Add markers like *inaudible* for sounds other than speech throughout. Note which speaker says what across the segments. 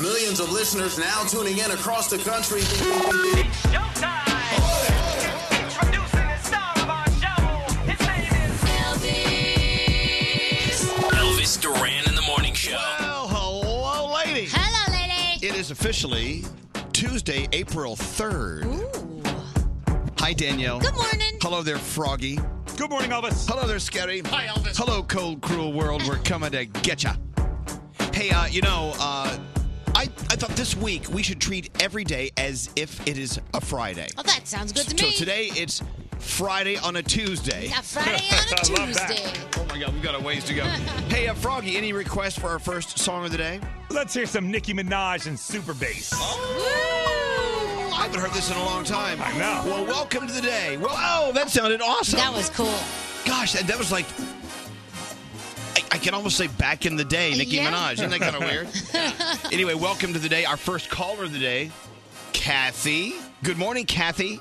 Speaker 1: Millions of listeners now tuning in across the country.
Speaker 2: It's showtime! Introducing the star of our show. His name is
Speaker 3: Elvis Duran in the morning show.
Speaker 4: Well, hello, ladies.
Speaker 5: Hello, lady.
Speaker 4: It is officially Tuesday, April 3rd.
Speaker 5: Ooh.
Speaker 4: Hi, Danielle.
Speaker 5: Good morning.
Speaker 4: Hello there, Froggy. Good morning, Elvis. Hello there, Scary. Hi, Elvis. Hello, cold, cruel world. We're coming to get ya. Hey, uh, you know, uh, I, I thought this week we should treat every day as if it is a Friday.
Speaker 5: Well, Oh, that sounds good to
Speaker 4: So
Speaker 5: me.
Speaker 4: today it's Friday on a Tuesday.
Speaker 5: A Friday on a
Speaker 4: *laughs* I love that.
Speaker 5: Tuesday.
Speaker 4: Oh my God, we've got a ways to go.
Speaker 5: *laughs*
Speaker 4: hey, uh, Froggy, any requests for our first song of the day?
Speaker 6: Let's hear some Nicki Minaj and Super Bass.
Speaker 4: Well, I haven't heard this in a long time.
Speaker 6: I know.
Speaker 4: Well, welcome to the day. Well, oh, that sounded awesome.
Speaker 5: That was cool.
Speaker 4: gosh, that, that was like. I- I can almost say back in the day, Nicki
Speaker 5: Yeah.
Speaker 4: Minaj. Isn't that kind
Speaker 5: *laughs*
Speaker 4: of weird? Anyway, welcome to the day. Our first caller of the day, Kathy. Good morning, Kathy.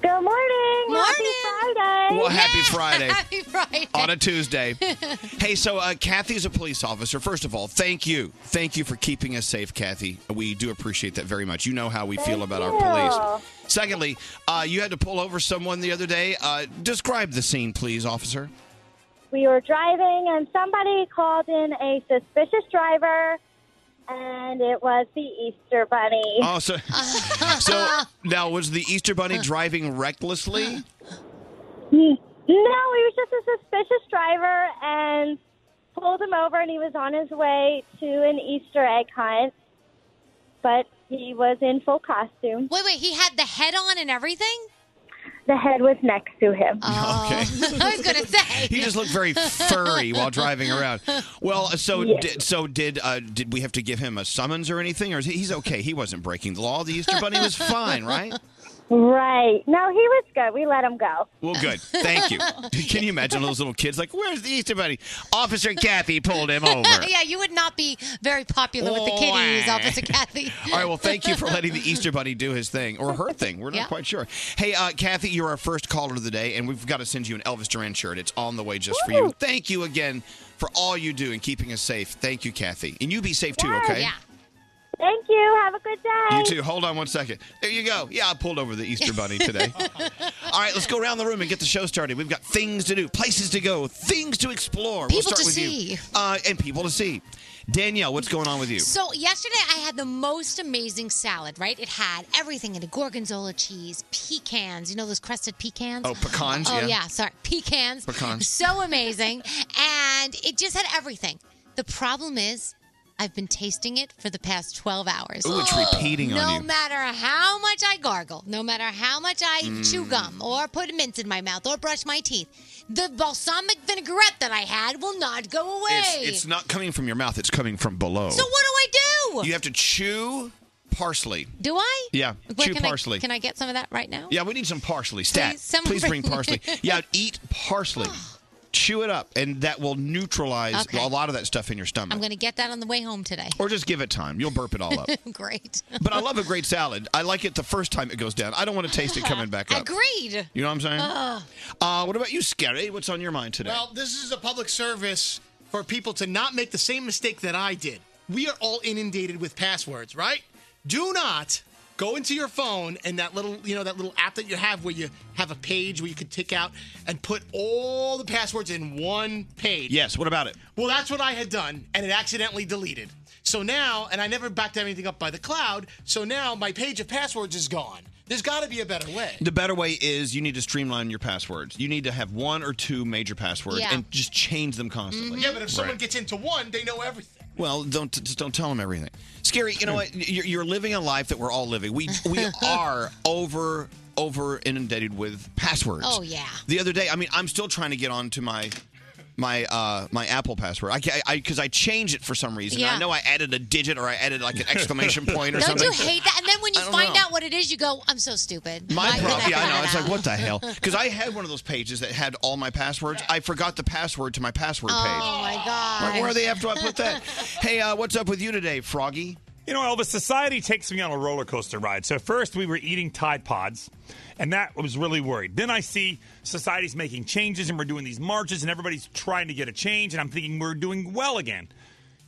Speaker 7: Good morning.
Speaker 5: Morning.
Speaker 7: Happy Friday.
Speaker 4: Well, happy
Speaker 5: *laughs*
Speaker 4: Friday
Speaker 5: Happy Friday.
Speaker 4: on
Speaker 5: *laughs*
Speaker 4: a Tuesday. hey, so uh, Kathy is a police officer. First of all, thank you. Thank you for keeping us safe, Kathy. We do appreciate that very much. You know how we feel about our police. Secondly, uh, you had to pull over someone the other day. Uh, describe the scene, please, officer.
Speaker 7: We were driving and somebody called in a suspicious driver and it was the Easter bunny.
Speaker 4: Oh, so, *laughs* so now was the Easter Bunny driving recklessly?
Speaker 7: No, he was just a suspicious driver and pulled him over and he was on his way to an Easter egg hunt. But he was in full costume.
Speaker 5: Wait, wait. He had the head on and everything. *laughs*
Speaker 7: The head was next to him.
Speaker 4: *laughs*
Speaker 8: Uh,
Speaker 4: Okay.
Speaker 5: I was
Speaker 4: *laughs*
Speaker 5: gonna say.
Speaker 4: He just looked very furry while driving around. Well, uh, so did, so did uh, did we have to give him a summons or anything? Or is he, he's okay? He wasn't breaking the law. The Easter Bunny was fine, right?
Speaker 7: Right. No, he was good. We let him go.
Speaker 4: Well, good.
Speaker 5: *laughs*
Speaker 4: Thank you. Can you imagine those little kids like, "Where's the Easter Bunny?" Officer Kathy pulled him over.
Speaker 5: *laughs* *laughs* yeah, you would not be very popular with the kiddies,
Speaker 4: Wah.
Speaker 5: Officer Kathy.
Speaker 4: All right. Well, thank
Speaker 5: *laughs*
Speaker 4: you for letting the Easter Bunny do his thing or her thing. We're not
Speaker 5: Yeah.
Speaker 4: quite sure. Hey, uh, Kathy, you're our first caller of the day, and we've got to send you an Elvis Duran shirt. It's on the way just for you. Thank you again for all you do and keeping us safe. Thank you, Kathy, and you be safe too. Okay.
Speaker 5: Yeah.
Speaker 7: Thank you. Have a good day.
Speaker 4: You too. Hold on one second. There you go. Yeah, I pulled over the Easter
Speaker 8: *laughs*
Speaker 4: Bunny today.
Speaker 8: Uh,
Speaker 4: All right, let's go around the room and get the show started. We've got things to do, places to go, things to explore. we'll
Speaker 5: People
Speaker 4: start
Speaker 5: to
Speaker 4: with You.
Speaker 5: see.
Speaker 4: Uh, and people to see. Danielle, what's going on with you?
Speaker 5: So yesterday I had the most amazing salad, right? It had everything in it: gorgonzola cheese, pecans. You know those crested pecans?
Speaker 4: Oh, pecans,
Speaker 5: Oh
Speaker 4: yeah.
Speaker 5: yeah, sorry, pecans.
Speaker 4: Pecans.
Speaker 5: So amazing, and it just had everything. The problem is. I've been tasting it for the past 12 hours.
Speaker 4: Ooh, it's repeating
Speaker 5: *gasps*
Speaker 4: on
Speaker 5: no
Speaker 4: you.
Speaker 5: matter how much I gargle, no matter how much I chew
Speaker 4: Mm.
Speaker 5: gum or put mint in my mouth or brush my teeth, the balsamic vinaigrette that I had will not go away.
Speaker 4: It's, it's not coming from your mouth, it's coming from below.
Speaker 5: so what do I do?
Speaker 4: You have to chew parsley.
Speaker 5: Do I?
Speaker 4: Yeah,
Speaker 5: Wait,
Speaker 4: chew
Speaker 5: can
Speaker 4: parsley.
Speaker 5: I, can I get some of that right now?
Speaker 4: Yeah, we need some parsley. Stat.
Speaker 5: Please, someone
Speaker 4: Please bring
Speaker 5: bring-
Speaker 4: parsley.
Speaker 5: *laughs*
Speaker 4: yeah, eat parsley. chew it up, and that will neutralize
Speaker 5: Okay.
Speaker 4: a lot of that stuff in your stomach.
Speaker 5: I'm going to get that on the way home today.
Speaker 4: or just give it time. You'll burp it all up.
Speaker 5: *laughs*
Speaker 4: *laughs*
Speaker 5: Great.
Speaker 4: But I love a great salad. I like it the first time it goes down. I don't want to taste it coming back up.
Speaker 5: Agreed.
Speaker 4: You know what I'm saying? Uh, what about you, Scary? What's on your mind today?
Speaker 9: Well, this is a public service for people to not make the same mistake that I did. We are all inundated with passwords, right? Do not go into your phone and that little, you know, that little app that you have where you have a page where you could tick out and put all the passwords in one page.
Speaker 4: yes. What about it?
Speaker 9: Well, that's what I had done, and it accidentally deleted. So now, and I never backed anything up by the cloud, so now my page of passwords is gone. There's got to be a better way.
Speaker 4: The better way is you need to streamline your passwords. You need to have one or two major passwords
Speaker 5: Yeah.
Speaker 4: and just change them constantly.
Speaker 9: Yeah, but if someone
Speaker 4: Right.
Speaker 9: gets into one, they know everything.
Speaker 4: Well, don't just don't tell them everything. Scary, you know what? You're, you're living a life that we're all living. We
Speaker 5: *laughs*
Speaker 4: we are over over inundated with passwords.
Speaker 5: Oh, yeah.
Speaker 4: The other day, I mean, I'm still trying to get onto my my uh my Apple password. I because I, because I changed it for some reason.
Speaker 5: Yeah.
Speaker 4: I know I added a digit or I added like an
Speaker 5: *laughs*
Speaker 4: exclamation point or
Speaker 5: Don't
Speaker 4: something.
Speaker 5: you hate that? And then when you
Speaker 4: I don't
Speaker 5: find
Speaker 4: know.
Speaker 5: out what it is, you go, I'm so stupid.
Speaker 4: My
Speaker 5: Why did
Speaker 4: problem, yeah,
Speaker 5: figure
Speaker 4: I know.
Speaker 5: that
Speaker 4: It's like
Speaker 5: out?
Speaker 4: what
Speaker 5: *laughs*
Speaker 4: the hell? Because I had one of those pages that had all my passwords. I forgot the password to my password
Speaker 5: Oh,
Speaker 4: page.
Speaker 5: my God.
Speaker 4: Like, where are they after I put that? hey, uh, what's up with you today, Froggy?
Speaker 6: You know, Elvis, society takes me on a roller coaster ride. So first we were eating Tide Pods, and that was really worried. Then I see society's making changes, and we're doing these marches, and everybody's trying to get a change, and I'm thinking we're doing well again.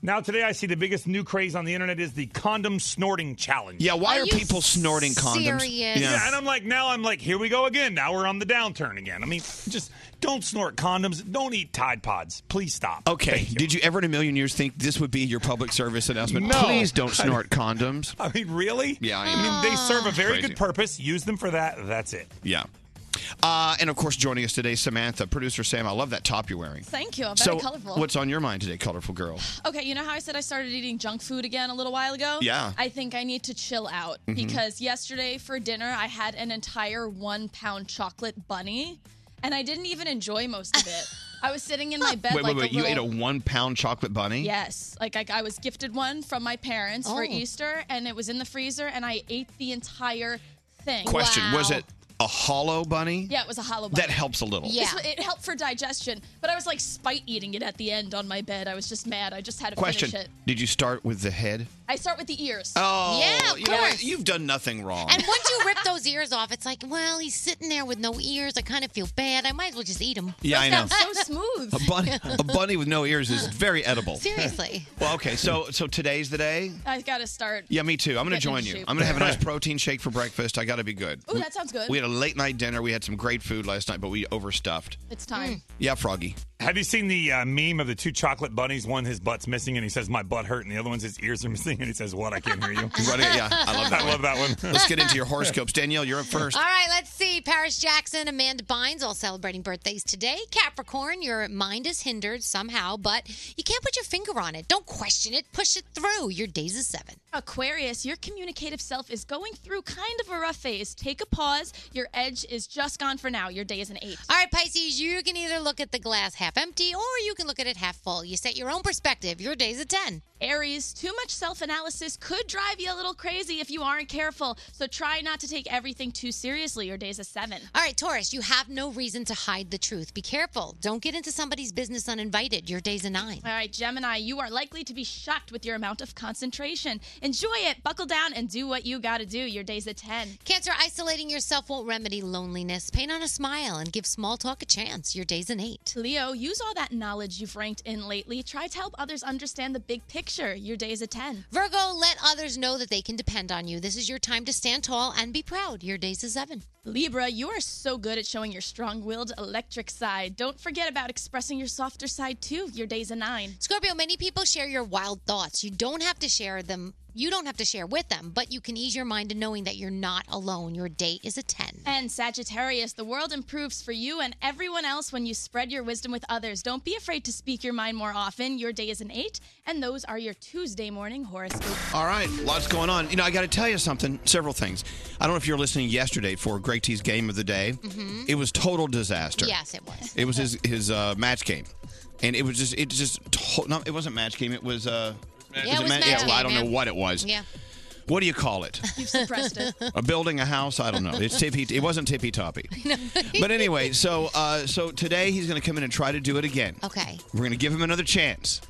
Speaker 6: Now, today I see the biggest new craze on the internet is the condom snorting challenge.
Speaker 4: Yeah, why
Speaker 5: Are
Speaker 4: are,
Speaker 5: you
Speaker 4: people snorting condoms?
Speaker 5: serious?
Speaker 4: Yeah.
Speaker 6: Yeah, and I'm like, now I'm like, here we go again. Now we're on the downturn again. I mean, just don't snort condoms. Don't eat Tide Pods. Please stop.
Speaker 4: Okay.
Speaker 6: Thank you.
Speaker 4: Did you ever in a million years think this would be your public service announcement?
Speaker 6: No. *laughs*
Speaker 4: Please don't snort condoms.
Speaker 6: *laughs* I mean, really?
Speaker 4: Yeah, I
Speaker 6: I
Speaker 4: am.
Speaker 6: mean, they serve a very
Speaker 4: Crazy.
Speaker 6: good purpose. Use them for that. That's it.
Speaker 4: Yeah. Uh, and of course, joining us today, Samantha, producer Sam. I love that top you're wearing.
Speaker 10: Thank you. I'm
Speaker 4: so,
Speaker 10: very colorful.
Speaker 4: what's on your mind today, colorful girl?
Speaker 10: okay, you know how I said I started eating junk food again a little while ago?
Speaker 4: Yeah. Mm-hmm.
Speaker 10: I think I need to chill out because yesterday for dinner I had an entire one pound chocolate bunny and I didn't even enjoy most
Speaker 4: *laughs*
Speaker 10: of it. I was sitting in my bed
Speaker 4: wait,
Speaker 10: like
Speaker 4: wait, wait.
Speaker 10: a
Speaker 4: You
Speaker 10: little.
Speaker 4: ate a one pound chocolate bunny?
Speaker 10: Yes, like I, I was gifted one from my parents for
Speaker 5: Oh.
Speaker 10: Easter, and it was in the freezer, and I ate the entire thing.
Speaker 4: Question Was
Speaker 5: Wow.
Speaker 4: it a hollow bunny?
Speaker 10: Yeah, it was a hollow. Bunny.
Speaker 4: That helps a little.
Speaker 5: Yeah.
Speaker 10: This- it helped for digestion, but I was like spite eating it at the end on my bed. I was just mad. I just had to
Speaker 4: Question
Speaker 10: finish it.
Speaker 4: Did you start with the head?
Speaker 10: I start with the e, ears.
Speaker 4: Oh,
Speaker 5: Yeah, of
Speaker 4: you know what?
Speaker 5: course.
Speaker 4: You've done nothing wrong.
Speaker 5: And once you rip those ears off, it's like, well, he's sitting there with no ears. I kind of feel bad. I might as well just eat him.
Speaker 4: yeah, I know.
Speaker 10: That's so smooth.
Speaker 4: A bunny, a bunny with no ears is very edible.
Speaker 5: *laughs* Seriously.
Speaker 4: Well, okay, so so today's the day.
Speaker 10: I gotta start.
Speaker 4: Yeah, me too. I'm going to
Speaker 10: Get
Speaker 4: join
Speaker 10: in
Speaker 4: you.
Speaker 10: shape.
Speaker 4: I'm going to have a nice protein shake for breakfast. I got to be good.
Speaker 10: Ooh, that sounds good.
Speaker 4: We had a late night dinner. We had some great food last night, but we overstuffed.
Speaker 10: It's time.
Speaker 4: Yeah, Froggy.
Speaker 6: Have you seen the uh, meme of the two chocolate bunnies? One, his butt's missing, and he says, "My butt hurt," and the other one's his ears are missing, and he says, "What? I can't hear you."
Speaker 4: You ready? Yeah, I
Speaker 6: *laughs*
Speaker 4: love that.
Speaker 6: I
Speaker 4: one.
Speaker 6: love that one.
Speaker 4: Let's get into your horoscopes. Danielle, you're up first.
Speaker 5: All right, let's see. Paris Jackson, Amanda Bynes, all celebrating birthdays today. Capricorn, your mind is hindered somehow, but you can't put your finger on it. Don't question it. Push it through. Your day's a seven.
Speaker 10: Aquarius, your communicative self is going through kind of a rough phase. Take a pause. Your edge is just gone for now. Your day is an eight.
Speaker 5: All right, Pisces, you can either look at the glass half empty or you can look at it half full. You set your own perspective. Your day's a 10.
Speaker 10: Aries, too much self analysis could drive you a little crazy if you aren't careful. So try not to take everything too seriously. Your day's a seven.
Speaker 5: All right, Taurus, you have no reason to hide the truth. Be careful. Don't get into somebody's business uninvited. Your day's a 9.
Speaker 10: All right, Gemini, you are likely to be shocked with your amount of concentration. Enjoy it, buckle down, and do what you gotta do. Your day's a 10.
Speaker 5: Cancer, isolating yourself won't remedy loneliness. Paint on a smile and give small talk a chance. Your day's an 8.
Speaker 10: Leo, use all that knowledge you've ranked in lately. Try to help others understand the big picture. Your day's a 10.
Speaker 5: Virgo, let others know that they can depend on you. This is your time to stand tall and be proud. Your day's a seven.
Speaker 10: Libra, you are so good at showing your strong willed electric side. Don't forget about expressing your softer side too. Your day's a nine.
Speaker 5: Scorpio, many people share your wild thoughts. You don't have to share them. You don't have to share with them, but you can ease your mind in knowing that you're not alone. Your day is a 10.
Speaker 10: And Sagittarius, the world improves for you and everyone else when you spread your wisdom with others. Don't be afraid to speak your mind more often. Your day is an eight. And those are your Tuesday morning horoscopes.
Speaker 4: All right, lots going on. You know, I got to tell you something, several things. I don't know if you were listening yesterday for Greg T's game of the day. It was total
Speaker 5: *laughs*
Speaker 4: disaster.
Speaker 5: Mm-hmm. Yes, it was.
Speaker 4: It was his his uh, match game, and it was just it just to- no, it wasn't match game. It was uh,
Speaker 5: Yeah, it was match
Speaker 4: yeah, well, I
Speaker 5: game,
Speaker 4: don't know
Speaker 5: yeah.
Speaker 4: what it was.
Speaker 5: Yeah.
Speaker 4: What do you call it?
Speaker 10: You've
Speaker 5: *laughs*
Speaker 10: suppressed it.
Speaker 4: a building, a house. I don't know. It's tippy. It wasn't tippy toppy. but anyway, so uh, so today he's going to come in and try to do it again.
Speaker 5: Okay.
Speaker 4: We're going to give him another chance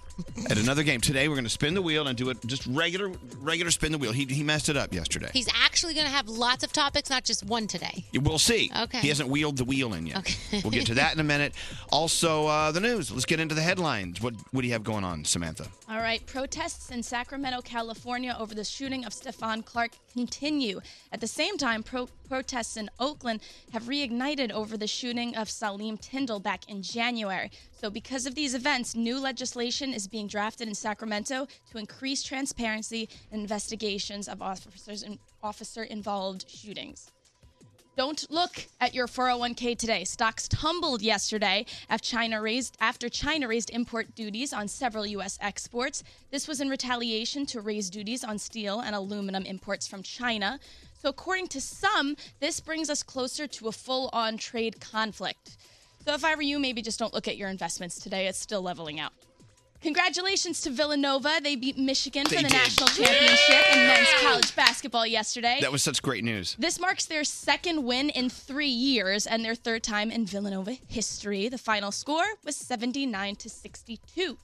Speaker 4: at another game. Today we're going to spin the wheel and do it just regular regular spin the wheel. He he messed it up yesterday.
Speaker 5: He's actually going to have lots of topics, not just one today.
Speaker 4: We'll see.
Speaker 5: Okay.
Speaker 4: He hasn't wheeled the wheel in yet.
Speaker 5: Okay.
Speaker 4: We'll get to that in a minute. Also, uh, the news. Let's get into the headlines. What what do you have going on, Samantha?
Speaker 10: All right, protests in Sacramento, California over the shooting of Stefan Clark continue. At the same time, pro- protests in Oakland have reignited over the shooting of Salim Tyndall back in January. So, because of these events, new legislation is being drafted in Sacramento to increase transparency in investigations of officers and officer involved shootings. Don't look at your 401k today. Stocks tumbled yesterday after China raised after China raised import duties on several US exports. This was in retaliation to raise duties on steel and aluminum imports from China. So according to some, this brings us closer to a full-on trade conflict. So if I were you, maybe just don't look at your investments today. It's still leveling out. Congratulations to Villanova. They beat Michigan
Speaker 4: They
Speaker 10: for the
Speaker 4: did.
Speaker 10: national championship in men's college basketball yesterday.
Speaker 4: That was such great news.
Speaker 10: This marks their second win in three years and their third time in Villanova history. The final score was 79 to 62.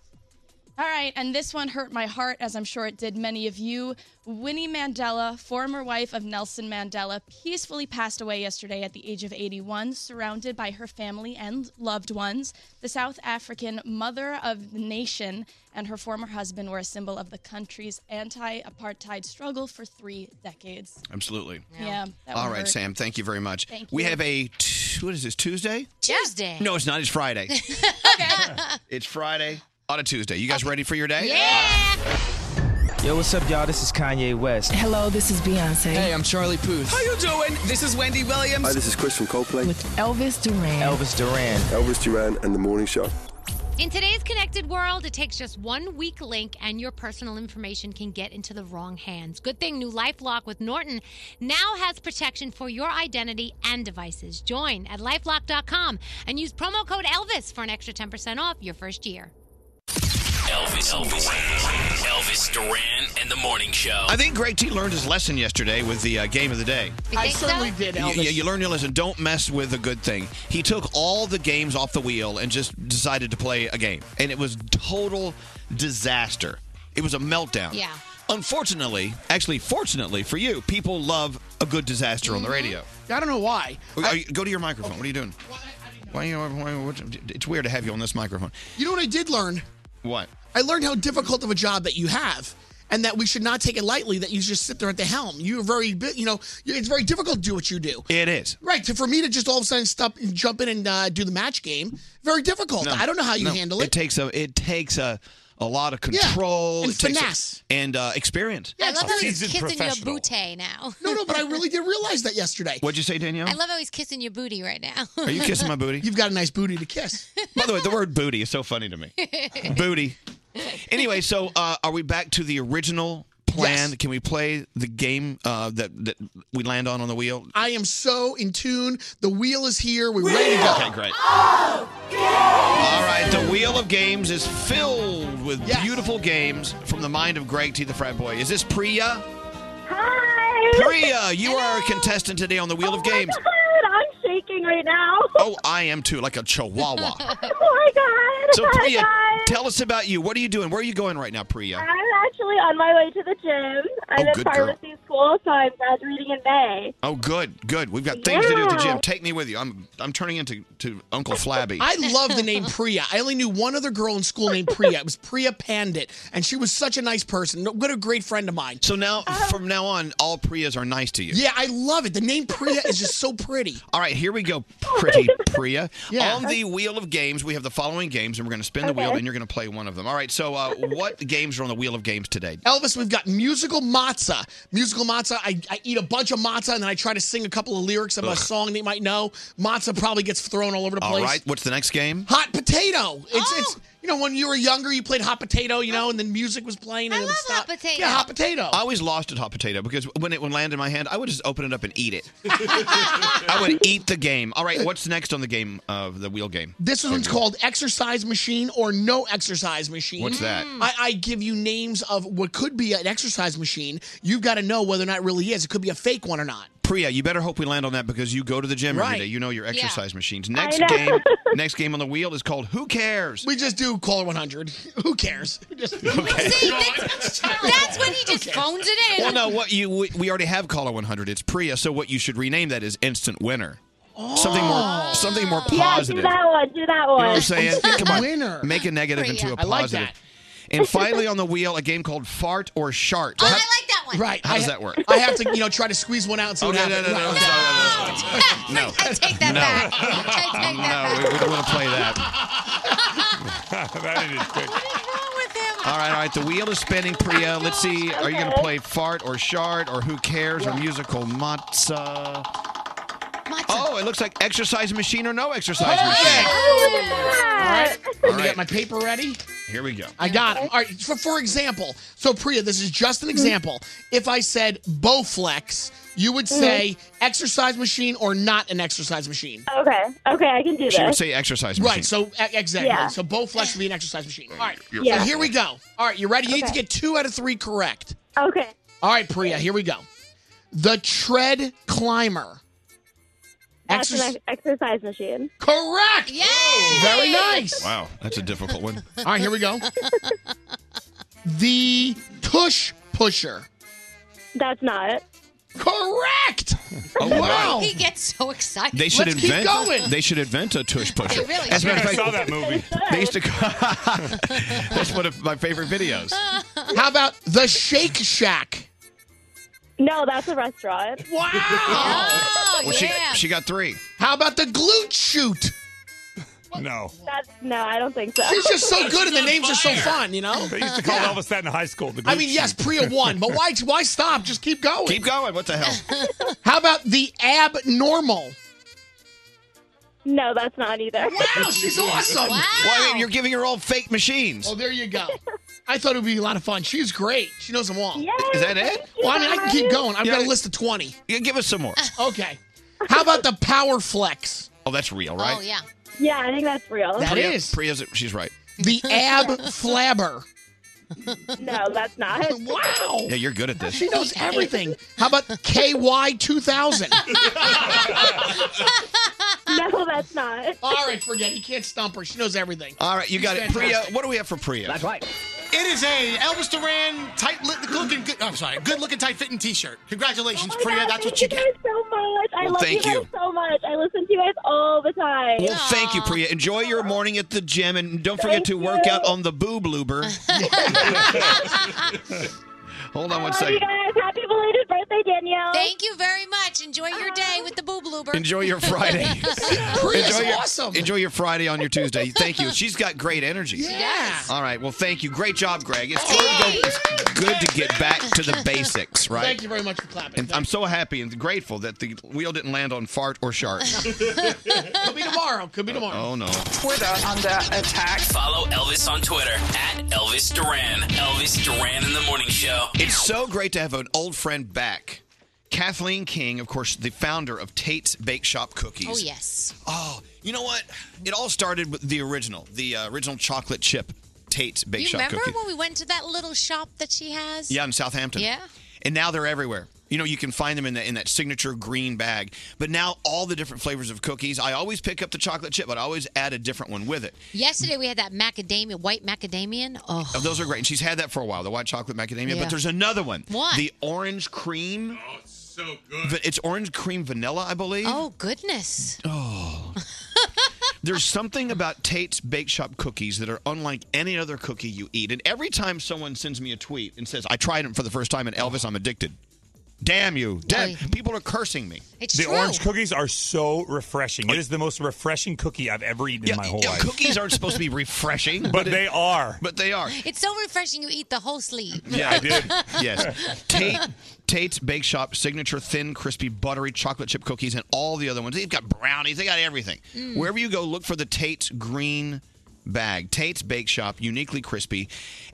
Speaker 10: All right, and this one hurt my heart, as I'm sure it did many of you. Winnie Mandela, former wife of Nelson Mandela, peacefully passed away yesterday at the age of 81, surrounded by her family and loved ones. The South African mother of the nation and her former husband were a symbol of the country's anti apartheid struggle for three decades.
Speaker 4: Absolutely.
Speaker 10: Yeah. that
Speaker 4: All
Speaker 10: one
Speaker 4: right,
Speaker 10: hurt.
Speaker 4: Sam. Thank you very much.
Speaker 10: Thank
Speaker 4: we
Speaker 10: you.
Speaker 4: have a t- what is this Tuesday?
Speaker 5: Tuesday. *laughs*
Speaker 4: No, it's not. It's Friday. It's Friday on a Tuesday. You guys ready for your day?
Speaker 11: Yo, what's up, y'all? This is Kanye West. Hello, this is Beyonce. Hey, I'm Charlie Puth.
Speaker 12: How you doing? This is Wendy Williams.
Speaker 13: this is Chris from Coldplay. With
Speaker 12: Elvis Duran.
Speaker 13: Elvis Duran. Elvis Duran and The Morning Show.
Speaker 5: In today's connected world, it takes just one weak link and your personal information can get into the wrong hands. Good thing new LifeLock with Norton now has protection for your identity and devices. Join at lifelock.com and use promo code Elvis for an extra 10% off your first year.
Speaker 3: Elvis, Elvis, Elvis Duran and the Morning Show.
Speaker 4: I think Greg T learned his lesson yesterday with the uh, game of the day.
Speaker 3: You I think so? certainly did,
Speaker 4: You-
Speaker 3: Elvis.
Speaker 4: You, you learned your lesson. Don't mess with a good thing. He took all the games off the wheel and just decided to play a game, and it was total disaster. It was a meltdown.
Speaker 5: Yeah.
Speaker 4: Unfortunately, actually, fortunately for you, people love a good disaster on the radio.
Speaker 9: I don't know why.
Speaker 4: Are you- go to your microphone. What are you doing? Why, you? why- what- it's weird to have you on this microphone.
Speaker 14: You know what I did learn?
Speaker 4: What?
Speaker 14: I learned how difficult of a job that you have. And that we should not take it lightly that you just sit there at the helm. You're very, bi- you know, it's very difficult to do what you do.
Speaker 4: It is.
Speaker 14: Right. So for me to just all of a sudden stop and jump in and uh, do the match game, very difficult.
Speaker 4: No,
Speaker 14: I don't know how you
Speaker 4: no.
Speaker 14: handle it.
Speaker 4: It takes a it takes a a lot of control
Speaker 14: and
Speaker 4: it takes a-
Speaker 14: finesse.
Speaker 4: and uh, experience.
Speaker 5: I love how he's
Speaker 4: Seasoned
Speaker 5: kissing your
Speaker 4: professional.
Speaker 5: booty now.
Speaker 14: No, no, but I really did realize that yesterday.
Speaker 4: What'd you say,
Speaker 5: *laughs*
Speaker 4: Danielle?
Speaker 5: I love how he's kissing your booty right now.
Speaker 4: Are you
Speaker 5: *laughs*
Speaker 4: kissing my booty? You've
Speaker 14: got a nice booty to kiss.
Speaker 4: *laughs* By the way, the word booty is so funny to me. booty. Anyway, so uh, are we back to the original plan? Can we play the game uh, that that we land on on the wheel?
Speaker 14: I am so in tune. The wheel is here. We're ready to go.
Speaker 4: Okay, great. All right, the wheel of games is filled with beautiful games from the mind of Greg T. the Frat Boy. Is this Priya?
Speaker 7: Hi.
Speaker 4: Priya, you are a contestant today on the wheel of games.
Speaker 7: Oh I'm shaking right now. *laughs*
Speaker 4: Oh, I am too, like a chihuahua.
Speaker 7: oh my god.
Speaker 4: So,
Speaker 7: Hi,
Speaker 4: Priya,
Speaker 7: guys.
Speaker 4: tell us about you. What are you doing? Where are you going right now, Priya?
Speaker 7: I'm actually on my way to the gym. I'm
Speaker 4: Oh,
Speaker 7: in
Speaker 4: good
Speaker 7: pharmacy school, so I'm graduating in May.
Speaker 4: Oh, good, good. We've got things to do at the
Speaker 7: Yeah.
Speaker 4: gym. Take me with you. I'm I'm turning into to Uncle Flabby.
Speaker 14: I love the name Priya. I only knew one other girl in school named Priya. It was Priya Pandit, and she was such a nice person. No- What a great friend of mine.
Speaker 4: So now,
Speaker 14: Uh-huh.
Speaker 4: from now on, all Priyas are nice to you.
Speaker 14: Yeah, I love it. The name Priya is just so pretty.
Speaker 4: All right, here we
Speaker 14: *laughs*
Speaker 4: go, pretty Priya.
Speaker 14: Yeah.
Speaker 4: On the wheel of games, we have the following games, and we're going to spin the wheel,
Speaker 14: Okay.
Speaker 4: and you're going to play one of them. All right, so
Speaker 14: *laughs*
Speaker 4: uh, what games are on the wheel of games today?
Speaker 14: Elvis, we've got musical matzah. Musical matzah. I, I eat a bunch of matzah and then I try to sing a couple of lyrics of a
Speaker 4: Ugh.
Speaker 14: song they might know. Matzah probably gets thrown all over the
Speaker 4: All
Speaker 14: place.
Speaker 4: right, what's the next game?
Speaker 14: Hot potato. It's it's you know when you were younger you played hot potato you know and then music was playing. And Oh. I love hot potato. Yeah, hot potato.
Speaker 4: I always lost at hot potato because when it would land in my hand, I would just open it up and eat
Speaker 14: *laughs*
Speaker 4: it. I would eat the game. All right, what's next on the game of the wheel game?
Speaker 14: This one's called exercise machine or no exercise machine.
Speaker 4: What's that?
Speaker 14: I, I give you names of what could be an exercise machine. You've got to know whether or not it really is. It could be a fake one or not.
Speaker 4: Priya, you better hope we land on that because you go to the gym
Speaker 14: Right.
Speaker 4: every day. You know your
Speaker 14: Yeah.
Speaker 4: exercise machines.
Speaker 14: I
Speaker 4: Next
Speaker 14: know. *laughs*
Speaker 4: game, next game on the wheel is called Who Cares?
Speaker 14: We just do caller 100. *laughs* Who cares? okay.
Speaker 5: *laughs* That's when he just phones it in.
Speaker 4: Well, no, what you we we already have caller 100. It's Priya, so what you should rename that is instant winner. Something more, something more
Speaker 7: Yeah, do
Speaker 4: positive.
Speaker 7: that one. Do that
Speaker 4: You
Speaker 7: one.
Speaker 4: know what I'm
Speaker 7: *laughs*
Speaker 4: saying?
Speaker 7: Oh. Instant
Speaker 4: Come on,
Speaker 7: winner.
Speaker 4: make a negative into a
Speaker 7: I
Speaker 4: positive.
Speaker 7: like that. Oh,
Speaker 4: And finally, on the wheel, a game called Fart or Shart. I like
Speaker 5: that
Speaker 4: one. Right? How does that work?
Speaker 14: I have to, you know, try to squeeze one out and see
Speaker 4: Oh,
Speaker 14: what
Speaker 4: no, no,
Speaker 14: happens.
Speaker 4: no, no,
Speaker 14: Right.
Speaker 4: No.
Speaker 5: *laughs* I take that
Speaker 4: No.
Speaker 5: back. I
Speaker 4: *laughs*
Speaker 5: take that
Speaker 4: No, we, we don't want to play
Speaker 5: *laughs*
Speaker 14: *laughs*
Speaker 4: that. All right, all right. The wheel is spinning, Priya. Let's see. Are you going to play fart or shard or who cares or musical matzah? Oh, it looks like exercise machine or no exercise machine.
Speaker 5: Oh,
Speaker 7: Oh,
Speaker 14: Let me get my paper ready.
Speaker 4: Here we go.
Speaker 14: I got him. All right. For, for example, so Priya, this is just
Speaker 7: Mm-hmm.
Speaker 14: an example. If I said Bowflex, you would
Speaker 7: Mm-hmm.
Speaker 14: say exercise machine or not an exercise machine.
Speaker 7: Okay. Okay, I can do
Speaker 4: She would
Speaker 7: this.
Speaker 4: say exercise machine.
Speaker 14: Right. So e- exactly.
Speaker 7: Yeah.
Speaker 14: So Bowflex would be an exercise machine. All right.
Speaker 4: You're
Speaker 14: So
Speaker 4: right.
Speaker 14: here we go. All right. You ready? You need to
Speaker 7: Okay.
Speaker 14: get two out of three correct.
Speaker 7: Okay.
Speaker 14: All right, Priya. Here we go. The tread climber.
Speaker 7: That's
Speaker 14: Exerc-
Speaker 7: an ex- exercise machine.
Speaker 14: Correct.
Speaker 7: Yay! *laughs*
Speaker 14: Very nice.
Speaker 4: Wow, that's a difficult one.
Speaker 14: All right, here we
Speaker 5: *laughs*
Speaker 14: go. the tush pusher.
Speaker 7: That's not it.
Speaker 5: *laughs*
Speaker 14: Correct.
Speaker 4: Oh, wow.
Speaker 5: He gets so excited.
Speaker 4: They should invent. They should invent a tush pusher.
Speaker 5: They really
Speaker 4: As a matter of
Speaker 6: should.
Speaker 4: fact,
Speaker 6: I saw that movie.
Speaker 4: They used to. *laughs*
Speaker 5: *laughs*
Speaker 4: that's one of my favorite videos.
Speaker 14: How about Uh, the Shake Shack?
Speaker 7: No, that's a restaurant. *laughs*
Speaker 14: Wow.
Speaker 7: Oh,
Speaker 5: Oh,
Speaker 4: well, she she got three.
Speaker 14: How about the glute shoot?
Speaker 6: No.
Speaker 7: That's, no, I don't think so.
Speaker 14: She's just
Speaker 7: *laughs*
Speaker 14: so good, and the names are so fun. You know.
Speaker 6: They used to
Speaker 14: *laughs*
Speaker 6: call Elvis that in high school. The
Speaker 14: I
Speaker 6: glute
Speaker 14: mean, yes,
Speaker 6: shoot.
Speaker 14: Priya won, but why? Why stop? Just keep going.
Speaker 4: Keep going. What the hell?
Speaker 14: *laughs* How about the abnormal?
Speaker 7: No, that's not either.
Speaker 14: Wow, Oh, she's awesome.
Speaker 4: Well, I mean, you're giving her all fake machines.
Speaker 14: Oh, there you go. I thought it would be a lot of fun. She's great. She knows them all.
Speaker 4: Is that it?
Speaker 14: Well, I mean, I can keep going. I've
Speaker 4: Yeah.
Speaker 14: got a list of 20.
Speaker 4: Yeah, give us some more.
Speaker 7: Uh.
Speaker 14: Okay. How about the Power Flex?
Speaker 4: Oh, that's real, right?
Speaker 7: yeah. Yeah, I think that's real.
Speaker 14: That
Speaker 4: Priya,
Speaker 14: is.
Speaker 4: Priya's, she's right.
Speaker 14: The Ab Flabber.
Speaker 7: *laughs* No, that's not.
Speaker 14: *laughs* Wow.
Speaker 4: Yeah, you're good at this.
Speaker 14: Oh. She knows everything. How about KY2000?
Speaker 7: *laughs* no, that's not.
Speaker 14: All right, forget it. You can't stump her. She knows everything.
Speaker 4: All right, you got it. Priya, what do we have for Priya?
Speaker 14: right.
Speaker 9: It is a Elvis Duran tight li- looking. Good, I'm sorry, good looking tight fitting T-shirt. Congratulations,
Speaker 7: Oh my
Speaker 9: Priya.
Speaker 7: God,
Speaker 9: That's what
Speaker 7: thank
Speaker 9: you get.
Speaker 7: guys so much. I
Speaker 4: Well,
Speaker 7: love
Speaker 4: thank
Speaker 7: you guys
Speaker 4: you.
Speaker 7: so much. I listen to you guys all the time.
Speaker 4: Well, thank you, Priya. Enjoy your morning at the gym, and don't forget to
Speaker 7: Thank
Speaker 4: work
Speaker 7: you.
Speaker 4: out on the boob
Speaker 7: *laughs*
Speaker 4: loober. *laughs* Hold on one
Speaker 7: Love you
Speaker 4: second.
Speaker 7: guys. Happy belated birthday, Danielle.
Speaker 5: Thank you very much. Enjoy your day with the Oh, boob loober. *laughs*
Speaker 4: Enjoy your Friday. *laughs*
Speaker 14: Priya's
Speaker 4: enjoy your,
Speaker 14: awesome.
Speaker 4: Enjoy your Friday on your Tuesday. Thank you. She's got great energy.
Speaker 14: Yeah.
Speaker 4: All right. Well, thank you. Great job, Greg. It's good, to, go, it's good to get back to the basics, right?
Speaker 14: Thank you very much for
Speaker 4: *laughs*
Speaker 14: clapping.
Speaker 4: And I'm so happy and grateful that the wheel didn't land on fart
Speaker 5: *laughs*
Speaker 4: or shark.
Speaker 14: Could be tomorrow. Could be tomorrow.
Speaker 4: Oh no.
Speaker 12: Twitter under attack.
Speaker 3: Follow Elvis on Twitter at Elvis Duran. Elvis Duran in the Morning Show.
Speaker 4: It's so great to have an old friend back. Kathleen King, of course, the founder of Tate's Bake Shop Cookies.
Speaker 5: Oh, yes.
Speaker 4: Oh, you know what? It all started with the original, the uh, original chocolate chip Tate's Bake
Speaker 5: you
Speaker 4: Shop
Speaker 5: remember
Speaker 4: cookie.
Speaker 5: when we went to that little shop that she has?
Speaker 4: Yeah, in Southampton.
Speaker 5: Yeah.
Speaker 4: And now they're everywhere. You know, you can find them in that in that signature green bag. But now all the different flavors of cookies. I always pick up the chocolate chip, but I always add a different one with it.
Speaker 5: Yesterday we had that macadamia, white macadamian. Oh,
Speaker 4: Oh, those are great. And she's had that for a while, the white chocolate macadamia.
Speaker 5: Yeah.
Speaker 4: But there's another one.
Speaker 5: What?
Speaker 4: The orange cream. Oh, it's so good. it's orange cream vanilla, I believe.
Speaker 5: oh goodness.
Speaker 4: Oh. There's something about Tate's Bake Shop cookies that are unlike any other cookie you eat. And every time someone sends me a tweet and says, I tried them for the first time and Elvis, I'm addicted. Damn you. Damn. People are cursing me.
Speaker 5: It's
Speaker 6: the
Speaker 5: true.
Speaker 6: orange cookies are so refreshing. It is the most refreshing cookie I've ever eaten in my whole
Speaker 4: Yeah,
Speaker 6: life.
Speaker 4: cookies aren't supposed to
Speaker 6: *laughs*
Speaker 4: be refreshing, but,
Speaker 6: but
Speaker 4: it-
Speaker 6: they are.
Speaker 4: but they are.
Speaker 5: It's so refreshing you eat the whole sleeve.
Speaker 4: Yeah,
Speaker 5: *laughs*
Speaker 6: I did.
Speaker 4: *laughs* Yes. Tate Tate's Bake Shop signature thin, crispy, buttery chocolate chip cookies and all the other ones. They've got brownies, they got everything. Wherever you go, look for the Tate's green bag. Tate's Bake Shop, uniquely crispy.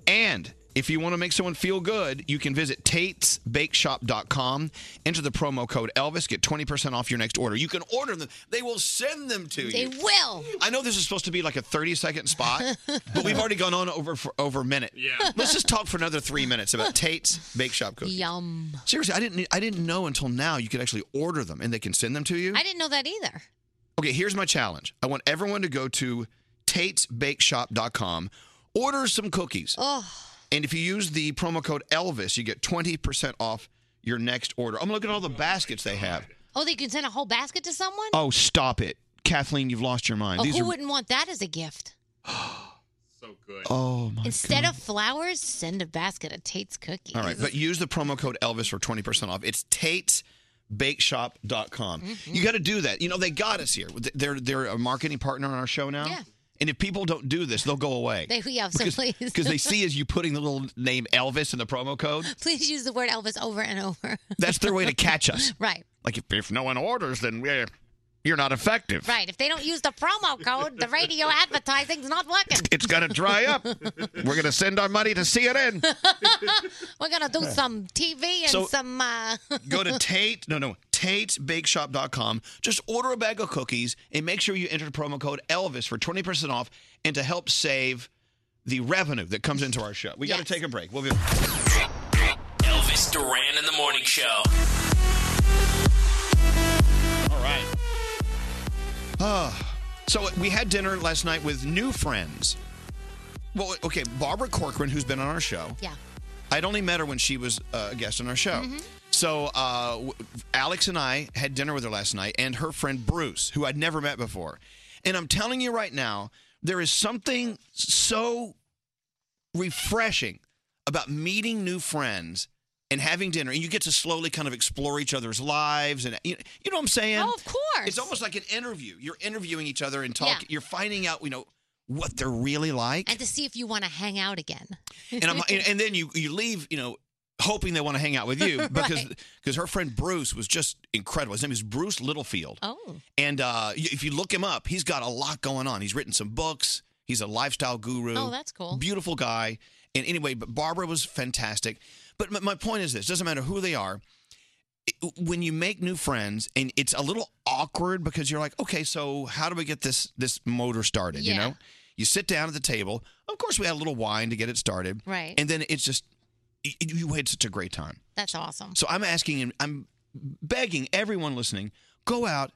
Speaker 4: And if you want to make someone feel good, you can visit tatesbakeshop.com, enter the promo code Elvis, get 20% off your next order. You can order them. They will send them to
Speaker 5: They
Speaker 4: you.
Speaker 5: will.
Speaker 4: I know this is supposed to be like a 30 second spot, but we've already gone on over for over a minute. Yeah. Let's just talk for another three minutes about Tate's Bake Shop cookies.
Speaker 5: Yum.
Speaker 4: Seriously, I didn't I didn't know until now you could actually order them and they can send them to you.
Speaker 5: I didn't know that either.
Speaker 4: Okay, here's my challenge. I want everyone to go to tatesbakeshop.com, order some cookies,
Speaker 5: Oh,
Speaker 4: and if you use the promo code Elvis, you get 20% off your next order. I'm looking at all the baskets they have.
Speaker 5: oh, they can send a whole basket to someone.
Speaker 4: Oh, stop it. Kathleen, you've lost your mind.
Speaker 5: Oh,
Speaker 4: These
Speaker 5: who
Speaker 4: are
Speaker 5: wouldn't want that as a gift?
Speaker 4: Oh my
Speaker 5: Instead of flowers, send a basket of Tate's cookies.
Speaker 4: All right, but use the promo code Elvis for 20% off. It's TateBakeShop.com.
Speaker 5: Mm-hmm.
Speaker 4: You got to do that. You know, they got us here. They're, they're a marketing partner on our show now.
Speaker 5: Yeah.
Speaker 4: And if people don't do this, they'll go away.
Speaker 5: they, *laughs* yeah, so please, *laughs*
Speaker 4: Because they see as you putting the little name Elvis in the promo code.
Speaker 5: please use the word Elvis over and over. *laughs*
Speaker 4: That's their way to catch us.
Speaker 5: right,
Speaker 4: Like, if, if no one orders, then we're, you're not effective.
Speaker 5: right. If they don't use the promo code, the
Speaker 4: *laughs*
Speaker 5: radio advertising's not working. *laughs*
Speaker 4: It's going to dry up. we're going to send our money to CNN.
Speaker 5: We're gonna do some TV and
Speaker 4: So-
Speaker 5: some. Uh,
Speaker 4: go
Speaker 5: *laughs*
Speaker 4: to Tate, no, no, Tate'sBakeShop.com. Just order a bag of cookies and make sure you enter the promo code Elvis for 20% off and to help save the revenue that comes into our show. We got
Speaker 5: Yes.
Speaker 4: to take a break. We'll be
Speaker 3: Elvis Duran in the Morning Show.
Speaker 4: all right. Ah. so we had dinner last night with new friends. Well, okay, Barbara Corcoran, who's been on our show.
Speaker 5: Yeah. Mm-hmm.
Speaker 4: I'd only met her when she was uh, a guest on our show. So uh, w- Alex and I had dinner with her last night, and her friend Bruce, who I'd never met before. And I'm telling you right now, there is something so refreshing about meeting new friends and having dinner, and you get to slowly kind of explore each other's lives, and you, you know what I'm saying?
Speaker 5: Oh, of course.
Speaker 4: It's almost like an interview. You're interviewing each other and talking. You're finding out, you know, what they're really like
Speaker 5: And to see if you want to hang out again.
Speaker 4: and I'm
Speaker 5: *laughs*
Speaker 4: and, and then you you leave, you know, hoping they want to hang out with you because
Speaker 5: Right.
Speaker 4: because her friend Bruce was just incredible. His name is Bruce Littlefield.
Speaker 5: Oh.
Speaker 4: And uh, y- if you look him up, he's got a lot going on. He's written some books. He's a lifestyle guru.
Speaker 5: Oh, that's cool.
Speaker 4: Beautiful guy. And anyway, but Barbara was fantastic. But my- my point is this: doesn't matter who they are. it- When you make new friends, and it's a little awkward because you're like, okay, so how do we get this this motor started? You
Speaker 5: Yeah.
Speaker 4: know, you sit down at the table. Of course, we had a little wine to get it started.
Speaker 5: Right.
Speaker 4: And then it's just y- y- you had such a great time.
Speaker 5: That's awesome.
Speaker 4: So I'm asking and I'm begging everyone listening, go out,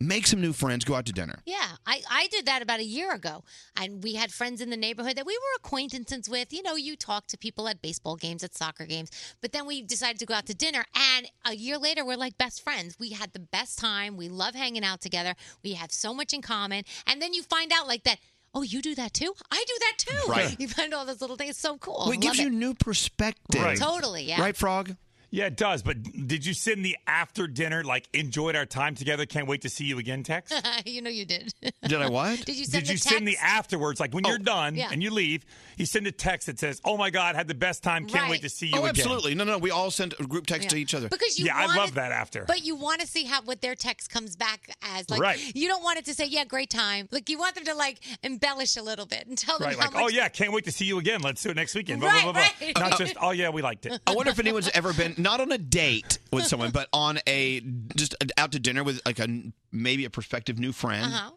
Speaker 4: make some new friends, go out to dinner.
Speaker 5: Yeah, I, I did that about a year ago. And we had friends in the neighborhood that we were acquaintances with. You know, you talk to people at baseball games, at soccer games. But then we decided to go out to dinner. And a year later, we're like best friends. We had the best time. We love hanging out together. We have so much in common. And then you find out like that. Oh, you do that too? I do that too.
Speaker 4: Right.
Speaker 5: *laughs* You find all those little things. It's so cool.
Speaker 4: Well, it gives
Speaker 5: Love
Speaker 4: you new perspective.
Speaker 6: Right.
Speaker 5: Totally, yeah.
Speaker 4: Right, Frog?
Speaker 6: Yeah, it does. But did you send the after dinner, like, enjoyed our time together, can't wait to see you again text?
Speaker 5: *laughs* you know you did. *laughs*
Speaker 6: Did
Speaker 5: I
Speaker 4: what?
Speaker 5: Did you send
Speaker 6: Did you
Speaker 5: the
Speaker 6: send the
Speaker 5: text? Oh,
Speaker 6: afterwards? Like when you're done
Speaker 5: Yeah.
Speaker 6: and you leave, you send a text that says, "Oh my God, had the best time. Can't
Speaker 5: Right.
Speaker 6: wait to see you
Speaker 4: Oh,
Speaker 6: again."
Speaker 4: absolutely. No, no, we all send group texts
Speaker 5: Yeah. Because you
Speaker 6: yeah, I
Speaker 5: wanna-
Speaker 6: love that after.
Speaker 5: But you want to see how what their text comes back as. Like
Speaker 6: Right.
Speaker 5: you don't want it to say, "Yeah, great time." Like you want them to like embellish a little bit and *laughs* tell them
Speaker 6: right,
Speaker 5: how
Speaker 6: like,
Speaker 5: much.
Speaker 6: oh yeah, can't wait to see you again. Let's do it next weekend. Blah,
Speaker 5: Right,
Speaker 6: blah, blah, blah.
Speaker 5: right. *laughs*
Speaker 6: Not just, oh yeah, we liked it.
Speaker 4: I wonder
Speaker 6: *laughs*
Speaker 4: if anyone's ever been not on a date with someone, but on a just out to dinner with like a maybe a prospective new friend,
Speaker 5: Uh-huh.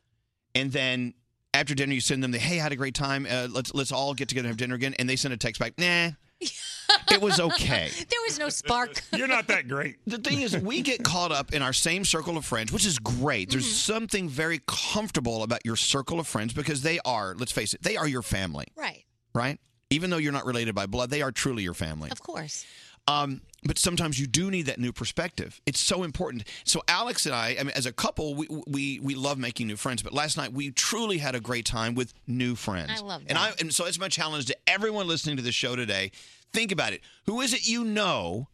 Speaker 4: and then after dinner you send them the hey, I had a great time. Uh, let's let's all get together and have dinner again, and they send a text back, nah, it was okay.
Speaker 5: there was no spark.
Speaker 6: *laughs* You're not that great.
Speaker 4: The thing is, we get caught up in our same circle of friends, which is great. There's something very comfortable about your circle of friends because they are, let's face it, they are your family,
Speaker 5: Right.
Speaker 4: right? Even though you're not related by blood, they are truly your family.
Speaker 5: Of course.
Speaker 4: Um, but sometimes you do need that new perspective. It's so important. So Alex and I, I mean, as a couple, we we we love making new friends. But last night we truly had a great time with new friends.
Speaker 5: I love
Speaker 4: And
Speaker 5: that.
Speaker 4: I and so it's my challenge to everyone listening to the show today. Think about it. Who is it you know?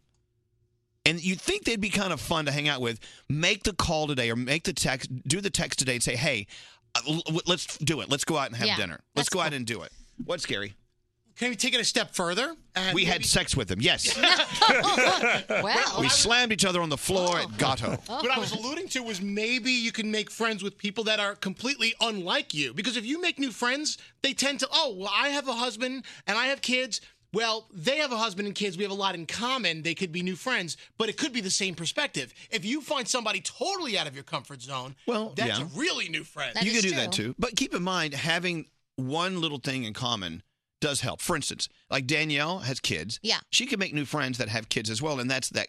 Speaker 4: And you think they'd be kind of fun to hang out with? Make the call today, or make the text. Do the text today and say, "Hey, uh, l- let's do it. Let's go out and have
Speaker 9: Yeah,
Speaker 4: dinner. Let's go out and do it." What's scary?
Speaker 9: Can we take it a step further? And
Speaker 4: We had
Speaker 9: maybe-
Speaker 4: sex with them.
Speaker 9: *laughs*
Speaker 4: Yes.
Speaker 5: *laughs*
Speaker 9: Well-
Speaker 4: we slammed each other on the floor
Speaker 9: Oh.
Speaker 4: at Gatto.
Speaker 9: What I was alluding to was maybe you can make friends with people that are completely unlike you. Because if you make new friends, they tend to, oh, well, I have a husband and I have kids. Well, they have a husband and kids. We have a lot in common. They could be new friends, but it could be the same perspective. If you find somebody totally out of your comfort zone, well, that's
Speaker 4: yeah.
Speaker 9: a really new friend.
Speaker 4: you can do that too. But keep in mind, having one little thing in common does help. For instance, like Danielle has kids.
Speaker 5: Yeah.
Speaker 4: She can make new friends that have kids as well, and that's that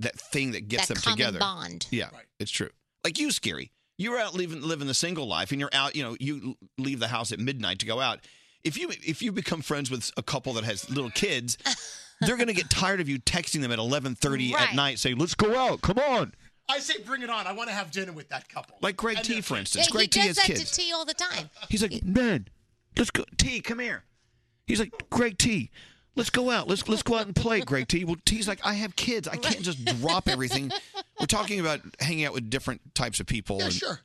Speaker 4: that thing that gets
Speaker 5: That
Speaker 4: them
Speaker 5: common
Speaker 4: together.
Speaker 5: bond.
Speaker 4: Yeah, it's true. Like you, Scary. You're out living living the single life, and you're out. You know, you l- leave the house at midnight to go out. If you if you become friends with a couple that has
Speaker 5: *laughs*
Speaker 4: little kids, they're going to get tired of you texting them at 11:30
Speaker 9: Right.
Speaker 4: at night, saying, "Let's go out, come on."
Speaker 9: I say bring it on. I want to have dinner with that couple.
Speaker 4: Like Greg T, for
Speaker 5: Yeah,
Speaker 4: instance.
Speaker 5: he
Speaker 4: Greg T
Speaker 5: does
Speaker 4: has
Speaker 5: that
Speaker 4: kids.
Speaker 5: to T all the time.
Speaker 4: He's like, man, let's go. T, come here. He's like, Greg T, let's go out. Let's let's go out and play, Greg T. Well, T's like, I have kids. I can't just drop everything. We're talking about hanging out with different types of people.
Speaker 14: Yeah,
Speaker 4: and-
Speaker 14: sure.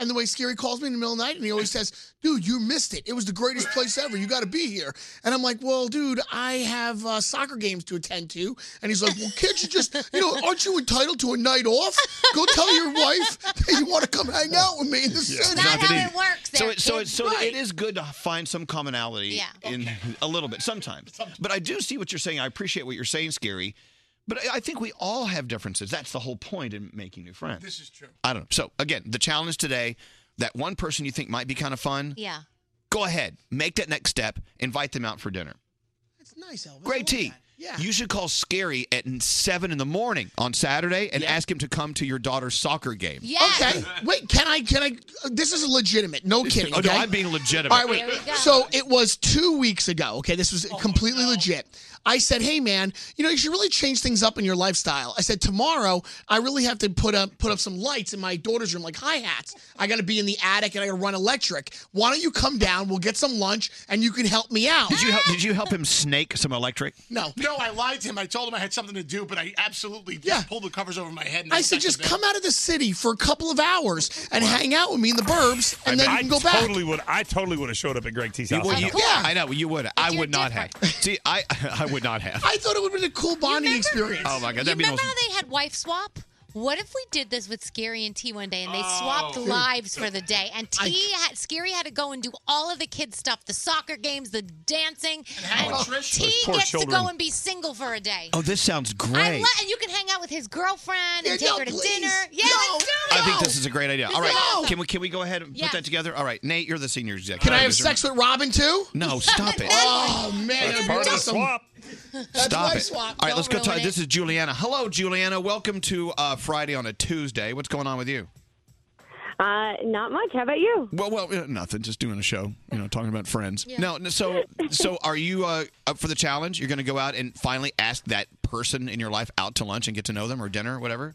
Speaker 14: And the way Scary calls me in the middle of the night and he always says, dude, you missed it. It was the greatest place ever. You got to be here. And I'm like, well, dude, I have uh, soccer games to attend to. And he's like, well, can't you just, you know, aren't you entitled to a night off? Go tell your wife that you want to come hang out with me in the
Speaker 4: Yeah,
Speaker 14: city.
Speaker 4: it's not gonna eat. So it, so it,
Speaker 14: it's
Speaker 4: so it is good to find some commonality
Speaker 14: Yeah.
Speaker 4: in a little bit sometimes. But I do see what you're saying. I appreciate what you're saying, Scary. But I- I think we all have differences. That's the whole point in making new friends.
Speaker 9: This is true.
Speaker 4: I don't know. So again, the challenge today: that one person you think might be kind of fun.
Speaker 5: Yeah.
Speaker 4: Go ahead, make that next step, invite them out for dinner.
Speaker 14: It's nice, Elvis.
Speaker 4: Great tea.
Speaker 14: Oh, Yeah.
Speaker 4: You should call Scary at seven in the morning on Saturday and ask him to come to your daughter's soccer game.
Speaker 14: Okay. Wait, can I? Can I? uh, This is
Speaker 4: *laughs*
Speaker 14: legitimate. No kidding.
Speaker 4: Oh,
Speaker 14: okay?
Speaker 4: no, I'm being legitimate.
Speaker 14: All right, wait. So it was two weeks ago. Okay, this was completely legit. I said, "Hey, man, you know you should really change things up in your lifestyle." I said, "Tomorrow, I really have to put up put up some lights in my daughter's room, like hi hats. I got to be in the attic and I got to run electric. Why don't you come down? We'll get some lunch and you can help me out."
Speaker 4: Did you help? Did you help him snake some electric?
Speaker 14: No.
Speaker 9: No, I lied to him. I told him I had something to do, but I absolutely yeah. pulled the covers over my head. And
Speaker 14: I said, just come out of the city for a couple of hours and hang out with me in the burbs, and then
Speaker 6: I,
Speaker 14: you can go back.
Speaker 6: totally would. I totally would have showed up at Greg T's
Speaker 4: You
Speaker 6: house.
Speaker 4: would-
Speaker 6: and
Speaker 4: you-
Speaker 6: helped.
Speaker 4: I know you would. I would not have. See, I *laughs* I would not have.
Speaker 14: I thought it would have been a cool bonding experience.
Speaker 4: Oh my god, that'd be the
Speaker 5: Remember
Speaker 4: most
Speaker 5: how they had wife swap? What if we did this with Scary and T one day and they
Speaker 14: Oh.
Speaker 5: swapped lives for the day? And T had Scary had to go and do all of the kids stuff, the soccer games, the dancing. And, T
Speaker 4: Those poor
Speaker 5: gets to
Speaker 4: children.
Speaker 5: go and be single for a day.
Speaker 4: Oh, this sounds
Speaker 5: I
Speaker 4: great.
Speaker 5: le- and you can hang out with his girlfriend and take
Speaker 14: Yeah, no,
Speaker 5: her to
Speaker 14: please.
Speaker 5: dinner. Yeah, let's do it.
Speaker 4: I think this is a great idea. All
Speaker 5: This is
Speaker 4: right,
Speaker 5: awesome.
Speaker 4: can we can we go ahead and
Speaker 5: Yes.
Speaker 4: put that together? All right, Nate, you're the senior executive.
Speaker 14: Can I have
Speaker 4: producer.
Speaker 14: sex with Robin too?
Speaker 4: No,
Speaker 14: *laughs*
Speaker 5: *laughs*
Speaker 4: stop it.
Speaker 14: Oh man,
Speaker 4: That's
Speaker 14: that'd be
Speaker 4: part of the
Speaker 14: awesome.
Speaker 4: swap.
Speaker 14: That's
Speaker 4: Stop
Speaker 14: my
Speaker 4: it.
Speaker 14: swap.
Speaker 4: All right,
Speaker 14: Don't
Speaker 4: let's go
Speaker 14: ruin
Speaker 4: talk.
Speaker 14: it.
Speaker 4: This is Juliana. Hello, Juliana. Welcome to uh, Friday on a Tuesday. What's going on with you?
Speaker 15: Uh, not much. How about you?
Speaker 4: Well, well, uh, nothing. Just doing a show. You know, talking about friends. No, no, so so are you uh, up for the challenge? You're going to go out and finally ask that person in your life out to lunch and get to know them or dinner or whatever.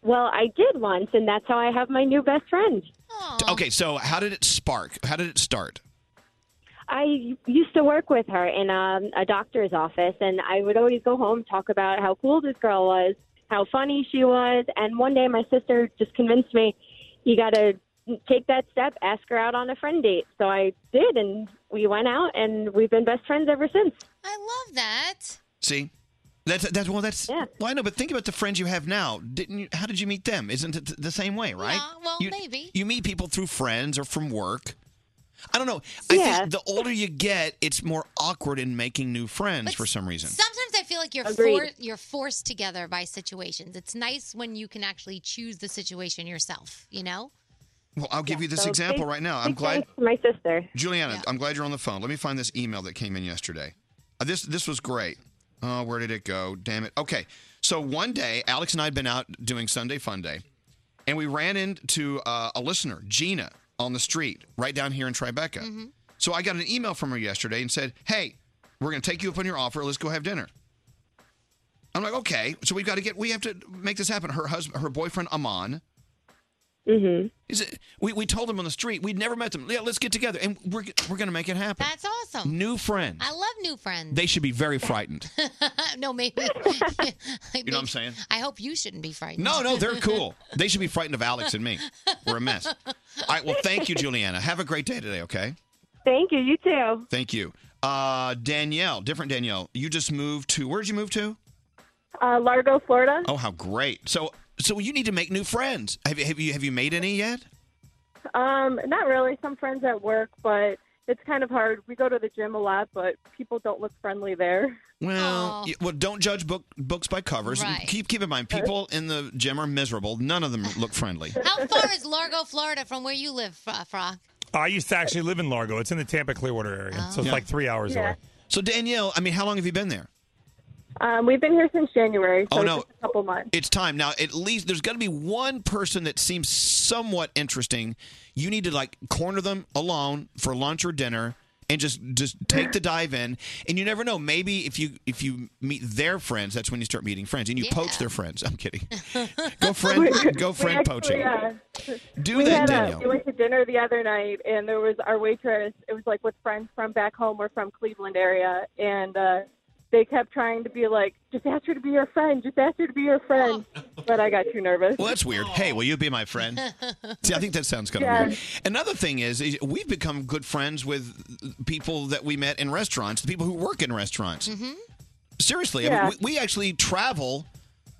Speaker 15: Well, I did once, and that's how I have my new best friend.
Speaker 4: Okay, so how did it spark? How did it start?
Speaker 15: I used to work with her in um, a doctor's office, and I would always go home talk about how cool this girl was, how funny she was, and one day my sister just convinced me, you got to take that step, ask her out on a friend date. So I did, and we went out, and we've been best friends ever since.
Speaker 5: Love that.
Speaker 4: See, that's that's well, that's well, I know, but think about the friends you have now. Didn't you? How did you meet them? Isn't it th- the same way, right? *laughs*
Speaker 5: well,
Speaker 4: you,
Speaker 5: maybe.
Speaker 4: you meet people through friends or from work. I don't know. I think the older you get, it's more awkward in making new friends for some reason.
Speaker 5: Sometimes I feel like you're
Speaker 15: Agreed.
Speaker 5: for, you're forced together by situations. It's nice when you can actually choose the situation yourself. You know.
Speaker 4: well, I'll give you this
Speaker 15: So
Speaker 4: example
Speaker 15: big-
Speaker 4: right now. I'm
Speaker 15: big
Speaker 4: glad,
Speaker 15: thanks to my sister.
Speaker 4: Juliana. I'm glad you're on the phone. Let me find this email that came in yesterday. Uh, this this was great. Oh, where did it go? Damn it. Okay, so one day Alex and I had been out doing Sunday Fun Day, and we ran into uh, a listener, Gina, on the street right down here in Tribeca. So I got an email from her yesterday and said, "Hey, we're going to take you up on your offer. Let's go have dinner." I'm like, "Okay." So we've got to get we have to make this happen. Her husband, her boyfriend Amon.
Speaker 15: Mm-hmm.
Speaker 4: Is it, we, we told them on the street we'd never met them. Yeah, let's get together and we're we're going to make it happen.
Speaker 5: That's awesome.
Speaker 4: New friends.
Speaker 5: I love new friends.
Speaker 4: They should be very
Speaker 5: *laughs*
Speaker 4: frightened.
Speaker 5: no, maybe.
Speaker 4: You know what I'm saying?
Speaker 5: I hope you shouldn't be frightened.
Speaker 4: No, no,
Speaker 5: *laughs*
Speaker 4: they're cool. They should be frightened of Alex and me. We're a mess. All right, well, thank you, Juliana. Have a great day today, okay?
Speaker 15: Thank you. You too.
Speaker 4: Thank you. Uh, Danielle, different Danielle, you just moved to, where'd you move to?
Speaker 15: Uh, Largo, Florida.
Speaker 4: Oh, how great. So, so you need to make new friends. Have you, have you, have you made any yet?
Speaker 15: Um, not really. Some friends at work, but it's kind of hard. We go to the gym a lot, but people don't look friendly there.
Speaker 4: Well, y- well, don't judge book, books by covers. And
Speaker 5: Right.
Speaker 4: Keep keep in mind, people in the gym are miserable. None of them look friendly.
Speaker 5: How far is Largo, Florida, from where you live, Fro- Frog?
Speaker 6: I used to actually live in Largo. It's in the Tampa Clearwater area, so it's
Speaker 4: Yeah.
Speaker 6: like three hours
Speaker 15: Yeah.
Speaker 6: away.
Speaker 4: Oh. So Danielle, I mean, how long have you been there?
Speaker 15: Um, we've been here since January, so
Speaker 4: Oh, no.
Speaker 15: just a couple months.
Speaker 4: It's time now. At least there's got to be one person that seems somewhat interesting. You need to like corner them alone for lunch or dinner, and just just take the dive in. And you never know. Maybe if you if you meet their friends, that's when you start meeting friends, and you poach their friends. I'm kidding. go friend, go friend poaching. Do
Speaker 15: we
Speaker 4: that,
Speaker 15: had
Speaker 4: Danielle.
Speaker 15: A, we went to dinner the other night, and there was our waitress. It was like with friends from back home or from Cleveland area, and uh, they kept trying to be like, "Just ask her to be your friend. Just ask her to be your
Speaker 4: *laughs*
Speaker 15: friend." But I got too nervous.
Speaker 4: Well, that's weird. Hey, will you be my friend? See, I think that sounds kind of
Speaker 15: Yeah.
Speaker 4: weird. Another thing is, is we've become good friends with people that we met in restaurants, the people who work in restaurants.
Speaker 5: Mm-hmm.
Speaker 4: Seriously, I
Speaker 2: Yeah.
Speaker 4: mean, we, we actually travel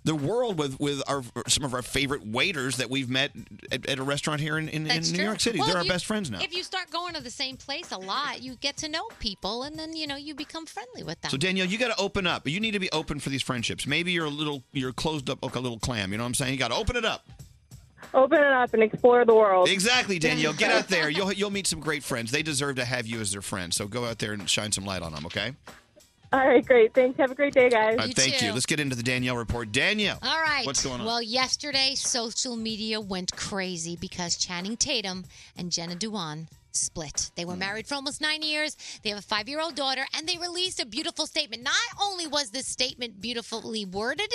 Speaker 4: the world with with our some of our favorite waiters that we've met at, at a restaurant here in, in, in
Speaker 5: That's
Speaker 4: New
Speaker 5: true.
Speaker 4: York City.
Speaker 5: Well,
Speaker 4: They're
Speaker 5: if
Speaker 4: our
Speaker 5: you-
Speaker 4: best friends now.
Speaker 5: If you start going to the same place a lot, you get to know people, and then you know you become friendly with them.
Speaker 4: So Danielle, you got to open up. You need to be open for these friendships. Maybe you're a little, you're closed up like a little clam. You know what I'm saying? You got to open it up.
Speaker 15: Open it up and explore the world.
Speaker 4: Exactly, Danielle.
Speaker 15: *laughs*
Speaker 4: Get out there. You'll you'll meet some great friends. They deserve to have you as their friend. So go out there and shine some light on them. Okay.
Speaker 16: All right, great. Thanks. Have a great day, guys.
Speaker 4: All right, thank you. Let's get into the Danielle report. Danielle.
Speaker 5: All right.
Speaker 4: What's going on?
Speaker 5: Well, yesterday social media went crazy because Channing Tatum and Jenna Dewan split. They
Speaker 4: Hmm.
Speaker 5: were married for almost nine years. They have a five year old daughter, and they released a beautiful statement. Not only was this statement beautifully worded,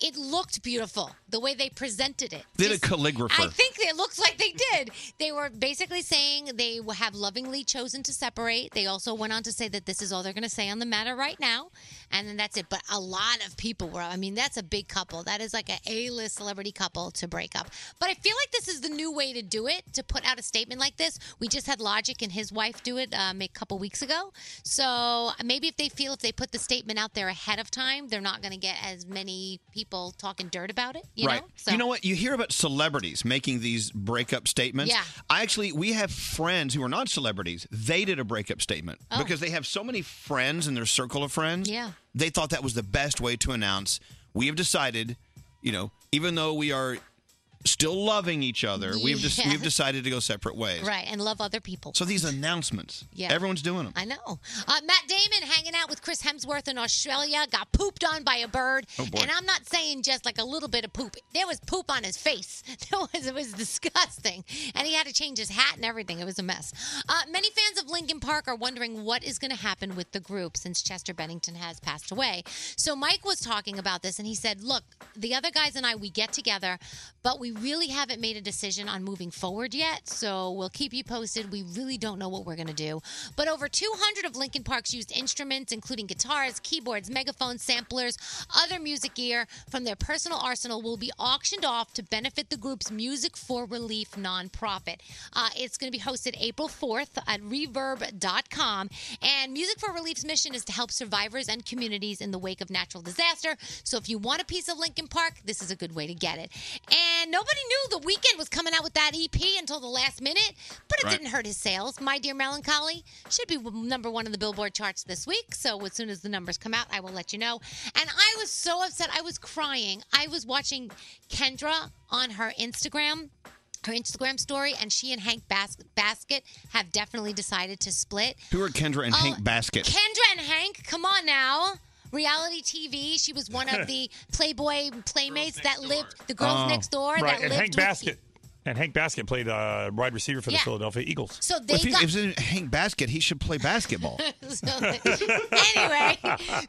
Speaker 5: it looked beautiful the way they presented it.
Speaker 4: Did a calligrapher.
Speaker 5: I think it looks like they did. They were basically saying they have lovingly chosen to separate. They also went on to say that this is all they're going to say on the matter right now, and then that's it. But a lot of people were. I mean, that's a big couple. That is like a A-list celebrity couple to break up. But I feel like this is the new way to do it. To put out a statement like this, we just had Logic and his wife do it um, a couple weeks ago. So maybe if they feel if they put the statement out there ahead of time, they're not going to get as many people talking dirt about it. You
Speaker 4: right.
Speaker 5: know. So
Speaker 4: You know what? You hear about celebrities making these breakup statements.
Speaker 5: Yeah.
Speaker 4: I actually, we have friends who are not celebrities. They did a breakup statement because they have so many friends in their circle of friends.
Speaker 5: Oh. Yeah.
Speaker 4: They thought that was the best way to announce we have decided, you know, even though we are still loving each other, we've just
Speaker 5: Yeah.
Speaker 4: we've decided to go separate ways.
Speaker 5: Right, and love other people.
Speaker 4: So these announcements,
Speaker 5: Yeah.
Speaker 4: everyone's doing them.
Speaker 5: I know. Uh, Matt Damon hanging out with Chris Hemsworth in Australia got pooped on by a bird.
Speaker 4: Oh, boy.
Speaker 5: And I'm not saying just like a little bit of poop. There was poop on his face. *laughs* There was, it was disgusting. And he had to change his hat and everything. It was a mess. Uh, many fans of Linkin Park are wondering what is going to happen with the group since Chester Bennington has passed away. So Mike was talking about this and he said, Look, the other guys and I, we get together, but we really haven't made a decision on moving forward yet. So we'll keep you posted. We really don't know what we're going to do. But over 200 of Linkin Park's used instruments, including guitars, keyboards, megaphones, samplers, other music gear from their personal arsenal, will be auctioned off to benefit the group's Music for Relief nonprofit. Uh, it's going to be hosted April 4th at reverb.com. And Music for Relief's mission is to help survivors and communities in the wake of natural disaster. So if you want a piece of Linkin Park, this is a good way to get it. And nobody knew the weekend was coming out with that EP until the last minute, but it
Speaker 17: Right.
Speaker 5: didn't hurt his sales. My Dear Melancholy should be number one in the Billboard charts this week. So as soon as the numbers come out, I will let you know. And I was so upset. I was crying. I was watching Kendra on her Instagram. Her Instagram story, and she and Hank Bas- Basket have definitely decided to split.
Speaker 4: Who are Kendra and
Speaker 5: Oh,
Speaker 4: Hank Basket?
Speaker 5: Kendra and Hank, come on now. Reality TV. She was one
Speaker 6: *laughs*
Speaker 5: of the Playboy playmates that lived the girls
Speaker 6: Oh,
Speaker 5: next door
Speaker 6: right,
Speaker 5: that
Speaker 6: and
Speaker 5: lived
Speaker 6: Hank
Speaker 5: with
Speaker 6: Basket. And Hank Basket played uh, wide receiver for the
Speaker 5: Yeah.
Speaker 6: Philadelphia Eagles.
Speaker 5: So they Well, if he- got- if
Speaker 4: it Hank Basket, he should play basketball.
Speaker 5: *laughs* So, anyway,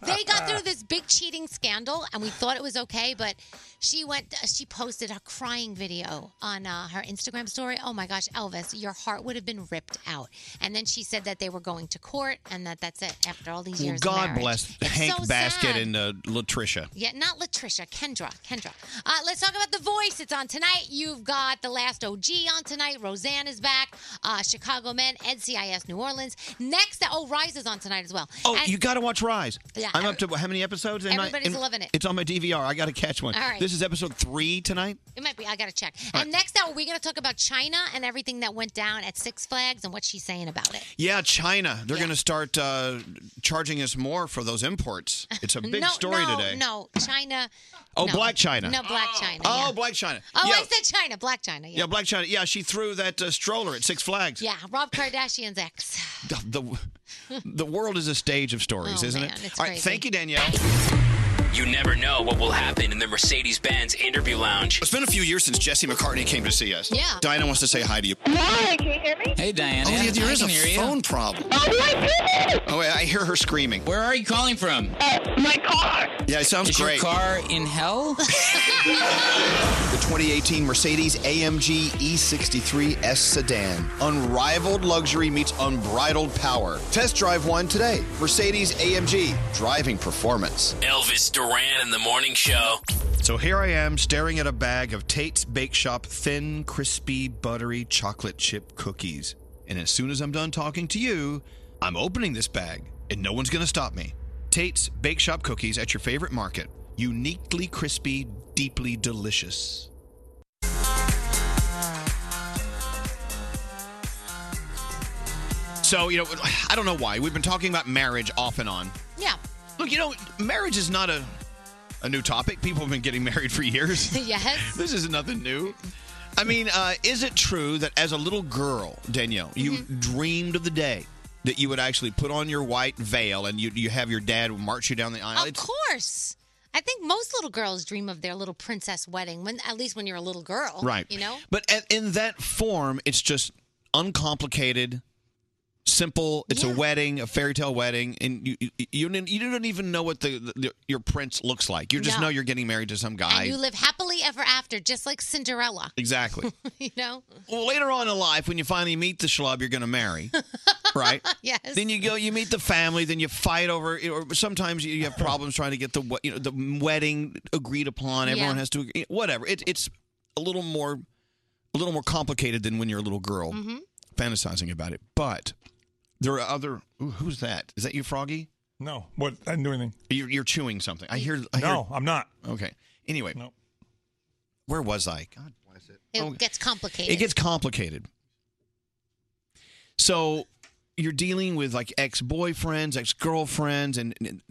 Speaker 5: they got through this big cheating scandal, and we thought it was okay, but she went. She posted a crying video on uh, her Instagram story. Oh my gosh, Elvis, your heart would have been ripped out. And then she said that they were going to court, and that that's it after all *laughs* these
Speaker 4: Well,
Speaker 5: years. of
Speaker 4: God
Speaker 5: marriage.
Speaker 4: bless
Speaker 5: It's
Speaker 4: Hank
Speaker 5: so
Speaker 4: Basket
Speaker 5: sad.
Speaker 4: and uh, Latricia.
Speaker 5: Yeah, not Latricia, Kendra. Kendra. Uh, let's talk about The Voice. It's on tonight. You've got The Last OG on tonight. Roseanne is back. Uh, Chicago Men, NCIS New Orleans. Next, oh, Rise is on tonight as well.
Speaker 4: Oh,
Speaker 5: And-
Speaker 4: you got to watch Rise.
Speaker 5: Yeah,
Speaker 4: I'm up to how many episodes? Am I-
Speaker 5: everybody's
Speaker 4: am-
Speaker 5: loving it.
Speaker 4: It's on my DVR. I got to catch one.
Speaker 5: All right.
Speaker 4: This is episode three tonight.
Speaker 5: It might be. I got to check.
Speaker 4: All
Speaker 5: And next hour, we're going to talk about China and everything that went down at Six Flags and what she's saying about it.
Speaker 4: Yeah, China. They're going to start uh, charging us more for those imports.
Speaker 5: *laughs*
Speaker 4: It's a big
Speaker 5: no,
Speaker 4: story
Speaker 5: no,
Speaker 4: today.
Speaker 5: No, China.
Speaker 4: Oh,
Speaker 5: no.
Speaker 4: Black China.
Speaker 5: No, Black China.
Speaker 4: Oh,
Speaker 5: yeah.
Speaker 4: Black China.
Speaker 5: Oh,
Speaker 4: yeah,
Speaker 5: I said China. Black China. Yeah.
Speaker 4: yeah, Black China. Yeah, she threw that uh, stroller at Six Flags.
Speaker 5: Yeah, Rob Kardashian's ex.
Speaker 4: The, the, the world is a stage of stories,
Speaker 5: Oh,
Speaker 4: isn't
Speaker 5: man,
Speaker 4: it?
Speaker 5: it's
Speaker 4: All right,
Speaker 5: crazy.
Speaker 4: thank you, Danielle.
Speaker 3: You never know what will happen in the Mercedes Benz interview lounge.
Speaker 4: It's been a few years since Jesse McCartney came to see us.
Speaker 3: Yeah.
Speaker 4: Diana wants to say hi to you.
Speaker 3: Hi, can you hear me? Hey, Diana.
Speaker 4: Oh, yeah, there
Speaker 3: I
Speaker 4: is
Speaker 3: can
Speaker 4: a *laughs*
Speaker 3: hear you.
Speaker 4: phone problem. Oh, wait, I hear her screaming. Where are you calling from?
Speaker 3: Uh, My car.
Speaker 4: Yeah, it sounds
Speaker 3: Is your
Speaker 4: great.
Speaker 3: car
Speaker 5: *laughs*
Speaker 3: in hell?
Speaker 4: The 2018 Mercedes AMG E63 E S sedan. Unrivaled luxury meets unbridled power. Test drive one today. Mercedes AMG. Driving performance.
Speaker 3: Elvis Duran in the morning show.
Speaker 4: So here I am staring at a bag of Tate's Bake Shop thin, crispy, buttery chocolate chip cookies. And as soon as I'm done talking to you, I'm opening this bag and no one's going to stop me. Tate's Bake Shop cookies at your favorite market. Uniquely crispy, deeply delicious. So, you know, I don't know why. We've been talking about marriage off and on.
Speaker 5: Yeah. *laughs*
Speaker 4: Look, you know, marriage is not a a new topic. People have been getting *laughs* married for years.
Speaker 5: yes.
Speaker 4: this is nothing new.
Speaker 5: Mm-hmm.
Speaker 4: I mean, uh, is it true that as a little girl, Danielle, you dreamed of the day that you would actually put on your white veil and you you have your dad march you down the aisle?
Speaker 5: Of
Speaker 4: It's-
Speaker 5: course. I think most little girls dream of their little princess wedding when at least when you're a little girl.
Speaker 4: Right.
Speaker 5: You know?
Speaker 4: But a- in that form, it's just uncomplicated, simple. It's a wedding, a fairy tale wedding, and you you, you don't- you don't even know what the, the your prince looks like. You just
Speaker 5: No.
Speaker 4: know you're getting married to some guy.
Speaker 5: and you live happily ever after, just like Cinderella. *laughs*
Speaker 4: exactly.
Speaker 5: you know?
Speaker 4: well, later on in life, when you finally meet the schlub you're going to
Speaker 5: *laughs*
Speaker 4: marry, right?
Speaker 5: Yes.
Speaker 4: Then you go, you meet the family, then you fight over. Or sometimes you have problems trying to get the we- you know the wedding agreed upon. Everyone
Speaker 5: Yeah.
Speaker 4: has to agree, whatever. It, it's a little more, a little more complicated than when you're a little girl
Speaker 5: Mhm.
Speaker 4: fantasizing about it. But there are other. Ooh, who's that? Is that you, Froggy?
Speaker 6: *laughs* No. What? I didn't do anything.
Speaker 4: You're, you're chewing something. I hear. I
Speaker 6: No,
Speaker 4: hear-
Speaker 6: I'm not.
Speaker 4: Okay. Anyway.
Speaker 6: No.
Speaker 4: Where was I? God,
Speaker 5: It
Speaker 4: Oh.
Speaker 5: gets complicated.
Speaker 4: it gets complicated. So you're dealing with like ex boyfriends, ex girlfriends, and, and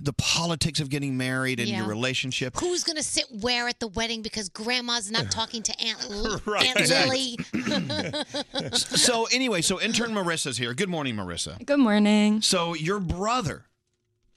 Speaker 4: the politics of getting married and
Speaker 5: Yeah.
Speaker 4: your relationship.
Speaker 5: Who's gonna sit where at the wedding because grandma's not talking to Aunt, L-
Speaker 4: Right.
Speaker 5: Aunt Lily?
Speaker 4: *laughs* so anyway, so intern Marissa's here. Good morning, Marissa.
Speaker 17: Good morning.
Speaker 4: So your brother,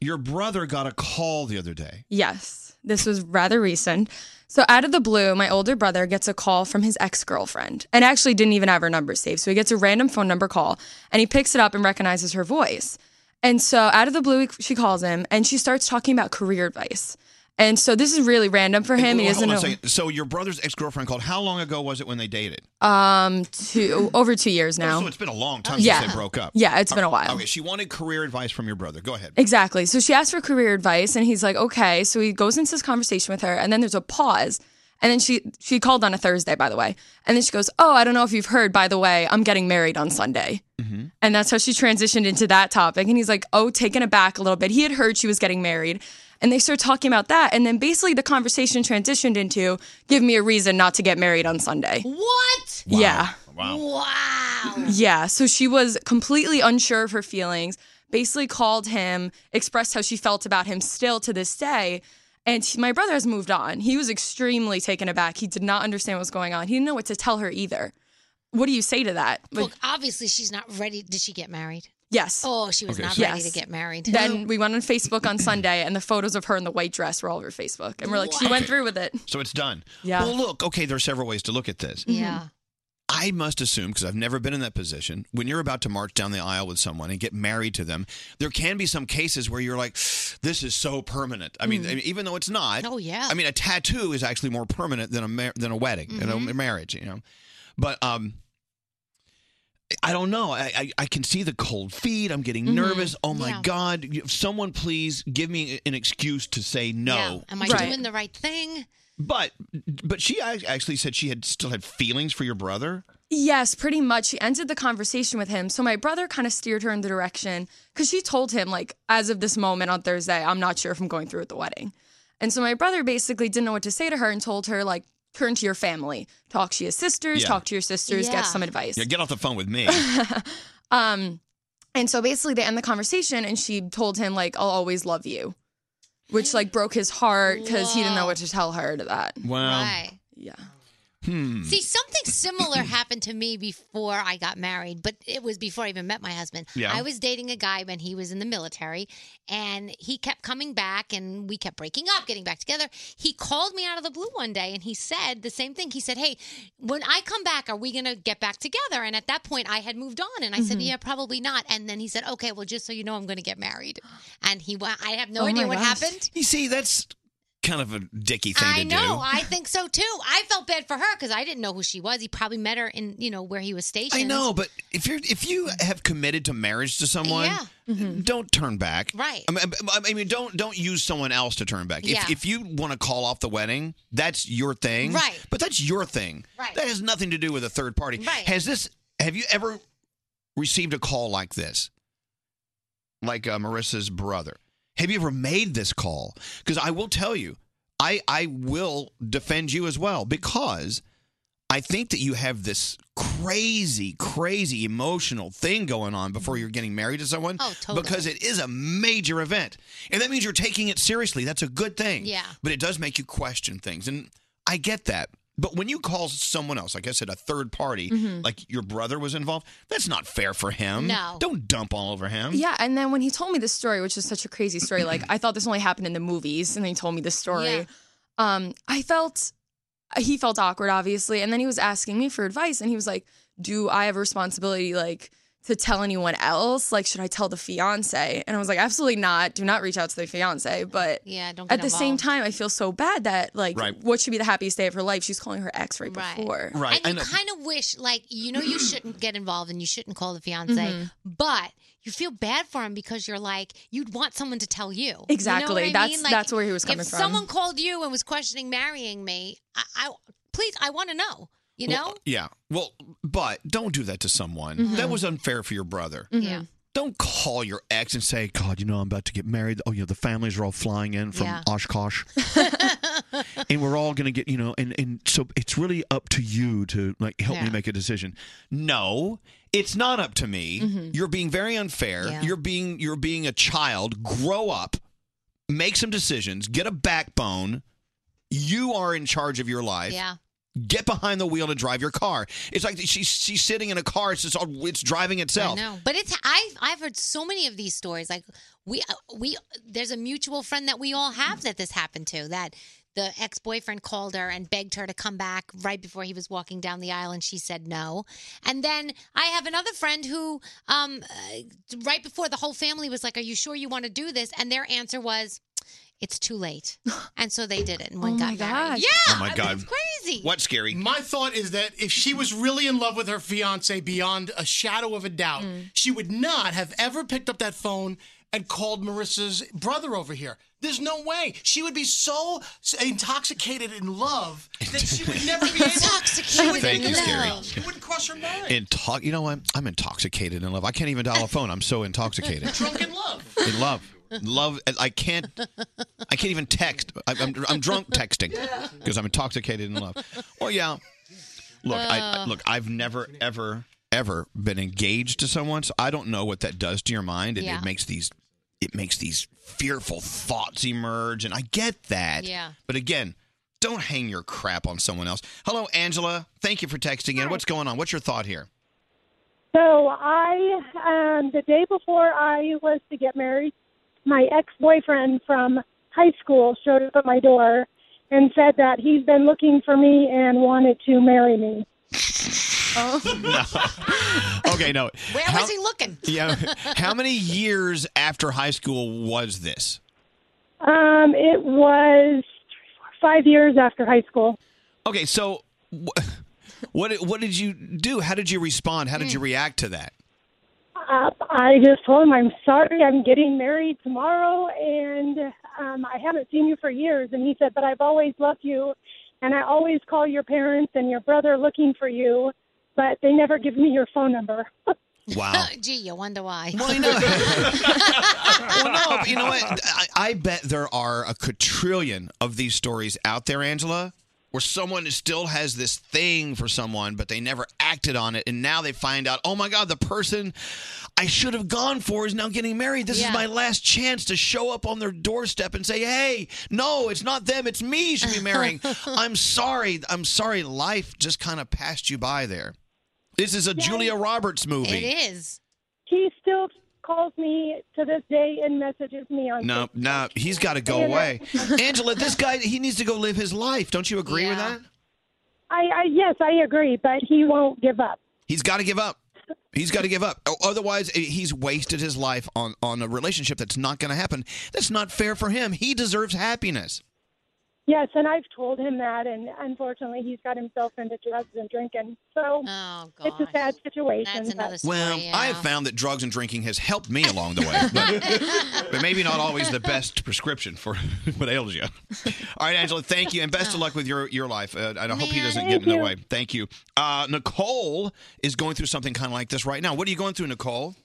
Speaker 4: your brother got a call the other day.
Speaker 17: Yes, this was rather recent. So, out of the blue, my older brother gets a call from his ex girlfriend and actually didn't even have her number saved. So, he gets a random phone number call and he picks it up and recognizes her voice. And so, out of the blue, she calls him and she starts talking about career advice. And so, this is really random for
Speaker 4: Hold
Speaker 17: him. He doesn't
Speaker 4: on a
Speaker 17: know.
Speaker 4: second. So your brother's ex girlfriend called. How long ago was it when they dated? Oh,
Speaker 17: Um, two over two years now.
Speaker 4: So it's been a long time
Speaker 17: Yeah.
Speaker 4: since they broke up.
Speaker 17: Yeah, it's been a while.
Speaker 4: Okay, she wanted career advice from your brother. Go ahead.
Speaker 17: Exactly. So she asked for career advice, and he's like, okay. So he goes into this conversation with her, and then there's a pause. And then she she called on a Thursday, by the way. And then she goes, oh, I don't know if you've heard, by the way, I'm getting married on Sunday.
Speaker 4: Mm-hmm.
Speaker 17: And that's how she transitioned into that topic. And he's like, oh, taken aback a little bit. He had heard she was getting married. And they started talking about that. And then basically the conversation transitioned into give me a reason not to get married on Sunday.
Speaker 5: What?
Speaker 17: Yeah.
Speaker 4: Wow.
Speaker 5: Wow.
Speaker 17: Yeah, so she was completely unsure of her feelings, basically called him, expressed how she felt about him still to this day. And he- my brother has moved on. He was extremely taken aback. He did not understand what was going on. He didn't know what to tell her either. What do you say to that?
Speaker 5: *laughs*
Speaker 17: But-
Speaker 5: Look, obviously she's not ready. Did she get married?
Speaker 17: yes.
Speaker 5: Oh, she was
Speaker 17: Okay,
Speaker 5: not
Speaker 17: so-
Speaker 5: ready
Speaker 17: Yes.
Speaker 5: to get married. *laughs*
Speaker 17: Then we went on Facebook on Sunday, and the photos of her in the white dress were all over Facebook. And we're like, she went
Speaker 4: Okay.
Speaker 17: through with it.
Speaker 4: So it's done.
Speaker 17: Yeah.
Speaker 4: Well, look, okay, there's several ways to look at this.
Speaker 17: Mm-hmm.
Speaker 5: Yeah.
Speaker 4: I must assume, because I've never been in that position, when you're about to march down the aisle with someone and get married to them, there can be some cases where you're like, this is so permanent. I mean,
Speaker 5: Mm.
Speaker 4: I mean, even though it's not.
Speaker 5: Oh, yeah.
Speaker 4: I mean, a tattoo is actually more permanent than a, mar- than a wedding and a
Speaker 5: Mhm.
Speaker 4: marriage, you know? But, um, I don't know. I, I, I can see the cold feet. I'm getting
Speaker 5: Mhm.
Speaker 4: nervous. Oh my
Speaker 5: Yeah.
Speaker 4: God. You- Someone, please give me an excuse to say no.
Speaker 5: Yeah. Am I
Speaker 4: to
Speaker 5: doing the right thing?
Speaker 4: but but she ac- actually said she had still had feelings for your brother.
Speaker 17: Yes, pretty much. She ended the conversation with him. So my brother kind of steered her in the direction because she told him, like, as of this moment on Thursday, I'm not sure if I'm going through with the wedding. And so my brother basically didn't know what to say to her and told her, like, turn to your family, talk to your sisters,
Speaker 4: Yeah.
Speaker 17: talk to your sisters,
Speaker 4: Yeah.
Speaker 17: get some advice.
Speaker 4: Yeah, get off the phone with me.
Speaker 17: *laughs* Um, and so basically they end the conversation and she told him, like, I'll always love you, which like broke his heart because he didn't know what to tell her to that.
Speaker 4: Wow.
Speaker 5: Right.
Speaker 17: Yeah.
Speaker 10: Mm.
Speaker 4: Hmm.
Speaker 5: See, something similar *clears throat* happened to me before I got married, but it was before I even met my husband.
Speaker 15: Yeah.
Speaker 5: I was dating a guy when he was in the military, and he kept coming back, and we kept breaking up, getting back together. He called me out of the blue one day, and he said the same thing. He said, "Hey, when I come back, are we going to get back together?" And at that point, I had moved on, and I said,
Speaker 17: Mhm.
Speaker 5: "Yeah, probably not." And then he said, "Okay, well, just so you know, I'm going to get married." And he, went, I have *laughs* no
Speaker 17: Oh
Speaker 5: idea
Speaker 17: my
Speaker 5: what
Speaker 17: gosh.
Speaker 5: happened.
Speaker 4: You see, that's kind of a dicky thing
Speaker 5: I
Speaker 4: to
Speaker 5: know.
Speaker 4: do.
Speaker 5: I think so too. I felt bad for her because I didn't know who she was. He probably met her in you know where he was stationed.
Speaker 4: I know, but if you're if you have committed to marriage to someone,
Speaker 5: Yeah. Mm-hmm.
Speaker 4: don't turn back.
Speaker 5: Right.
Speaker 4: I mean, I- I mean, don't don't use someone else to turn back.
Speaker 5: Yeah.
Speaker 4: If if you want to call off the wedding, that's your thing.
Speaker 5: Right.
Speaker 4: But that's your thing.
Speaker 5: Right.
Speaker 4: That has nothing to do with a third party.
Speaker 5: Right.
Speaker 4: Has this? Have you ever received a call like this? Like uh, Marissa's brother. Have you ever made this call? Because I will tell you, I I will defend you as well because I think that you have this crazy, crazy emotional thing going on before you're getting married to someone.
Speaker 5: Oh, totally.
Speaker 4: Because it is a major event. And that means you're taking it seriously. That's a good thing.
Speaker 5: Yeah.
Speaker 4: But it does make you question things. And I get that. But when you call someone else, like I said, a third party,
Speaker 5: Mm-hmm.
Speaker 17: Mhm.
Speaker 4: like your brother was involved, that's not fair for him.
Speaker 17: No.
Speaker 4: Don't dump all over him.
Speaker 17: Yeah, and then when he told me this story, which is such a crazy story, like I thought this only happened in the movies, and then he told me this story. Um, I felt he felt awkward, obviously, and then he was asking me for advice, and he was like, "Do I have a responsibility, like?" To tell anyone else, like, should I tell the fiance? And I was like, absolutely not. Do not reach out to the fiance. But
Speaker 5: Yeah, don't
Speaker 17: at
Speaker 5: get
Speaker 17: the same
Speaker 5: involved.
Speaker 17: time, I feel so bad that, like,
Speaker 4: Right.
Speaker 17: what should be the happiest day of her life? She's calling her ex right, before.
Speaker 4: Right,
Speaker 5: And
Speaker 4: I
Speaker 5: you
Speaker 4: know.
Speaker 5: kind of wish, like, you know, you shouldn't get involved and you shouldn't call the fiance,
Speaker 17: Mhm.
Speaker 5: but you feel bad for him because you're like, you'd want someone to tell you. You know what
Speaker 17: Exactly.
Speaker 5: I mean?
Speaker 17: That's-
Speaker 5: Like,
Speaker 17: that's where he was coming
Speaker 5: if
Speaker 17: from.
Speaker 5: someone called you and was questioning marrying me, I, I please, I want to know. You know?
Speaker 4: Well, yeah. Well, but don't do that to someone.
Speaker 5: Mhm.
Speaker 4: That was unfair for your brother.
Speaker 5: Yeah.
Speaker 4: Don't call your ex and say, God, you know, I'm about to get married. Oh, you know, the families are all flying in from
Speaker 5: Yeah. *laughs*
Speaker 4: Oshkosh. *laughs* and we're all going to get, you know, and, and so it's really up to you to like help me
Speaker 15: Yeah.
Speaker 4: make a decision. No, it's not up to me.
Speaker 5: Mm-hmm.
Speaker 15: Mhm.
Speaker 4: You're being very unfair.
Speaker 15: Yeah.
Speaker 4: You're being you're being a child. Grow up. Make some decisions. Get a backbone. You are in charge of your life
Speaker 5: Yeah.
Speaker 4: get behind the wheel and drive your car. It's like she's she's sitting in a car. It's just, it's driving itself.
Speaker 5: I know, but it's I I've heard so many of these stories. Like we uh, we there's a mutual friend that we all have that this happened to that the ex boyfriend called her and begged her to come back right before he was walking down the aisle, and she said no. And then I have another friend who um uh, right before the whole family was like, "Are you sure you want to do this?" And their answer was. It's too
Speaker 4: *laughs*
Speaker 5: late, and so they did it, and one
Speaker 9: Oh
Speaker 5: got
Speaker 9: my
Speaker 5: married.
Speaker 9: gosh.
Speaker 5: Yeah,
Speaker 4: Oh my God.
Speaker 5: that's crazy.
Speaker 4: What's scary?
Speaker 9: My thought is that if she was really in love with her fiance beyond a shadow of a doubt,
Speaker 14: Mm.
Speaker 9: she would not have ever picked up that phone and called Marissa's brother over here. There's no way. She would be so s- intoxicated in love that she would never
Speaker 14: *laughs*
Speaker 9: be able She would
Speaker 4: Thank you, Scary.
Speaker 9: She wouldn't cross her mind.
Speaker 4: Into- you know what? I'm intoxicated in love. I can't even dial a phone. I'm so intoxicated.
Speaker 9: *laughs* Drunk in love.
Speaker 4: in love. Love. I can't. I can't even text. I, I'm, I'm drunk texting because I'm intoxicated in love. Well, yeah. Look, I, I-
Speaker 15: Uh.
Speaker 4: look. I've never, ever, ever been engaged to someone, so I don't know what that does to your mind, and
Speaker 15: Yeah.
Speaker 4: it makes these, it makes these fearful thoughts emerge, and I get that.
Speaker 15: Yeah.
Speaker 4: But again, don't hang your crap on someone else. Hello, Angela. Thank you for texting in. What's going on? What's your thought here?
Speaker 18: So I, um, the day before I was to get married, my ex-boyfriend from high school showed up at my door and said that he's been looking for me and wanted to marry me.
Speaker 4: okay, no.
Speaker 5: Where was he looking?
Speaker 4: Yeah. How many years after high school was this?
Speaker 18: Um, it was five years after high school.
Speaker 4: Okay, so wh- *laughs* what did- what did you do? How did you respond? How did you react to that?
Speaker 18: Uh, I just told him I'm sorry. I'm getting married tomorrow, and um, I haven't seen you for years. And he said, "But I've always loved you, and I always call your parents and your brother looking for you, but they never give me your phone number." *laughs*
Speaker 4: Wow.
Speaker 5: *laughs* Gee, you wonder why.
Speaker 4: well, no, but you know what? I, I bet there are a quadrillion of these stories out there, Angela, where someone is- still has this thing for someone, but they never acted on it, and now they find out, oh my God, the person I should have gone for is now getting married. This
Speaker 15: Yeah.
Speaker 4: is my last chance to show up on their doorstep and say, hey, no, it's not them, it's me you should be marrying. I'm sorry, I'm sorry, life just kind of passed you by there. This is a Julia Roberts movie.
Speaker 5: It is.
Speaker 18: He still calls me to this day and messages me on.
Speaker 4: No, no, he's got to go
Speaker 18: Yeah.
Speaker 4: away. Angela, this guy, he needs to go live his life. Don't you agree with that?
Speaker 18: I, I yes, I agree, but he won't give up.
Speaker 4: He's got to give up. He's got to give up. O- Otherwise, eh, he's wasted his life on, on a relationship that's not going to happen. That's not fair for him. He deserves happiness.
Speaker 18: Yes, and I've told him that, and unfortunately, he's got himself into drugs and drinking. So
Speaker 5: Oh,
Speaker 18: it's a sad situation. but-
Speaker 4: Well, I have found that drugs and drinking has helped me along the way,
Speaker 18: *laughs*
Speaker 4: but, but maybe not always the best prescription for *laughs* what ails you. All right, Angela, thank you, and best of luck with your your life. Uh, and I hope he doesn't get
Speaker 18: Thank
Speaker 4: in the
Speaker 18: you.
Speaker 4: way. Thank you. Uh, Nicole is going through something kind of like this right now. What are you going through, Nicole?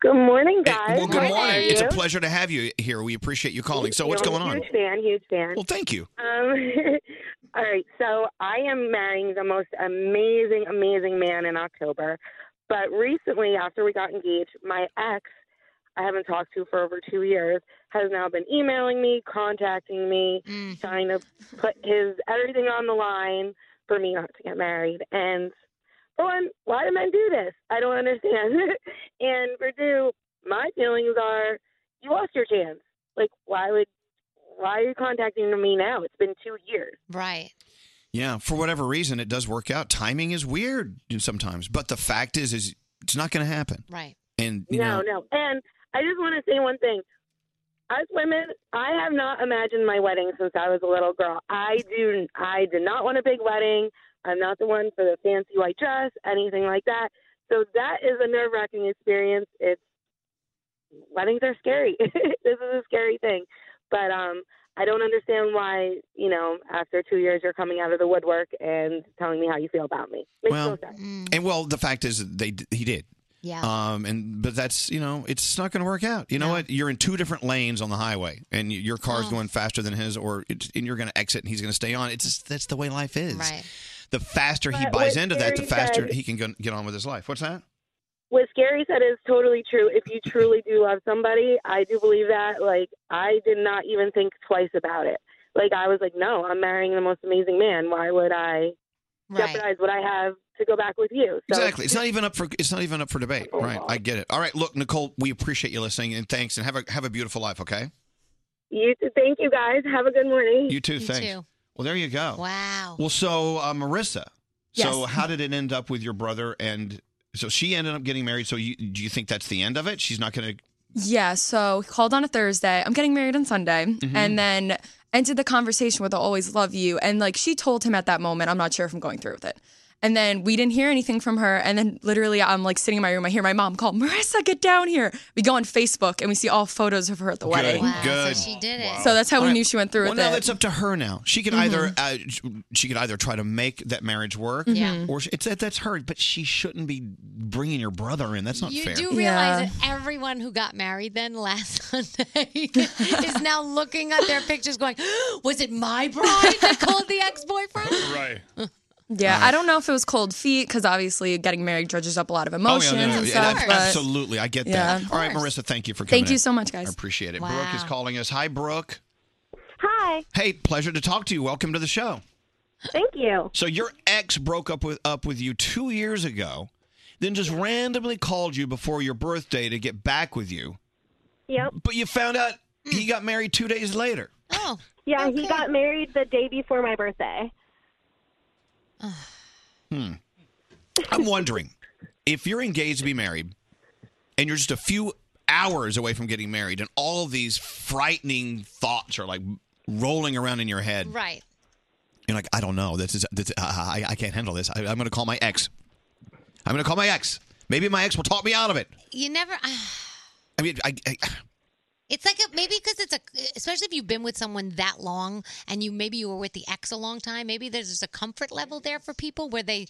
Speaker 19: Good morning,
Speaker 4: Hey,
Speaker 19: guys.
Speaker 4: well, good
Speaker 19: How are
Speaker 4: morning. It's a
Speaker 19: you?
Speaker 4: pleasure to have you here. We appreciate you calling. So, what's
Speaker 19: You know,
Speaker 4: going on?
Speaker 19: Huge fan, huge fan.
Speaker 4: Well, thank you.
Speaker 19: Um, *laughs* all right, so I am marrying the most amazing, amazing man in October. But recently, after we got engaged, my ex, I haven't talked to for over two years, has now been
Speaker 4: Mm.
Speaker 19: emailing me, contacting me, trying to put his everything on the line for me not to get married. And for one, why do men do this? I don't understand. *laughs* and for two, my feelings are you lost your chance. Like, why would, why are you contacting me now? It's been two years.
Speaker 5: Right.
Speaker 4: Yeah, for whatever reason, it does work out. Timing is weird sometimes, but the fact is, is it's not going to happen.
Speaker 5: Right.
Speaker 4: And you
Speaker 19: no,
Speaker 4: know,
Speaker 19: no. And I just want to say one thing. As women, I have not imagined my wedding since I was a little girl. I do. I did not want a big wedding. I'm not the one for the fancy white dress, anything like that. So that is a nerve wracking experience. It's weddings are scary. *laughs* this is a scary thing. But um, I don't understand why you know after two years you're coming out of the woodwork and telling me how you feel about me. Makes
Speaker 4: well,
Speaker 19: no sense.
Speaker 4: and well, the fact is, that they he did.
Speaker 5: Mm. Yeah.
Speaker 4: Um, and but that's you know it's not going to work out. You know what? You're in two different lanes on the highway, and y- your car's
Speaker 5: Oh.
Speaker 4: going faster than his, or it's, and you're going to exit, and he's going to stay on. It's just, that's the way life is.
Speaker 5: Right.
Speaker 4: The faster he
Speaker 19: But
Speaker 4: buys
Speaker 19: what
Speaker 4: into that, the
Speaker 19: Gary
Speaker 4: faster
Speaker 19: said-
Speaker 4: he can go, get on with his life. What's that?
Speaker 19: what Scary said is totally true. If you truly do love somebody, I do believe that. Like, I did not even think twice about it. Like, I was like, no, I'm marrying the most amazing man. Why would I jeopardize what I have to go back with you? So, Oh,
Speaker 4: Exactly. It's not even up for it's not even up for debate. Right. I get it. All right. Look, Nicole, we appreciate you listening, and thanks, and have a have a beautiful life. Okay.
Speaker 19: You too. Thank you guys. Have a good morning.
Speaker 4: You too. thanks. Oh. Well, there you go.
Speaker 5: Wow.
Speaker 4: Well, so uh, Marissa. So
Speaker 19: Yes.
Speaker 4: how did it end up with your brother? And so she ended up getting married. So you, do you think that's the end of it? She's not going to.
Speaker 17: Yeah, so he called on a Thursday. I'm getting married on Sunday.
Speaker 4: Mhm.
Speaker 17: And then ended the conversation with I'll always love you. And like she told him at that moment, I'm not sure if I'm going through with it. And then we didn't hear anything from her. And then literally I'm like sitting in my room, I hear my mom call, Marissa, get down here. We go on Facebook and we see all photos of her at the wedding.
Speaker 4: Good.
Speaker 5: Uh, did *laughs* it.
Speaker 17: So that's how
Speaker 4: All
Speaker 17: we
Speaker 4: right.
Speaker 17: knew she went through
Speaker 4: Well,
Speaker 17: with
Speaker 4: now
Speaker 17: it.
Speaker 4: it's up to her now. She could
Speaker 17: Mhm.
Speaker 4: either uh, sh- she could either try to make that marriage work,
Speaker 17: Mm-hmm.
Speaker 5: Yeah.
Speaker 4: or she, it's that's her. But she shouldn't be bringing your brother in. That's not
Speaker 5: you
Speaker 4: fair.
Speaker 5: do realize that everyone who got married then last *laughs* Sunday is now looking at their pictures going, *gasps* Was it my bride that called the ex boyfriend?
Speaker 4: *laughs*
Speaker 6: Right.
Speaker 17: yeah, I don't know if it was cold feet because obviously getting married dredges up a lot of emotions
Speaker 4: oh, yeah, no, no,
Speaker 17: and
Speaker 4: no.
Speaker 17: stuff.
Speaker 4: Ab-
Speaker 17: but-
Speaker 4: absolutely, I get
Speaker 17: Yeah.
Speaker 4: that.
Speaker 17: Of
Speaker 4: All right,
Speaker 17: course.
Speaker 4: Marissa, thank you for coming.
Speaker 17: Thank you
Speaker 4: in.
Speaker 17: so much, guys.
Speaker 4: I appreciate it.
Speaker 17: Wow.
Speaker 4: Brooke is calling us. Hi, Brooke.
Speaker 15: Hi.
Speaker 4: Hey, pleasure to talk to you. Welcome to the show.
Speaker 15: Thank you.
Speaker 4: So your ex broke up with up with you two years ago, then just randomly called you before your birthday to get back with you.
Speaker 15: Yep.
Speaker 4: But you found out
Speaker 15: Mm.
Speaker 4: he got married two days later.
Speaker 5: Oh.
Speaker 15: Yeah, he got married the day before my birthday.
Speaker 4: Hmm. I'm wondering if you're engaged to be married and you're just a few hours away from getting married and all of these frightening thoughts are like rolling around in your head.
Speaker 5: Right.
Speaker 4: You're like, I don't know. This is this. Uh, I, I can't handle this. I, I'm going to call my ex. I'm going to call my ex. Maybe my ex will talk me out of it.
Speaker 5: You never. uh,
Speaker 4: I mean, I, I
Speaker 5: It's like a, maybe because it's a, especially if you've been with someone that long and you maybe you were with the ex a long time. Maybe there's just a comfort level there for people where they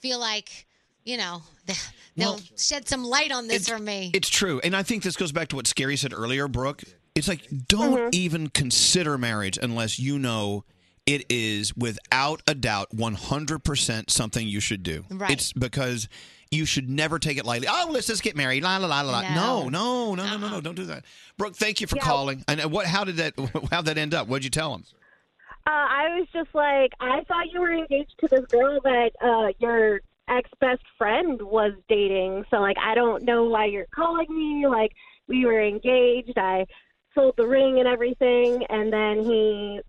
Speaker 5: feel like, you know, they- they'll shed some light on this for me.
Speaker 4: It's true. And I think this goes back to what Scary said earlier, Brooke. It's like, don't even consider marriage unless you know it is without a doubt 100% something you should do.
Speaker 20: Right.
Speaker 4: It's because you should never take it lightly. Oh, let's just get married. La, la, la, la, la. No, no, no, no, no, no. Don't do that. Brooke, thank you for calling. And uh, what, how did that, *laughs* how'd that end up? What'd you tell him?
Speaker 15: Uh, I was just like, I thought you were engaged to this girl that uh, your ex best friend was dating. So, like, I don't know why you're calling me. Like, we were engaged. I sold the ring and everything. And then he,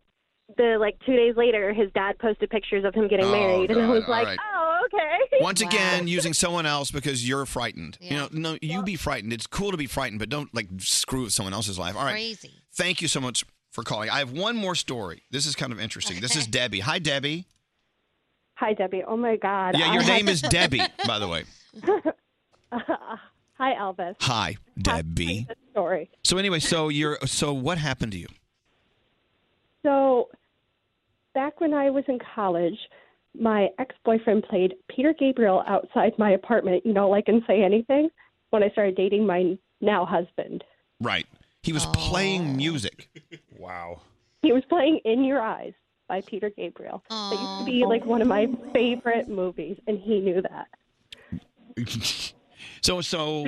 Speaker 15: the like two days later, his dad posted pictures of him getting
Speaker 4: Oh,
Speaker 15: married. and I
Speaker 4: God.
Speaker 15: was
Speaker 4: All
Speaker 15: like,
Speaker 4: right.
Speaker 15: oh, okay.
Speaker 4: Once again, using someone else because you're frightened. You know, no, you be frightened. It's cool to be frightened, but don't like screw with someone else's life. All right.
Speaker 5: Crazy.
Speaker 4: Thank you so much for calling. I have one more story. This is kind of interesting. This is Debbie. Hi, Debbie.
Speaker 21: Hi, Debbie. Oh my God.
Speaker 4: Yeah, your
Speaker 21: I
Speaker 4: name
Speaker 15: *laughs*
Speaker 21: had-
Speaker 4: is Debbie, by the way.
Speaker 21: *laughs* Hi, Elvis.
Speaker 4: Hi, Debbie.
Speaker 21: Sorry.
Speaker 4: So anyway, so you're so what happened to you?
Speaker 21: So, back when I was in college, my ex boyfriend played Peter Gabriel outside my apartment, you know, like and say anything when I started dating my now husband.
Speaker 4: Right. He was playing music.
Speaker 6: Wow.
Speaker 21: He was playing In Your Eyes by Peter Gabriel. That used to be like one of my favorite movies, and he knew that.
Speaker 4: *laughs* So so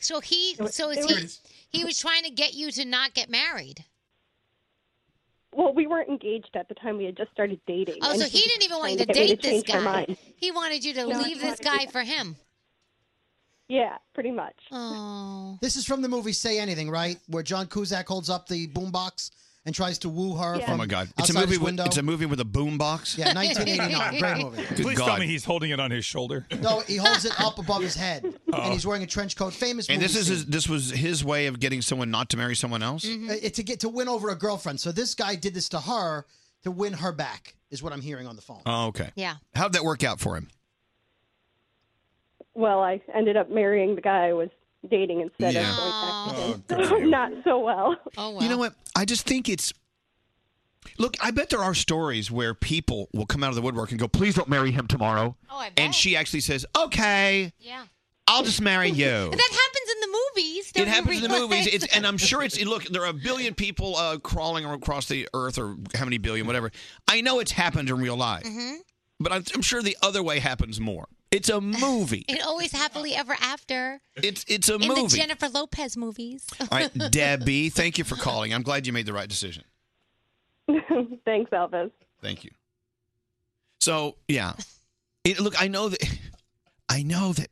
Speaker 5: So he, so is he, he was trying to get you to not get married.
Speaker 21: Well, Well, we weren't engaged at the time. We had just started dating.
Speaker 5: Oh,
Speaker 21: and
Speaker 5: so he didn't
Speaker 21: was
Speaker 5: even want you
Speaker 21: trying
Speaker 5: to
Speaker 21: get me
Speaker 5: date this
Speaker 21: change my
Speaker 5: guy.
Speaker 21: mind.
Speaker 5: He wanted you to
Speaker 21: No, I
Speaker 5: leave this
Speaker 21: wanted to
Speaker 5: guy for him.
Speaker 21: Yeah, pretty much.
Speaker 5: Oh.
Speaker 20: This is from the movie Say Anything, right? Where John Kuzak holds up the boombox and tries to woo her.
Speaker 4: Oh
Speaker 20: from
Speaker 4: my God! It's a
Speaker 20: outside
Speaker 4: movie.
Speaker 20: his
Speaker 4: With,
Speaker 20: window.
Speaker 4: it's a movie with a boom box.
Speaker 20: Yeah, 1989. Great movie.
Speaker 4: Good
Speaker 6: Please tell
Speaker 4: God.
Speaker 6: me he's holding it on his shoulder.
Speaker 20: No, he holds it up above his head,
Speaker 4: Oh.
Speaker 20: and he's wearing a trench coat. Famous.
Speaker 4: And
Speaker 20: movie
Speaker 4: this is
Speaker 20: scene.
Speaker 4: his, this was his way of getting someone not to marry someone else.
Speaker 5: Mm.
Speaker 20: Uh, it- to get to win over a girlfriend. So this guy did this to her to win her back, is what I'm hearing on the phone.
Speaker 4: Oh, okay.
Speaker 5: Yeah.
Speaker 4: How'd that work out for him?
Speaker 21: Well, I ended up marrying the guy I was dating instead
Speaker 4: Yeah.
Speaker 21: of going back to him. So
Speaker 15: *laughs*
Speaker 21: not so well.
Speaker 5: Oh
Speaker 4: You know what? I just think it's. Look, I bet there are stories where people will come out of the woodwork and go, "Please don't marry him tomorrow,"
Speaker 5: Oh, I bet.
Speaker 4: and she actually says, "Okay,
Speaker 5: Yeah.
Speaker 4: I'll just
Speaker 5: *laughs*
Speaker 4: marry you."
Speaker 5: But that happens in the movies. don't
Speaker 4: it
Speaker 5: you
Speaker 4: happens in the
Speaker 5: realize?
Speaker 4: movies, it's, and I'm sure it's. Look, there are a billion people uh, crawling across the earth, or how many billion, whatever. I know it's happened in real life,
Speaker 5: Mhm.
Speaker 4: but I'm, I'm sure the other way happens more.
Speaker 5: *laughs*
Speaker 4: It's a movie.
Speaker 5: *laughs* It always happily ever after.
Speaker 4: It's it's a
Speaker 5: in the
Speaker 4: movie.
Speaker 5: Jennifer Lopez movies.
Speaker 4: All
Speaker 5: *laughs*
Speaker 4: right, Debbie, thank you for calling. I'm glad you made the right decision.
Speaker 15: *laughs*
Speaker 21: Thanks, Elvis.
Speaker 4: Thank you. So yeah, it, look, I know that, I know that,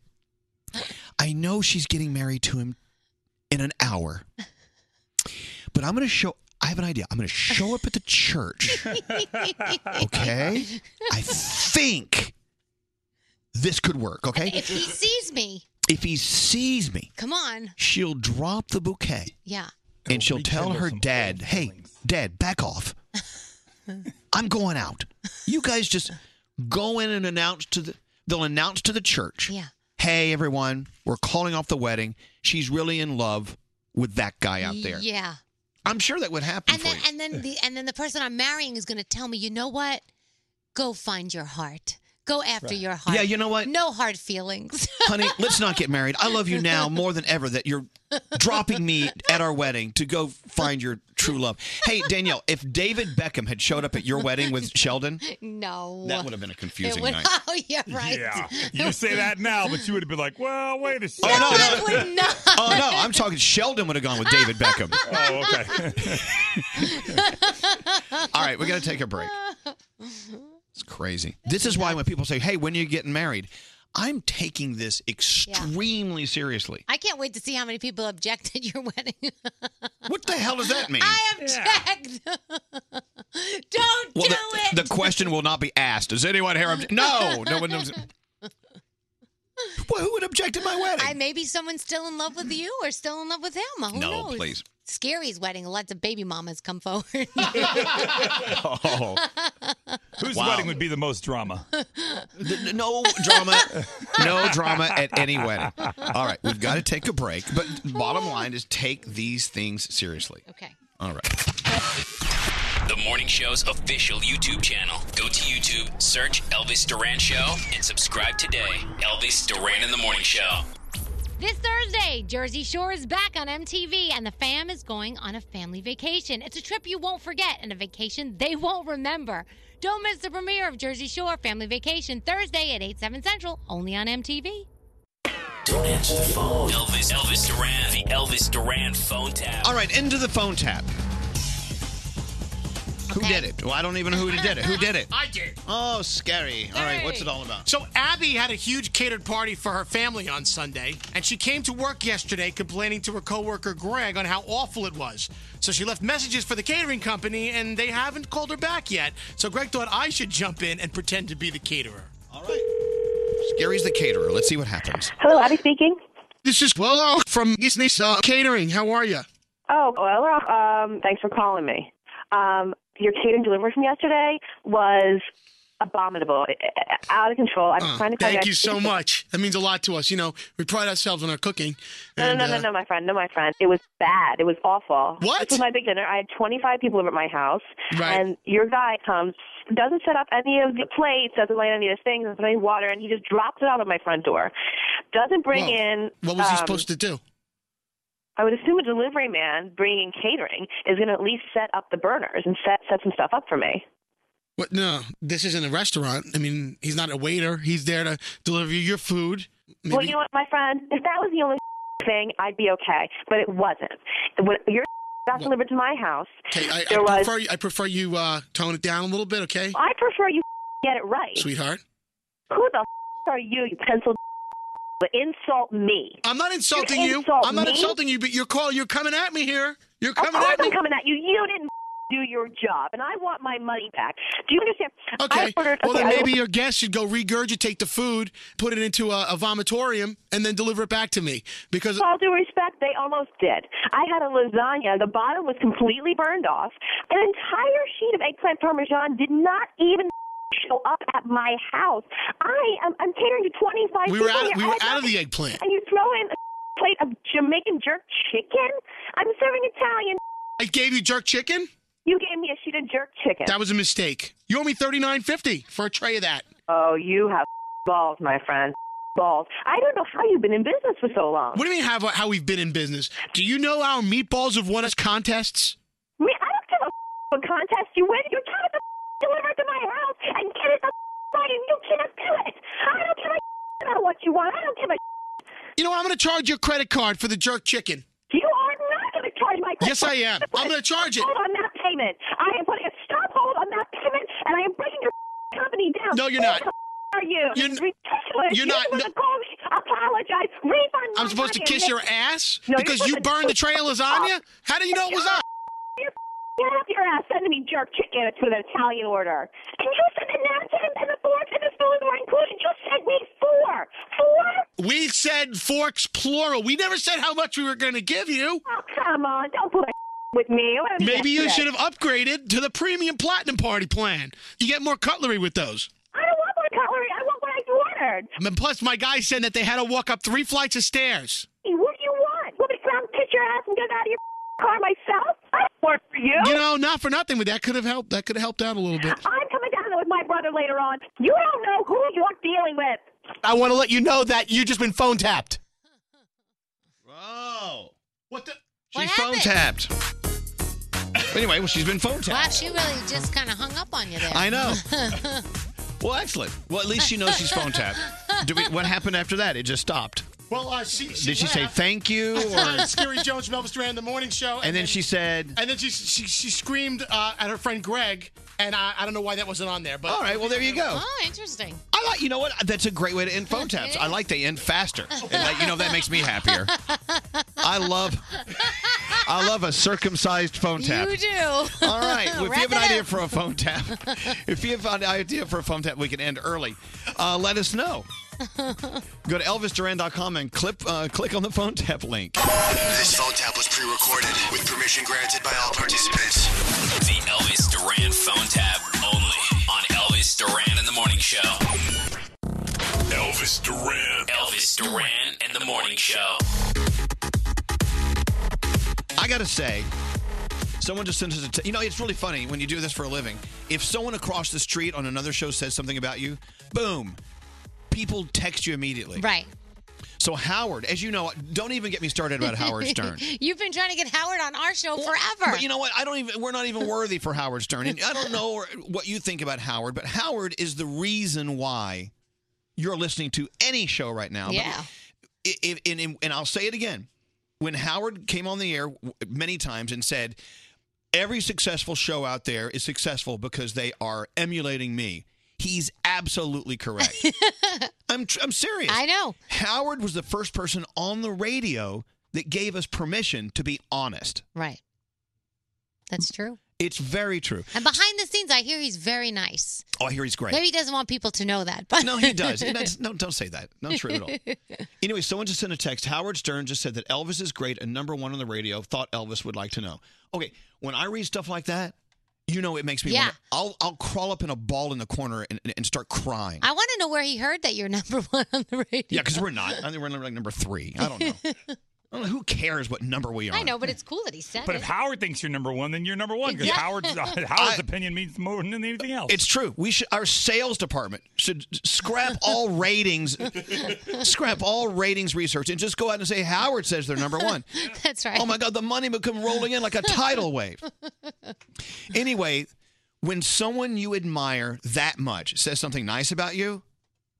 Speaker 4: I know she's getting married to him in an hour, but I'm gonna show. I have an idea. I'm gonna show up at the church. *laughs* Okay, I think this could work. Okay,
Speaker 5: if he sees me,
Speaker 4: if he sees me,
Speaker 5: come on.
Speaker 4: she'll drop the bouquet.
Speaker 5: Yeah.
Speaker 4: and she'll tell her dad, "Hey, dad, back off. I'm going out. You guys just go in and announce to the they'll announce to the church.
Speaker 5: Yeah.
Speaker 4: Hey, everyone, we're calling off the wedding. She's really in love with that guy out there.
Speaker 5: Yeah.
Speaker 4: I'm sure that would happen
Speaker 5: And
Speaker 4: for
Speaker 5: then
Speaker 4: you.
Speaker 5: and *laughs* then the and then the person I'm marrying is going to tell me, "You know what? Go find your heart. Go after
Speaker 4: Right.
Speaker 5: your heart."
Speaker 4: Yeah, you know what?
Speaker 5: No hard feelings. *laughs*
Speaker 4: Honey, let's not get married. I love you now more than ever that you're dropping me at our wedding to go find your true love. Hey, Danielle, if David Beckham had showed up at your wedding with Sheldon,
Speaker 5: no.
Speaker 4: that would have been a
Speaker 5: It
Speaker 4: confusing
Speaker 5: would-
Speaker 4: night.
Speaker 5: Oh, yeah, *laughs* right.
Speaker 6: Yeah, you say that now, but you would have been like, "Well, wait a second.
Speaker 4: Oh, no, *laughs* Oh no, I'm talking Sheldon would have gone with David Beckham.
Speaker 6: *laughs* Oh, okay.
Speaker 5: *laughs*
Speaker 4: All right, we got to take a break. It's crazy. This is why when people say, "Hey, when are you getting married?" I'm taking this extremely seriously.
Speaker 5: I can't wait to see how many people object at *laughs* your wedding.
Speaker 4: What the hell does that mean?
Speaker 5: I object. Don't
Speaker 4: well,
Speaker 5: do it.
Speaker 4: the, the question will not be asked. Does anyone here object? No, no one knows. Well, who would object at my wedding?
Speaker 5: I, maybe someone's still in love with you or still in love with him. Who
Speaker 4: No,
Speaker 5: knows?
Speaker 4: please.
Speaker 5: Scary's wedding. Lots of baby mamas come forward. *laughs*
Speaker 4: Oh. *laughs*
Speaker 6: Whose
Speaker 4: Wow.
Speaker 6: wedding would be the most drama?
Speaker 4: Th- No drama, no drama at any wedding. All right, we've got to take a break. But bottom line is, take these things seriously.
Speaker 5: Okay.
Speaker 4: All right.
Speaker 3: The morning show's official YouTube channel. Go to YouTube, search Elvis Duran Show, and subscribe today. Elvis Duran in the Morning Show.
Speaker 5: This Thursday, Jersey Shore is back on MTV, and the fam is going on a family vacation. It's a trip you won't forget and a vacation they won't remember. Don't miss the premiere of Jersey Shore Family Vacation Thursday at 8, 7 Central, only on MTV.
Speaker 3: Don't answer the phone. Elvis, Elvis Duran, the Elvis Duran phone tap.
Speaker 4: All right, into the phone tap. Who did it? Well, I don't even know who did it. Who did
Speaker 9: *laughs*
Speaker 4: it?
Speaker 9: I did.
Speaker 4: Oh, scary. All right, what's it all about?
Speaker 9: So Abby had a huge catered party for her family on Sunday, and she came to work yesterday complaining to her coworker Greg on how awful it was. So she left messages for the catering company, and they haven't called her back yet. So Greg thought I should jump in and pretend to be the caterer.
Speaker 4: Scary's the caterer. Let's see what happens.
Speaker 22: Hello, Abby speaking.
Speaker 9: This is
Speaker 4: oh,
Speaker 9: Willow from East Nisa Catering. How are you?
Speaker 22: Oh, well, um, thanks for calling me. Um, your catering delivery from yesterday was abominable, I- I- out of control. I'm
Speaker 4: Uh,
Speaker 22: trying to call
Speaker 9: Thank
Speaker 22: back.
Speaker 9: you so much. That means a lot to us. You know, we pride ourselves on our cooking.
Speaker 22: No,
Speaker 9: and,
Speaker 22: no, no,
Speaker 9: uh,
Speaker 22: no, no, my friend, no, my friend. It was bad. It was awful.
Speaker 9: What?
Speaker 22: This was my big dinner. I had 25 people over at my house,
Speaker 9: Right.
Speaker 22: and your guy comes, doesn't set up any of the plates, doesn't lay any of the things, doesn't put any water, and he just drops it out of my front door. Doesn't bring
Speaker 9: Whoa.
Speaker 22: in.
Speaker 9: What was he
Speaker 22: um,
Speaker 9: supposed to do?
Speaker 22: I would assume a delivery man bringing catering is going to at least set up the burners and set set some stuff up for me.
Speaker 9: What? No, this isn't a restaurant. I mean, he's not a waiter. He's there to deliver you your food.
Speaker 22: Well, *laughs* you know what, my friend, if that was the only thing, I'd be okay, but it wasn't. What your got delivered to my house.
Speaker 9: Okay, I,
Speaker 22: there
Speaker 9: I
Speaker 22: was.
Speaker 9: prefer you, I prefer you uh, tone it down a little bit, okay?
Speaker 22: I prefer you *laughs* get it right.
Speaker 9: Sweetheart.
Speaker 22: Who the f- are you, you pencil? *laughs* Insult me.
Speaker 9: I'm not insulting
Speaker 22: you.
Speaker 9: you.
Speaker 22: Insult
Speaker 9: I'm not
Speaker 22: me?
Speaker 9: insulting you, but you're call you're coming at me here. You're
Speaker 22: Of
Speaker 9: coming
Speaker 22: course
Speaker 9: at me.
Speaker 22: I'm coming at you. You didn't *laughs* do your job, and I want my money back. Do you understand?
Speaker 9: Okay.
Speaker 22: I ordered,
Speaker 9: well,
Speaker 22: okay,
Speaker 9: then
Speaker 22: I-
Speaker 9: maybe your guest should go regurgitate the food, put it into a, a vomitorium, and then deliver it back to me. Because
Speaker 22: With all due respect, they almost did. I had a lasagna. The bottom was completely burned off. An entire sheet of eggplant parmesan did not even show up at my house. I am I'm catering to 25
Speaker 9: we were
Speaker 22: people
Speaker 9: out,
Speaker 22: here.
Speaker 9: we
Speaker 22: I
Speaker 9: were
Speaker 22: had
Speaker 9: out of
Speaker 22: nothing.
Speaker 9: the eggplant.
Speaker 22: And you throw in a plate of Jamaican jerk chicken? I'm serving Italian.
Speaker 9: I gave you jerk chicken.
Speaker 22: You gave me a sheet of jerk chicken.
Speaker 9: That was a mistake. You owe me thirty nine fifty for a tray of that.
Speaker 22: Oh, you have balls, my friend. Balls. I don't know how you've been in business for so long.
Speaker 9: What do you mean how how we've been in business? Do you know our meatballs have won us contests?
Speaker 22: Me, I don't give a what contest you win. You're trying to *laughs* deliver it to my house and get it the *laughs* right, and you cannot do it. I don't give a *laughs* about what you want. I don't give a. *laughs*
Speaker 9: You know, what? I'm going to charge your credit card for the jerk chicken.
Speaker 22: You are not going to charge my. credit
Speaker 9: Yes, I am.
Speaker 22: card.
Speaker 9: I'm going to
Speaker 22: *laughs*
Speaker 9: charge it.
Speaker 22: Hold on that payment. I am putting a stop hold on that payment, and I am breaking your *laughs* company down.
Speaker 9: No, you're
Speaker 22: Who
Speaker 9: not.
Speaker 22: the *laughs* Are you?
Speaker 9: You're-
Speaker 22: It's ridiculous.
Speaker 9: you're not-
Speaker 22: supposed to call me, apologize, refund.
Speaker 9: I'm
Speaker 22: my
Speaker 9: supposed to
Speaker 22: money, and
Speaker 9: kiss
Speaker 22: make-
Speaker 9: your ass
Speaker 22: No, you're
Speaker 9: because you
Speaker 22: supposed to-
Speaker 9: burned the tray of lasagna. How do you know it was us?
Speaker 22: *laughs* Get off your ass. Send me jerk chicken with an Italian order. And you said the napkins and the forks and the spoons were included. You sent me four. Four?
Speaker 9: We said forks plural. We never said how much we were going to give you.
Speaker 22: Oh, come on. Don't put a *laughs* with me. What am I
Speaker 9: Maybe you
Speaker 22: today?
Speaker 9: should have upgraded to the premium platinum party plan. You get more cutlery with those.
Speaker 22: I don't want my cutlery. I want what I ordered.
Speaker 9: And plus, my guy said that they had to walk up three flights of stairs.
Speaker 22: Hey, What do you want? Want me to come kiss your ass and get out of your *laughs* car myself? I don't work for you.
Speaker 9: You know, not for nothing, but that could have helped. That could have helped out a little bit.
Speaker 22: I'm coming down there with my Oh, *laughs* brother later on. You don't know who you're dealing with.
Speaker 1: I want to let you know that you just been phone tapped.
Speaker 4: Oh.
Speaker 9: What the?
Speaker 4: She's phone tapped. anyway, well, she's been phone tapped.
Speaker 5: Wow, she really just kind of hung up on you there.
Speaker 4: I
Speaker 5: *laughs*
Speaker 4: know. Well, excellent. Well, at least she knows she's phone tapped. Do we, what happened after that? It just stopped.
Speaker 9: Well, uh, she, she
Speaker 4: Did she say
Speaker 9: laughed.
Speaker 4: thank you? Or,
Speaker 9: *laughs* It's Scary Jones from Elvis Duran the morning show.
Speaker 4: and then she said,
Speaker 9: and then she she, she screamed uh, at her friend Greg, and I, I don't know why that wasn't on there. But
Speaker 4: all right, well, there you go.
Speaker 5: Oh, interesting.
Speaker 4: I like, you know what? That's a great way to end phone taps. I like they end faster. And that, you know, that makes me happier. I love, I love a circumcised phone tap.
Speaker 5: You do.
Speaker 4: All right. Well, if you
Speaker 5: Wrap
Speaker 4: have an
Speaker 5: it
Speaker 4: idea
Speaker 5: up.
Speaker 4: for a phone tap, *laughs* if you have an idea for a phone tap, we can end early. Uh, let us know. Go to elvisduran.com and clip, uh, click on the phone tap link.
Speaker 23: This phone tap was pre-recorded with permission granted by all participants.
Speaker 3: The Elvis Duran phone tap only on Elvis Duran and the Morning Show. Elvis Duran. Elvis Duran and the Morning Show.
Speaker 4: I gotta say, someone just sent us a. T- you know, it's really funny when you do this for a living. If someone across the street on another show says something about you, boom, people text you immediately.
Speaker 5: Right.
Speaker 4: So Howard, as you know, don't even get me started about
Speaker 5: *laughs*
Speaker 4: Howard Stern.
Speaker 5: You've been trying to get Howard on our show forever.
Speaker 4: But you know what? I don't even. We're not even worthy for Howard Stern. And I don't know what you think about Howard, but Howard is the reason why you're listening to any show right now. But
Speaker 2: Yeah.
Speaker 4: i- i- and, and, and I'll say it again. When Howard came on the air w- many times and said, every successful show out there is successful because they are emulating me, he's
Speaker 5: *laughs*
Speaker 4: absolutely correct. I'm, tr- I'm serious. I
Speaker 5: know.
Speaker 4: Howard was the first person on the radio that gave us permission to be honest.
Speaker 5: Right. That's true.
Speaker 4: It's very true.
Speaker 5: And behind the scenes, I hear he's very nice.
Speaker 4: Oh, I hear he's great.
Speaker 5: Maybe he doesn't want people to know that. But
Speaker 4: no,
Speaker 5: *laughs*
Speaker 4: he does. That's- no, don't say that. Not true at all. Anyway, someone just sent a text. Howard Stern just said that Elvis is great and number one on the radio. Thought Elvis would like to know. Okay, when I read stuff like that, you know it makes me.
Speaker 5: Yeah.
Speaker 4: Wanna, I'll I'll crawl up in a ball in the corner and, and- and start crying.
Speaker 5: I want to know where he heard that you're number *laughs* one on the radio.
Speaker 4: Yeah, because we're not. I think we're like number three. I don't know.
Speaker 6: *laughs*
Speaker 4: I don't know. Who cares what number we are?
Speaker 5: I know, but it's cool that he said
Speaker 6: But
Speaker 5: it.
Speaker 6: if Howard thinks you're number one, then you're number one because
Speaker 5: Yeah.
Speaker 6: Howard's,
Speaker 5: *laughs*
Speaker 6: Howard's opinion means more than anything else.
Speaker 4: It's true. We should our sales department should scrap
Speaker 5: *laughs*
Speaker 4: all ratings, scrap all ratings research, and just go out and say Howard says they're number one.
Speaker 5: *laughs* That's right.
Speaker 4: Oh my God, the money would come rolling in like a
Speaker 5: *laughs*
Speaker 4: tidal wave. Anyway, when someone you admire that much says something nice about you,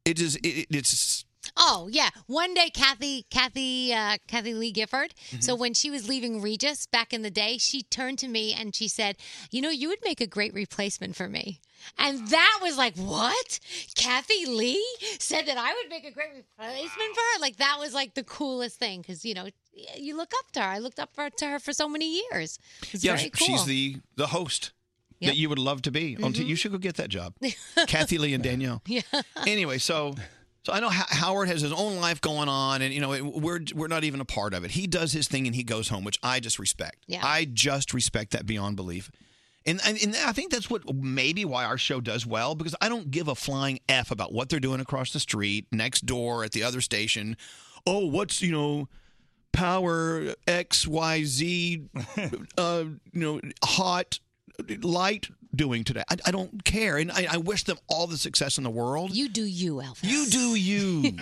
Speaker 4: it is it, it's
Speaker 5: Oh yeah, one day Kathy, Kathy, uh, Kathy Lee Gifford.
Speaker 4: Mm-hmm.
Speaker 5: So when she was leaving Regis back in the day, she turned to me and she said, "You know, you would make a great replacement for me." And that was like, what? Kathy Lee said that I would make a great replacement for her. Like that was like the coolest thing because you know you look up to her. I looked up for, to her for so many years. It's
Speaker 4: yeah,
Speaker 5: very cool.
Speaker 4: she's the the host
Speaker 5: Yep.
Speaker 4: that you would love to be. on t-
Speaker 5: Mhm.
Speaker 4: you should go get that job,
Speaker 5: *laughs*
Speaker 4: Kathy Lee and Danielle.
Speaker 5: yeah.
Speaker 4: Anyway, so so I know Ho- Howard has his own life going on, and you know it- we're we're not even a part of it. He does his thing and he goes home, which I just respect.
Speaker 10: Yeah.
Speaker 4: I just respect that beyond belief. And, and, and I think that's what maybe why our show does well because I don't give a flying f about what they're doing across the street, next door, at the other station. Oh, what's you know, power X Y Z, uh, you know, hot light doing today. I, I don't care, and I, I wish them all the success in the world.
Speaker 5: You do you, Elvis.
Speaker 4: You do you.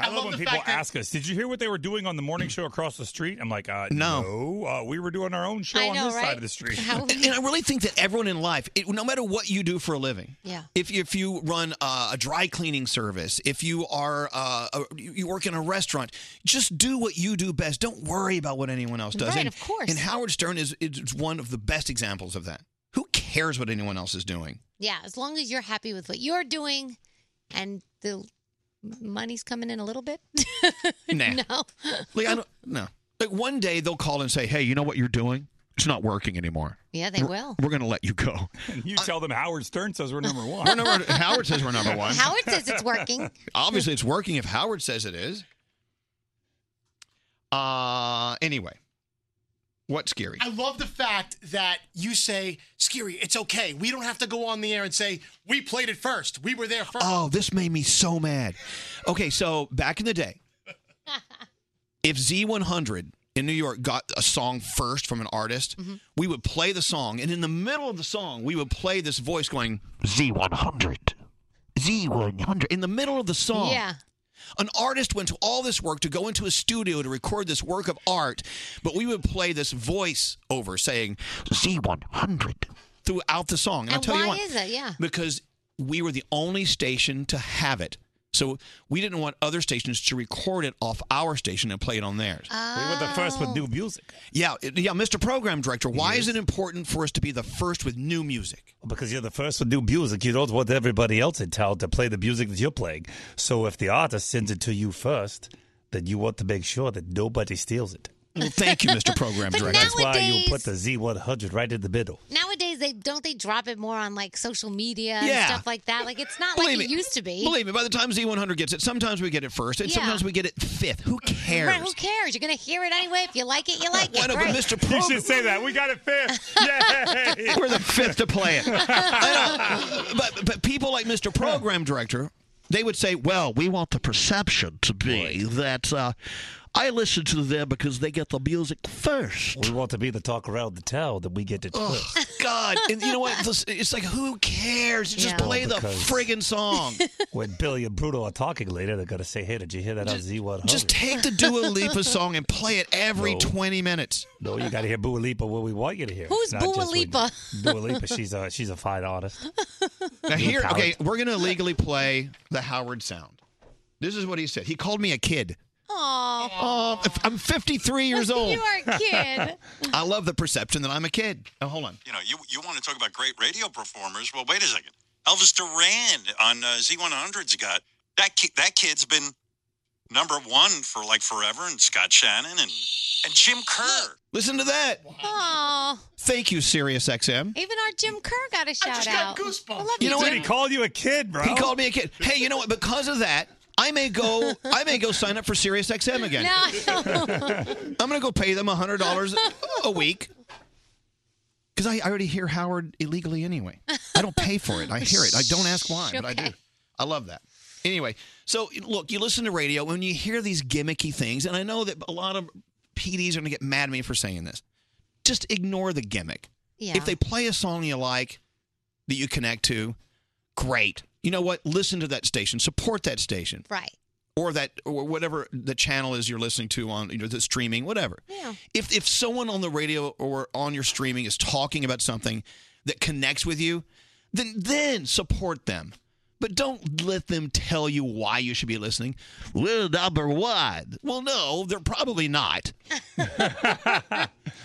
Speaker 6: I, love, when people ask us, "Did you hear what they were doing on the morning show across the street?" I'm like, uh, "No, uh, we were doing our own show
Speaker 4: I
Speaker 6: on
Speaker 4: know,
Speaker 6: this
Speaker 4: right?
Speaker 6: side of the street." *laughs*
Speaker 4: and, and I really think that everyone in life, it, no matter what you do for a living,
Speaker 5: Yeah.
Speaker 4: if if you run uh, a dry cleaning service, if you are uh, a, you you work in a restaurant, just do what you do best. Don't worry about what anyone else does.
Speaker 5: Right,
Speaker 4: and,
Speaker 5: of course.
Speaker 4: And Howard Stern is is one of the best examples of that. Who cares what anyone else
Speaker 5: *laughs*
Speaker 4: is doing?
Speaker 5: *laughs* Yeah, as long as you're happy with what you're doing and the money's coming in a little bit.
Speaker 4: Nah.
Speaker 5: no.
Speaker 4: Like I don't no. Like one day they'll call and say, "Hey, you know what you're doing? It's not working anymore."
Speaker 5: Yeah, they
Speaker 4: We're-
Speaker 5: will.
Speaker 4: We're going to let
Speaker 5: *laughs*
Speaker 4: you go.
Speaker 6: you tell them Howard Stern says we're
Speaker 4: *laughs*
Speaker 6: number one.
Speaker 4: We're number- Howard says we're number one.
Speaker 5: Howard says it's
Speaker 6: *laughs*
Speaker 5: working.
Speaker 4: *laughs* Obviously, it's working if Howard says it is. Uh anyway. What's scary?
Speaker 9: I love the fact that you say, Scary, it's okay. We don't have to go on the air and say, we played it first. We were there first.
Speaker 4: Oh, this made me so mad. Okay, so back in the day, if Z100 in New York got a song first from an artist, we would play the song, and in the middle of the song, we would play this voice going Z100, Z100 in the middle of the song.
Speaker 5: Yeah.
Speaker 4: An artist went to all this work to go into a studio to record this work of art, but we would play this voice over saying Z100 throughout the song. And, I'll
Speaker 5: And
Speaker 4: tell
Speaker 5: why
Speaker 4: you what,
Speaker 5: is it? Yeah.
Speaker 4: because we were the only station to have it. So we didn't want other stations to record it off our station and play it on theirs.
Speaker 5: Oh.
Speaker 6: We were the first with new music.
Speaker 4: Yeah, it- yeah, Mr. Program Director, why is it important for us to be the first with new music?
Speaker 10: Because you're the first to do music, you don't want everybody else in town to play the music that you're playing. So if the artist sends it to you first, then you want to make sure that nobody steals it.
Speaker 4: Well, thank you, Mr. Program
Speaker 5: *laughs* But Director.
Speaker 10: That's why you
Speaker 5: nowadays-
Speaker 10: put the Z100 right in the middle.
Speaker 5: Nowadays they don't they drop it more on like social media and
Speaker 4: Yeah.
Speaker 5: stuff like that. Like it's not
Speaker 4: Believe
Speaker 5: like it
Speaker 4: me.
Speaker 5: used to be.
Speaker 4: Believe me, by the time Z100 gets it, sometimes we get it first, and
Speaker 5: Yeah.
Speaker 4: sometimes we get it fifth. Who cares?
Speaker 5: Right, who cares? You're gonna hear it anyway. If you like it, you like it.
Speaker 4: Why don't we
Speaker 5: Great.
Speaker 4: Mr. Program?
Speaker 6: You should say that. We got it fifth. Yay!
Speaker 4: *laughs* We're the fifth to play
Speaker 6: *laughs*
Speaker 4: it. I know. But but people like Mr. Program Director, they would say, "Well, we want the perception to be that uh, I listen to them because they *laughs* get the music first.
Speaker 10: We want to be the talk around the town that we get it
Speaker 4: Oh
Speaker 10: first.
Speaker 4: God! And you know what? This- It's like who cares? Just
Speaker 10: Yeah.
Speaker 4: play the
Speaker 10: Because-
Speaker 6: *laughs*
Speaker 4: friggin' song.
Speaker 10: *laughs* When Billy and Bruno are talking later, they're going to say, hey, did you hear that on Z100?
Speaker 4: Just take the
Speaker 5: *laughs*
Speaker 4: Dua
Speaker 6: *laughs*
Speaker 4: Lipa song and play it every
Speaker 10: No.
Speaker 4: twenty minutes.
Speaker 10: No, you got to hear Bua Lipa when we want you to hear. it.
Speaker 5: *laughs* Who's
Speaker 10: Not just
Speaker 5: Bua
Speaker 10: when-
Speaker 5: Lipa?
Speaker 4: *laughs*
Speaker 10: Dua Lipa, she's a, she's a fine artist.
Speaker 4: Now
Speaker 10: Blue
Speaker 4: here,
Speaker 10: palette.
Speaker 4: okay, we're gonna illegally play the Howard sound. This is what he said. He called me a kid.
Speaker 5: *laughs* Aw.
Speaker 4: Oh, I'm 53
Speaker 5: *laughs*
Speaker 4: years
Speaker 5: You
Speaker 4: old.
Speaker 5: are a kid.
Speaker 4: *laughs* I love the perception that I'm a kid. Oh, hold on.
Speaker 11: You know, you, you want to talk about great radio performers. Well, wait a second. Elvis Duran on uh, Z100's got that ki- that kid's been number one for like forever, and Scott Shannon and and Jim Kerr.
Speaker 4: Listen to that.
Speaker 5: Aw.
Speaker 4: Thank you, Sirius XM.
Speaker 5: Even our Jim Kerr got a shout out. I love
Speaker 4: You know what?
Speaker 5: Jim.
Speaker 4: called you a kid, bro. He called me a kid. Hey, you know what? Because of that, I
Speaker 5: *laughs*
Speaker 4: may go. I may go sign up for Sirius XM again.
Speaker 5: No, I
Speaker 4: I'm gonna go pay them hundred dollars a week. Because I, I already hear Howard illegally anyway. I don't pay for it. I hear it. I don't ask why, but I do.
Speaker 5: Okay.
Speaker 4: I love that. Anyway, so look, you listen to radio when you hear these gimmicky things, and I know that a lot of PDs are gonna get mad at me for saying this. Just ignore the gimmick.
Speaker 5: Yeah.
Speaker 4: If they play a song you like that you connect to, great. You know what? Listen to that station. Support that station
Speaker 5: Right.
Speaker 4: or that or whatever the channel is you're listening to on you know the streaming whatever
Speaker 5: Yeah.
Speaker 4: if if someone on the radio or on your streaming is talking about something that connects with you then then support them But don't let them tell you why you should be listening. Well, number one. Well, no, they're probably
Speaker 5: *laughs*
Speaker 4: not.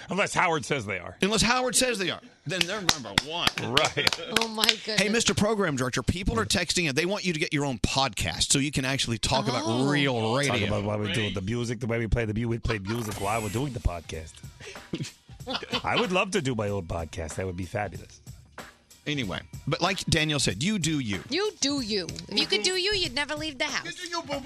Speaker 6: Unless Howard says they are.
Speaker 4: Unless Howard says they are. Then they're number one.
Speaker 6: Right.
Speaker 5: Oh my goodness.
Speaker 4: Hey, Mr. Program Director, people are texting and they want you to get your own podcast so you can actually talk
Speaker 5: Oh.
Speaker 4: about real radio.
Speaker 10: Talk about why we do the music, the way we play the music, we play music while we're doing
Speaker 4: *laughs*
Speaker 10: the podcast. I would love to do my own podcast. That would be fabulous.
Speaker 4: Anyway, but like Daniel said, you do you.
Speaker 5: You do you. If you could
Speaker 4: Mm-hmm.
Speaker 5: do you, you'd never leave the house.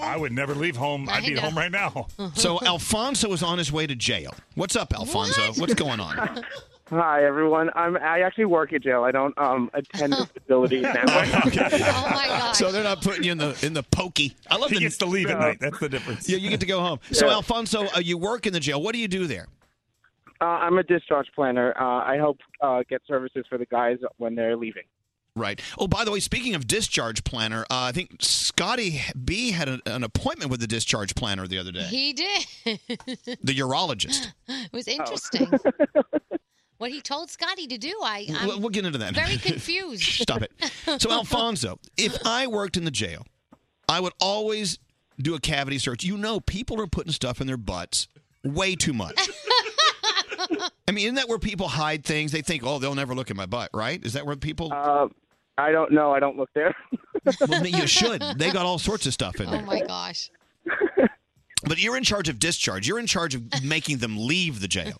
Speaker 6: I would never leave home. I'd
Speaker 5: I
Speaker 6: be
Speaker 5: know.
Speaker 6: home
Speaker 5: *laughs*
Speaker 6: right now.
Speaker 4: So Alfonso is on his way to jail. What's up, Alfonso? What's going
Speaker 5: *laughs* Oh
Speaker 4: on?
Speaker 7: Hi everyone. I'm I actually work at jail. I don't um attend the facility now.
Speaker 4: So they're not putting you in the in the pokey. I love
Speaker 6: He
Speaker 4: the,
Speaker 6: gets to leave at night. That's the difference.
Speaker 4: Yeah, you get to go home. So
Speaker 7: Yeah.
Speaker 4: Alfonso, uh, you work in the jail. What do you do there?
Speaker 7: Uh, I'm a discharge planner. Uh, I help uh, get services for the guys when they're leaving.
Speaker 4: Right. Oh, by the way, speaking of discharge planner, uh, I think Scotty B had a, an appointment with the discharge planner the other *laughs* day,
Speaker 5: He did. *laughs* it
Speaker 4: the urologist.
Speaker 5: was interesting. what he told Scotty to do, I, I'm
Speaker 4: We'll, we'll get into that. *laughs*
Speaker 5: very confused. *laughs*
Speaker 4: Stop it. So, Alfonso, if I worked in the jail, I would always do a cavity search. You know, people are putting stuff in their butts way too
Speaker 7: *laughs*
Speaker 4: much. I mean, isn't that where people hide things? They think, oh, they'll never look at my butt, right? Is that where people?
Speaker 7: Uh, I don't know. I don't look there.
Speaker 4: *laughs* well, you should. They got all sorts of stuff in
Speaker 5: Oh
Speaker 4: there.
Speaker 7: *laughs*
Speaker 5: my gosh.
Speaker 4: But you're in charge of discharge. You're in charge of making them leave the jail.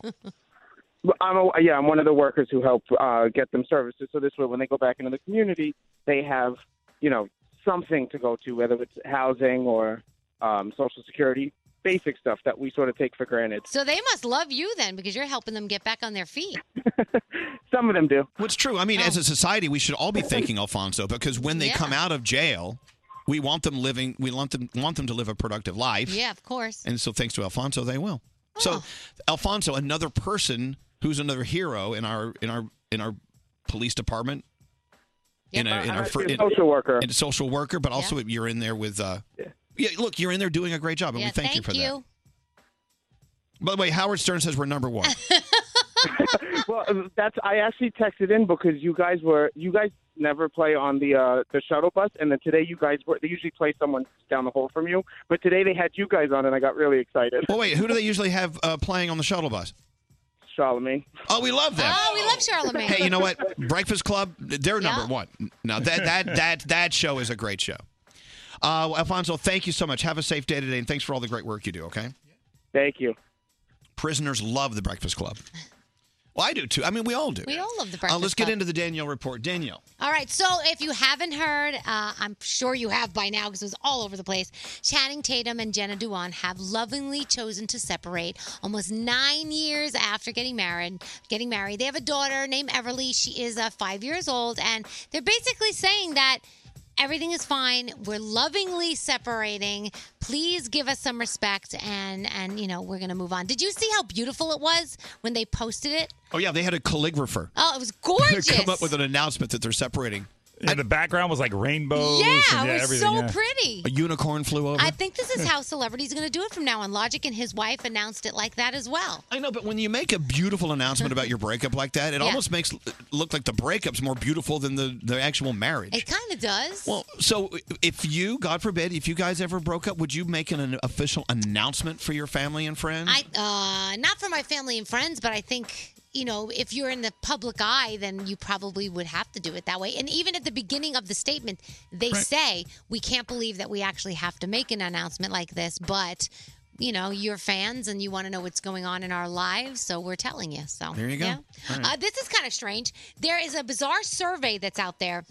Speaker 7: But I'm a, yeah. I'm one of the workers who help uh, get them services. So this way, when they go back into the community, they have you know something to go to, whether it's housing or um, social security, basic stuff that we sort of take for granted.
Speaker 5: So they must love you then because you're helping them get back on their feet.
Speaker 7: Some of them do.
Speaker 4: What's true? I mean, as a society, we should all be thanking Alfonso because when they
Speaker 5: Yeah.
Speaker 4: come out of jail, we want them living. We want them want them to live a productive life.
Speaker 5: Yeah, of course.
Speaker 4: And so, thanks to Alfonso, they will. So, Alfonso, another person who's another hero in our in our in our police department. in a, in our fir- in-
Speaker 7: Uh, social worker.
Speaker 4: in a social worker, but also you're in there with. Uh, yeah. look, you're in there doing a great job, and we thank, you for that. By the way, Howard Stern says we're number one.
Speaker 7: *laughs* well, uh, that's I actually texted in because you guys were you guys never play on the uh, the shuttle bus, and then today you guys were they usually play someone down the hole from you, but today they had you guys on, and I got really excited.
Speaker 4: well, wait, who do they usually have uh, playing on the shuttle bus?
Speaker 7: Charlemagne.
Speaker 4: Oh, we love them.
Speaker 5: Oh, we love Charlemagne.
Speaker 4: Hey, you know what? Breakfast Club, they're
Speaker 5: Yeah.
Speaker 4: number one. Now that that that that show is a great show. Uh, well, Alfonso, thank you so much. Have a safe day today, and thanks for all the great work you do. Okay.
Speaker 7: Thank you.
Speaker 4: Prisoners love the Breakfast Club. Well, I do too. I mean, we all do.
Speaker 5: We all love the
Speaker 4: Uh,
Speaker 5: breakfast.
Speaker 4: let's get
Speaker 5: Club.
Speaker 4: into the Danielle report. Danielle,
Speaker 5: All right, so if you haven't heard, uh, I'm sure you have by now because it was all over the place. Channing Tatum and Jenna Dewan have lovingly chosen to separate almost nine years after getting married. Getting married, they have a daughter named Everly. She is uh, five years old, and they're basically saying that everything is fine. We're lovingly separating. Please give us some respect, and and you know we're gonna move on. Did you see how beautiful it was when they posted it?
Speaker 4: oh yeah, they had a calligrapher.
Speaker 5: Oh, it was gorgeous.
Speaker 4: *laughs* Come up with an announcement that they're separating. And
Speaker 6: the background was like rainbows.
Speaker 5: Yeah, it was so pretty.
Speaker 4: A unicorn flew over.
Speaker 5: I think this
Speaker 13: Hmm.
Speaker 5: is how celebrities are going to do it from now on. Logic and his wife announced it like that as well.
Speaker 4: I know, but when you make a beautiful announcement about your breakup like that, it
Speaker 5: Yeah.
Speaker 4: almost makes it look like the breakup's more beautiful than the, the actual marriage.
Speaker 5: It kind of does.
Speaker 4: Well, so if you, God forbid, if you guys ever broke up, would you make an, official announcement for your family and friends?
Speaker 5: I uh, not for my family and friends, but I think you know if you're in the public eye, then you probably would have to do it that way. And even at the beginning of the statement, they
Speaker 13: Right.
Speaker 5: say we can't believe that we actually have to make an announcement like this, but you know you're fans and you want to know what's going on in our lives, so we're telling you. So
Speaker 13: There you go.
Speaker 5: yeah.
Speaker 13: All right.
Speaker 5: Uh, this is kind of strange. There is a bizarre survey that's out there.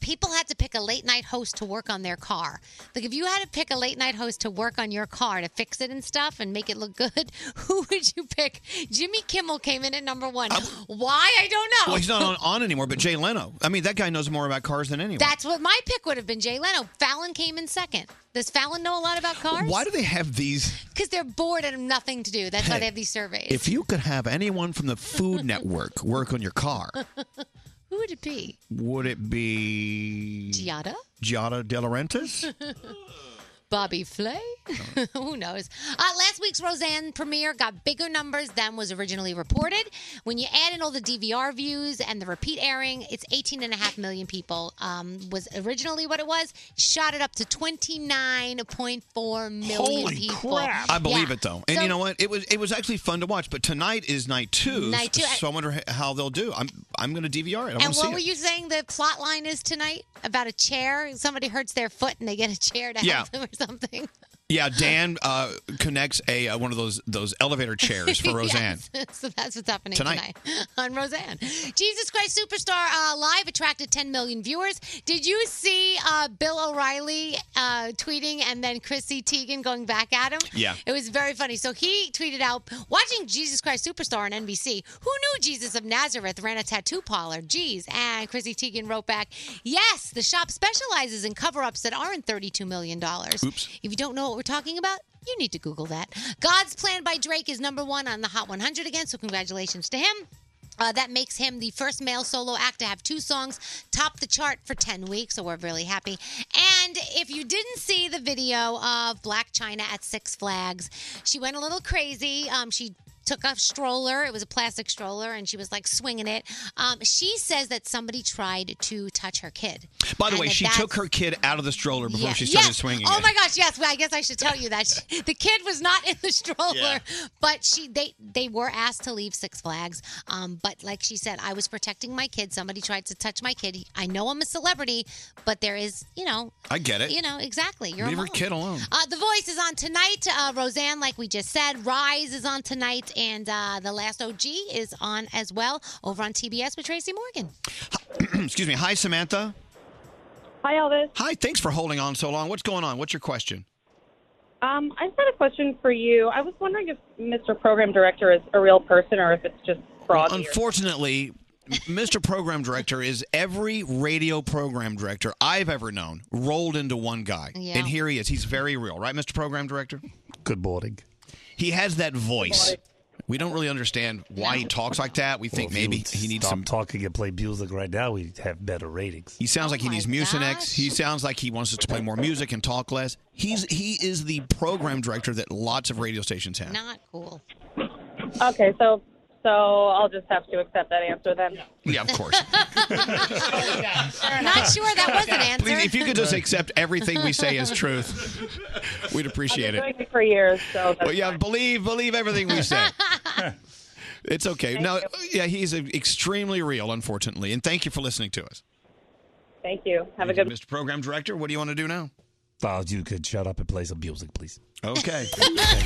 Speaker 5: People had to pick a late night host to work on their car. Like, if you had to pick a late night host to work on your car to fix it and stuff and make it look good, *laughs* who would you pick? Jimmy Kimmel came in at number one. Why? I don't know.
Speaker 4: Well,
Speaker 5: *laughs*
Speaker 4: he's not on, on anymore, but Jay Leno. I mean, that guy knows more about cars than anyone.
Speaker 5: That's what my pick would have been Jay Leno. Fallon came in second. Does Fallon know a lot about cars?
Speaker 4: Why do they have these?
Speaker 5: Because they're bored and have nothing to do. That's why
Speaker 4: Hey,
Speaker 5: they have these surveys.
Speaker 4: If you could have anyone from the Food Network work on your car,
Speaker 5: *laughs* who would it be?
Speaker 4: would it be
Speaker 5: Giada?
Speaker 4: Giada De Laurentiis?
Speaker 5: Bobby Flay? *laughs* Who knows? Uh, last week's Roseanne premiere got bigger numbers than was originally reported. When you add in all the DVR views and the repeat airing, it's 18 and a half million people um, was originally what it was. Shot it up to 29.4 million
Speaker 4: Holy
Speaker 5: people.
Speaker 4: I believe
Speaker 5: Yeah.
Speaker 4: it though, and
Speaker 5: So-
Speaker 4: you know what? It was it was actually fun to watch. But tonight is night two,
Speaker 5: Night two.
Speaker 4: so I wonder h- how they'll do. I'm I'm going to DVR it. I want
Speaker 5: and
Speaker 4: to see
Speaker 5: what were
Speaker 4: it.
Speaker 5: you saying the plot line is tonight about a chair? Somebody hurts their foot and they get a chair to
Speaker 4: Yeah.
Speaker 5: help them or something. *laughs*
Speaker 4: yeah, Dan uh, connects a uh, one of those those elevator chairs for Roseanne.
Speaker 5: *laughs* Yes. So that's what's happening
Speaker 4: Tonight.
Speaker 5: tonight. *laughs* on Roseanne. Jesus Christ Superstar uh, live attracted 10 million viewers. Did you see uh, Bill O'Reilly uh, tweeting and then Chrissy Teigen going back at him?
Speaker 2: Yeah.
Speaker 5: It was very funny. So he tweeted out, watching Jesus Christ Superstar on NBC, who knew Jesus of Nazareth ran a tattoo parlor? Geez. And Chrissy Teigen wrote back, yes, the shop specializes in cover-ups that aren't $32 million.
Speaker 2: Oops.
Speaker 5: If you don't know what we're talking about, you need to Google that. God's Plan by Drake is number one on the Hot 100 again, so congratulations to him. Uh, that makes him the first male solo act to have two songs top the chart for 10 weeks, so we're really happy. And if you didn't see the video of Black China at Six Flags, she went a little crazy. Um, she took a stroller. It was a plastic stroller, and she was like swinging it. Um, she says that somebody tried to touch her kid.
Speaker 4: By the
Speaker 5: And
Speaker 4: way,
Speaker 5: that
Speaker 4: she
Speaker 5: that's-
Speaker 4: took her kid out of the stroller before
Speaker 5: yeah.
Speaker 4: she started
Speaker 5: Yes.
Speaker 4: swinging.
Speaker 5: Oh
Speaker 4: it. *clears throat*
Speaker 5: my gosh, yes. Well, I guess I should tell you that She- the kid was not in the stroller,
Speaker 4: Yeah.
Speaker 5: but she they they were asked to leave Six Flags. Um, but like she said, I was protecting my kid. Somebody tried to touch my kid. I know I'm a celebrity, but there is, you know,
Speaker 4: I get it.
Speaker 5: You know exactly. You're a
Speaker 4: Leave her
Speaker 5: mom.
Speaker 4: kid alone.
Speaker 5: Uh, the Voice is on tonight. Uh, Roseanne, like we just said, Rise is on tonight, and uh, The Last OG is on as well over on TBS with Tracy Morgan.
Speaker 4: Excuse me. Hi, Samantha.
Speaker 12: Hi, Elvis.
Speaker 4: Hi. Thanks for holding on so long. What's going on? What's your question?
Speaker 12: Um, I've got a question for you. I was wondering if Mr. Program Director is a real person or if it's just fraud.
Speaker 4: Unfortunately, Mr. Program Director is every radio program director I've ever known rolled into one guy.
Speaker 12: Yeah.
Speaker 4: And here he is. He's very real, right, Mr. Program Director?
Speaker 10: Good morning.
Speaker 4: He has that voice. We don't really understand why he talks like that. We think maybe he needs
Speaker 10: stop
Speaker 4: some.
Speaker 10: talking and play music right now. We'd have better ratings.
Speaker 4: He sounds like he needs Mucinex. He sounds like he wants us to play more music and talk less. He's he is the program director that lots of radio stations have.
Speaker 5: Not cool.
Speaker 12: Okay, so so I'll just have to accept that answer then.
Speaker 4: Yeah, of course.
Speaker 5: Not sure that was an answer.
Speaker 4: Please, if you could just accept everything we say as truth, we'd appreciate it.
Speaker 12: I've been doing it for years, so that's
Speaker 4: Well, yeah, believe believe everything
Speaker 5: *laughs*
Speaker 4: we say. It's okay.
Speaker 12: Thank
Speaker 4: No,
Speaker 12: you.
Speaker 4: yeah, he's uh, extremely real, unfortunately. And thank you for listening to us.
Speaker 12: thank you. Have a
Speaker 4: Thank
Speaker 12: good
Speaker 4: you, Mr. Program Director. What do you want to do now?
Speaker 10: Oh, you could shut up and play some music, please.
Speaker 5: *laughs*
Speaker 4: Okay.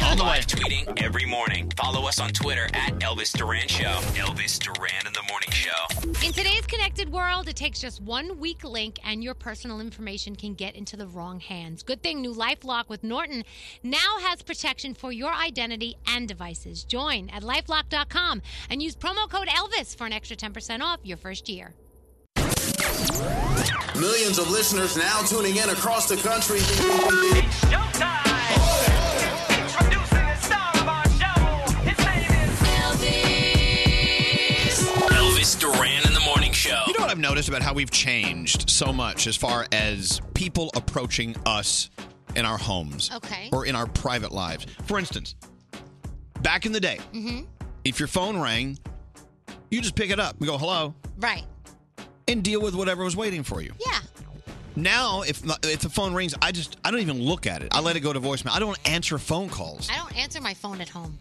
Speaker 3: On the Live tweeting every morning. Follow us on Twitter at Elvis Duran Show. Elvis Duran in the Morning Show.
Speaker 5: In today's connected world, it takes just one weak link and your personal information can get into the wrong hands. Good thing new LifeLock with Norton now has protection for your identity and devices. Join at lifelock.com and use promo code Elvis for an extra 10% off your first year.
Speaker 23: Millions of listeners now tuning in across the country.
Speaker 3: Elvis Duran in the Morning Show.
Speaker 4: You know what I've noticed about how we've changed so much as far as people approaching us in our homes
Speaker 2: Okay.
Speaker 4: or in our private lives. For instance, back in the day,
Speaker 2: Mm-hmm.
Speaker 4: if your phone rang, you just pick it up and go, hello,
Speaker 5: Right.
Speaker 4: and deal with whatever was waiting for you.
Speaker 5: Yeah.
Speaker 4: Now, if if the phone rings, I just I don't even look at it. I let it go to voicemail. I don't answer phone calls.
Speaker 5: I don't answer my phone at home.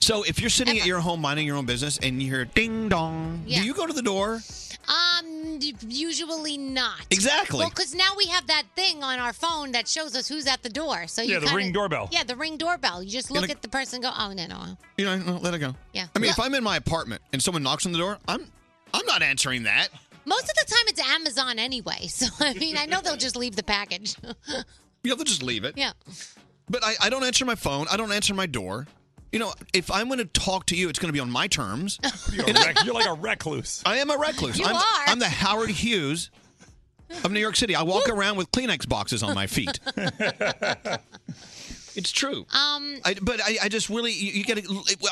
Speaker 4: So if you're sitting at your home minding your own business and you hear ding dong,
Speaker 5: Yeah.
Speaker 4: do you go to the door?
Speaker 5: Um, d- usually not.
Speaker 4: Exactly.
Speaker 5: Well, because now we have that thing on our phone that shows us who's at the door. So you
Speaker 4: Yeah, the
Speaker 5: kinda-
Speaker 4: Ring doorbell.
Speaker 5: Yeah, the ring doorbell. You just
Speaker 4: You're
Speaker 5: look
Speaker 4: like-
Speaker 5: at the person, and go, oh no, no,
Speaker 4: You know, no, let it go.
Speaker 5: yeah.
Speaker 4: I mean,
Speaker 5: Look-
Speaker 4: if I'm in my apartment and someone knocks on the door, I'm I'm not answering that.
Speaker 5: Most of the time, it's Amazon anyway. *laughs* So I mean, I know they'll just leave the package. *laughs*
Speaker 4: You have to just leave it.
Speaker 5: yeah.
Speaker 4: But I, I don't answer my phone. I don't answer my door. You know, if I'm going to talk to you, it's going to be on my
Speaker 6: *laughs*
Speaker 4: terms. You're,
Speaker 6: like a recluse.
Speaker 4: I am a recluse.
Speaker 6: You
Speaker 4: I'm,
Speaker 6: are.
Speaker 4: I'm the Howard Hughes of New York City. I
Speaker 6: *laughs*
Speaker 4: walk around with Kleenex boxes on my feet. it's true.
Speaker 5: Um.
Speaker 4: I, but I, I just really, you, you get,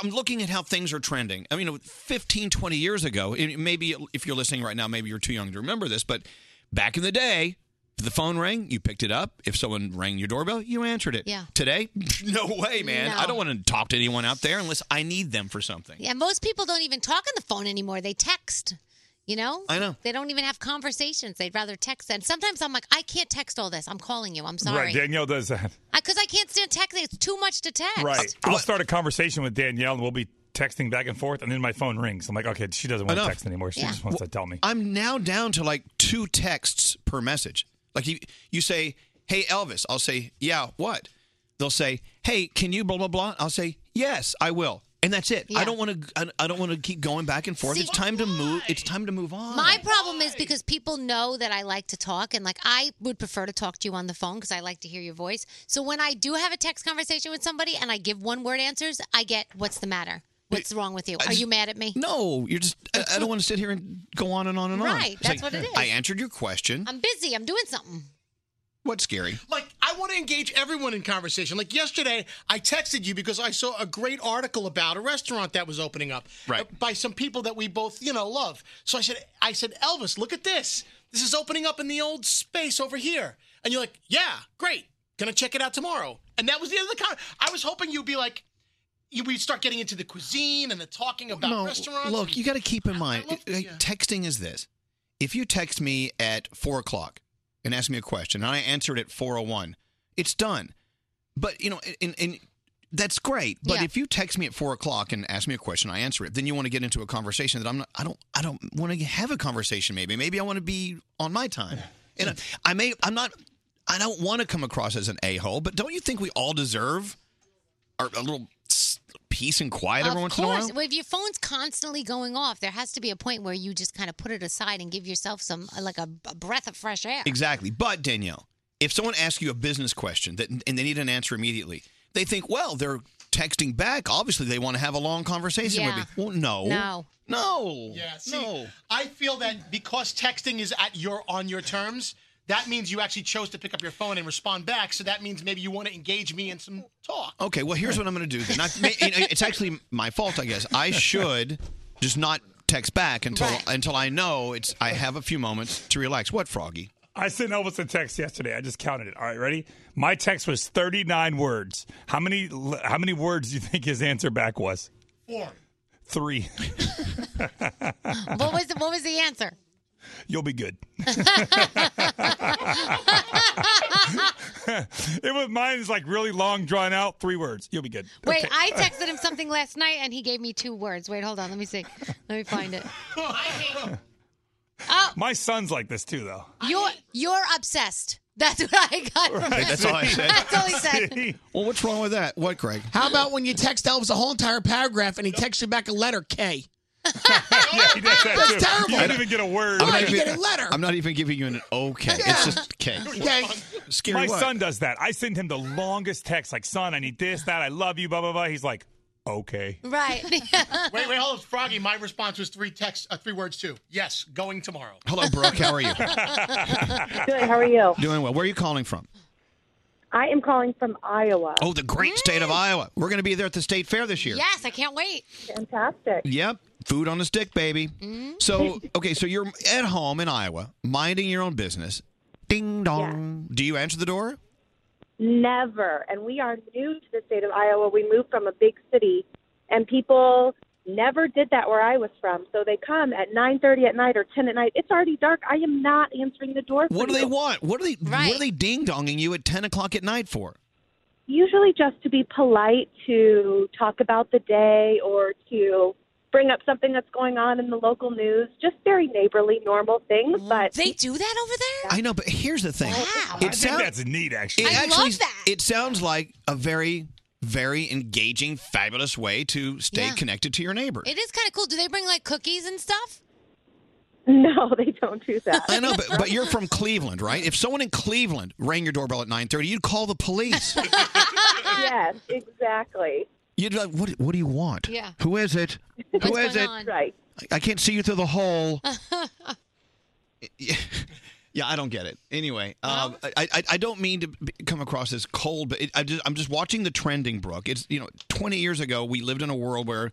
Speaker 4: I'm looking at how things are trending. I mean, 15, 20 years ago, it- maybe if you're listening right now, maybe you're too young to remember this, but back in the day, The phone rang, you picked it up. If someone rang your doorbell, you answered it.
Speaker 5: Yeah.
Speaker 4: Today, *laughs* no way, man.
Speaker 5: No.
Speaker 4: I don't want to talk to anyone out there unless I need them for something.
Speaker 5: Yeah, most people don't even talk on the phone anymore. They text. You know?
Speaker 4: I know.
Speaker 5: They don't even have conversations. They'd rather text. And sometimes I'm like, I can't text all this. I'm calling you. I'm sorry.
Speaker 6: Right, Danielle does that.
Speaker 5: Because I, can't stand texting. It's too much to text.
Speaker 6: Right. I'll start a conversation with Danielle and we'll be texting back and forth, and then my phone rings. I'm like, okay, she doesn't want
Speaker 4: Enough.
Speaker 6: to text anymore. She
Speaker 4: Yeah.
Speaker 6: just wants to tell me.
Speaker 4: I'm now down to like two texts per message. Like you, you say, "Hey Elvis," I'll say, "Yeah, what?" They'll say, "Hey, can you blah blah blah?" I'll say, "Yes, I will," and that's it. I don't want to. I don't want to keep going back and forth.
Speaker 5: See-
Speaker 4: it's time to move. It's time to move on.
Speaker 5: My problem is because people know that I like to talk, and like I would prefer to talk to you on the phone because I like to hear your voice. So when I do have a text conversation with somebody and I give one word answers, I get, "What's the matter? What's wrong with you?
Speaker 4: I
Speaker 5: Are
Speaker 4: just-
Speaker 5: you mad at me?"
Speaker 4: No, you're just. I, I don't want to sit here and go on and on and on.
Speaker 5: Right,
Speaker 4: It's
Speaker 5: that's what it is.
Speaker 4: I answered your question.
Speaker 5: I'm busy. I'm doing something.
Speaker 4: What's scary?
Speaker 9: Like, I want to engage everyone in conversation. Like yesterday, I texted you because I saw a great article about a restaurant that was opening up
Speaker 4: Right.
Speaker 9: uh, by some people that we both, you know, love. So I said, I said, Elvis, look at this. This is opening up in the old space over here. And you're like, yeah, great. Gonna check it out tomorrow. And that was the end of the con. I was hoping you'd be like, you, we'd start getting into the cuisine and the talking about
Speaker 4: no,
Speaker 9: restaurants.
Speaker 4: Look, you got to keep in mind,
Speaker 9: love-
Speaker 4: like,
Speaker 9: yeah.
Speaker 4: texting is this. If you text me at four o'clock and ask me a question, and I answered at four o one, it's done. But you know, and, and that's great. But
Speaker 13: Yeah.
Speaker 4: if you text me at four o'clock and ask me a question, I answer it. Then you want to get into a conversation that I'm not. I don't. I don't want to have a conversation. Maybe. Maybe I want to be on my
Speaker 5: *laughs*
Speaker 4: time. And I, I may. I'm not. I don't want to come across as an a hole. But don't you think we all deserve our, a little s- peace and quiet every
Speaker 5: of
Speaker 4: once
Speaker 5: course,
Speaker 4: in a while?
Speaker 5: Well, if your phone's constantly going off, there has to be a point where you just kind of put it aside and give yourself some uh, like a, a breath of fresh air.
Speaker 4: Exactly. But Danielle, if someone asks you a business question that and they need an answer immediately, they think, well, they're texting back. Obviously, they want to have a long conversation
Speaker 9: Yeah.
Speaker 4: with me. Well, no. No.
Speaker 9: Yeah. See, no. I feel that because texting is at your on your terms, that means you actually chose to pick up your phone and respond back. So that means maybe you want to engage me in some talk.
Speaker 4: Okay. Well, here's what I'm going to do. Then I, ma- you know, it's actually my fault, I guess. I should just not text back until until I know it's. I have a few moments to relax. What, Froggy?
Speaker 6: I sent Elvis a text yesterday. I just counted it. All right, ready? My text was 39 words. How many how many words do you think his answer back was?
Speaker 9: Four.
Speaker 6: Three.
Speaker 5: what was the, what was the
Speaker 4: *laughs*
Speaker 5: answer?
Speaker 6: *laughs* You'll
Speaker 5: *laughs*
Speaker 6: be good. it was mine is like really long, drawn out. Three words. You'll be good.
Speaker 5: Wait,
Speaker 6: Okay.
Speaker 5: I texted him something last night and he gave me two words. Wait, hold on. Let me see. Let me find it. Oh,
Speaker 6: My son's like this too, though.
Speaker 5: you're you're obsessed. That's what I got. From
Speaker 4: Right,
Speaker 5: him.
Speaker 4: that's all
Speaker 6: *laughs*
Speaker 4: I said.
Speaker 5: *laughs* That's all he said.
Speaker 4: Well, what's wrong with that? What, Greg?
Speaker 14: How about when you text Elvis a whole entire paragraph and he texts you back a letter K?
Speaker 6: yeah, he does that
Speaker 14: That's
Speaker 6: too.
Speaker 14: terrible.
Speaker 6: You didn't even get a word.
Speaker 14: I'm not even getting a letter.
Speaker 4: I'm not even giving you an okay. It's just okay. *laughs*
Speaker 6: My
Speaker 4: Scary what?
Speaker 6: son does that. I send him the longest text, like, son, I need this, that, I love you, blah, blah, blah. He's like, okay.
Speaker 5: Right.
Speaker 9: *laughs* wait, wait, hold up, Froggy. My response was three texts, uh, three words too. Yes, going *laughs* tomorrow.
Speaker 4: Hello, Brooke. How are you?
Speaker 9: Good.
Speaker 21: How are you?
Speaker 4: Doing well. Where are you calling from?
Speaker 21: I am calling from Iowa.
Speaker 4: Oh, the great state of Iowa. We're going to be there at the state fair this year.
Speaker 5: Yes, I can't wait.
Speaker 21: Fantastic.
Speaker 4: Yep. Food on a stick, baby. So, okay, so you're at home in Iowa, minding your own business. Ding dong. Do you answer the door?
Speaker 15: Never. And we are new to the state of Iowa. We moved from a big city, and people never did that where I was from. So they come at 9:30 at night or 10 at night. It's already dark. I am not answering the door. For
Speaker 4: What do they
Speaker 15: you.
Speaker 4: want? What are they what are they ding donging you at ten o'clock at night for?
Speaker 15: Usually, just to be polite, to talk about the day, or to bring up something that's going on in the local news. Just very neighborly, normal things. But
Speaker 5: they do that over there.
Speaker 4: I know, but here's the thing. Wow.
Speaker 6: I think that's neat, actually.
Speaker 4: It
Speaker 6: I
Speaker 4: actually,
Speaker 6: love that.
Speaker 4: It sounds like a very, very engaging, fabulous way to stay
Speaker 5: Yeah.
Speaker 4: connected to your neighbor.
Speaker 5: It is kind of cool. Do they bring like cookies and stuff?
Speaker 15: *laughs* No, they don't do that.
Speaker 4: I know, but, but you're from Cleveland, right? If someone in Cleveland rang your doorbell at 9:30, you'd call the police.
Speaker 15: yes, exactly.
Speaker 4: You'd be like, "What? What do you want?
Speaker 15: Yeah.
Speaker 4: Who is it? *laughs* Who is it?
Speaker 5: *laughs*
Speaker 15: Right.
Speaker 4: I- I can't see you through the hole." Yeah, I don't get it. Anyway, um, I, I I don't mean to be- come across as cold, but it, I just, I'm just watching the trending, Brooke. It's you know, 20 years ago, we lived in a world where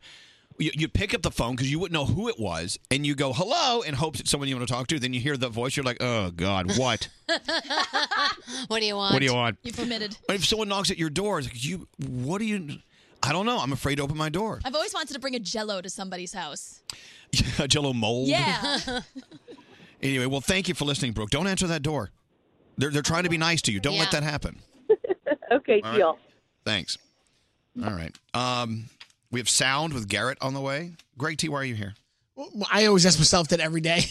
Speaker 4: you, you pick up the phone because you wouldn't know who it was, and you go hello in hopes it's someone you want to talk to. Then you hear the voice, you're like, oh god, what?
Speaker 5: *laughs* what do you want?
Speaker 4: What do you want?
Speaker 13: You've omitted.
Speaker 4: Or if someone knocks at your door, it's like, you, what do you? I don't know. I'm afraid to open my door.
Speaker 13: I've always wanted to bring a jello to somebody's house.
Speaker 4: *laughs* A Jello
Speaker 16: Oh.
Speaker 4: mold.
Speaker 10: *laughs*
Speaker 13: Yeah.
Speaker 4: Anyway, well, thank you for listening, Brooke. Don't answer that door. They're they're trying to be nice to you. Don't let
Speaker 13: Yeah.
Speaker 4: that happen.
Speaker 15: okay,
Speaker 4: All right.
Speaker 15: deal.
Speaker 4: Thanks. All right. Um, we have sound with Garrett on the way. Greg T, why are you here?
Speaker 14: Well, I always ask myself that every
Speaker 4: *laughs*
Speaker 14: day.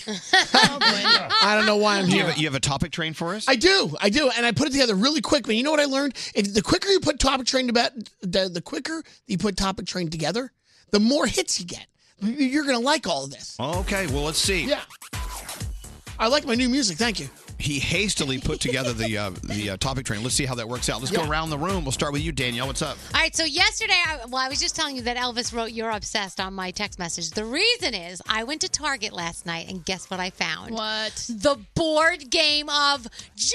Speaker 14: I don't know why I'm
Speaker 4: Do you
Speaker 14: here.
Speaker 4: have a, you have a topic train for us?
Speaker 14: I do, I do, and I put it together really quick. But you know what I learned? If the quicker you put topic train to bed, the, the quicker you put topic train together, the more hits you get. You- You're gonna like all of this.
Speaker 4: Okay. Well, let's see.
Speaker 14: Yeah. I like my new music. Thank you.
Speaker 4: He hastily put together the uh, the uh, topic train. Let's see how that works out. Let's go around the room. We'll start with you, Danielle. What's up?
Speaker 5: All right, so yesterday, I, well, I was just telling you that Elvis wrote You're Obsessed on my text message. The reason is I went to Target last night, and guess what I found? What? The board game of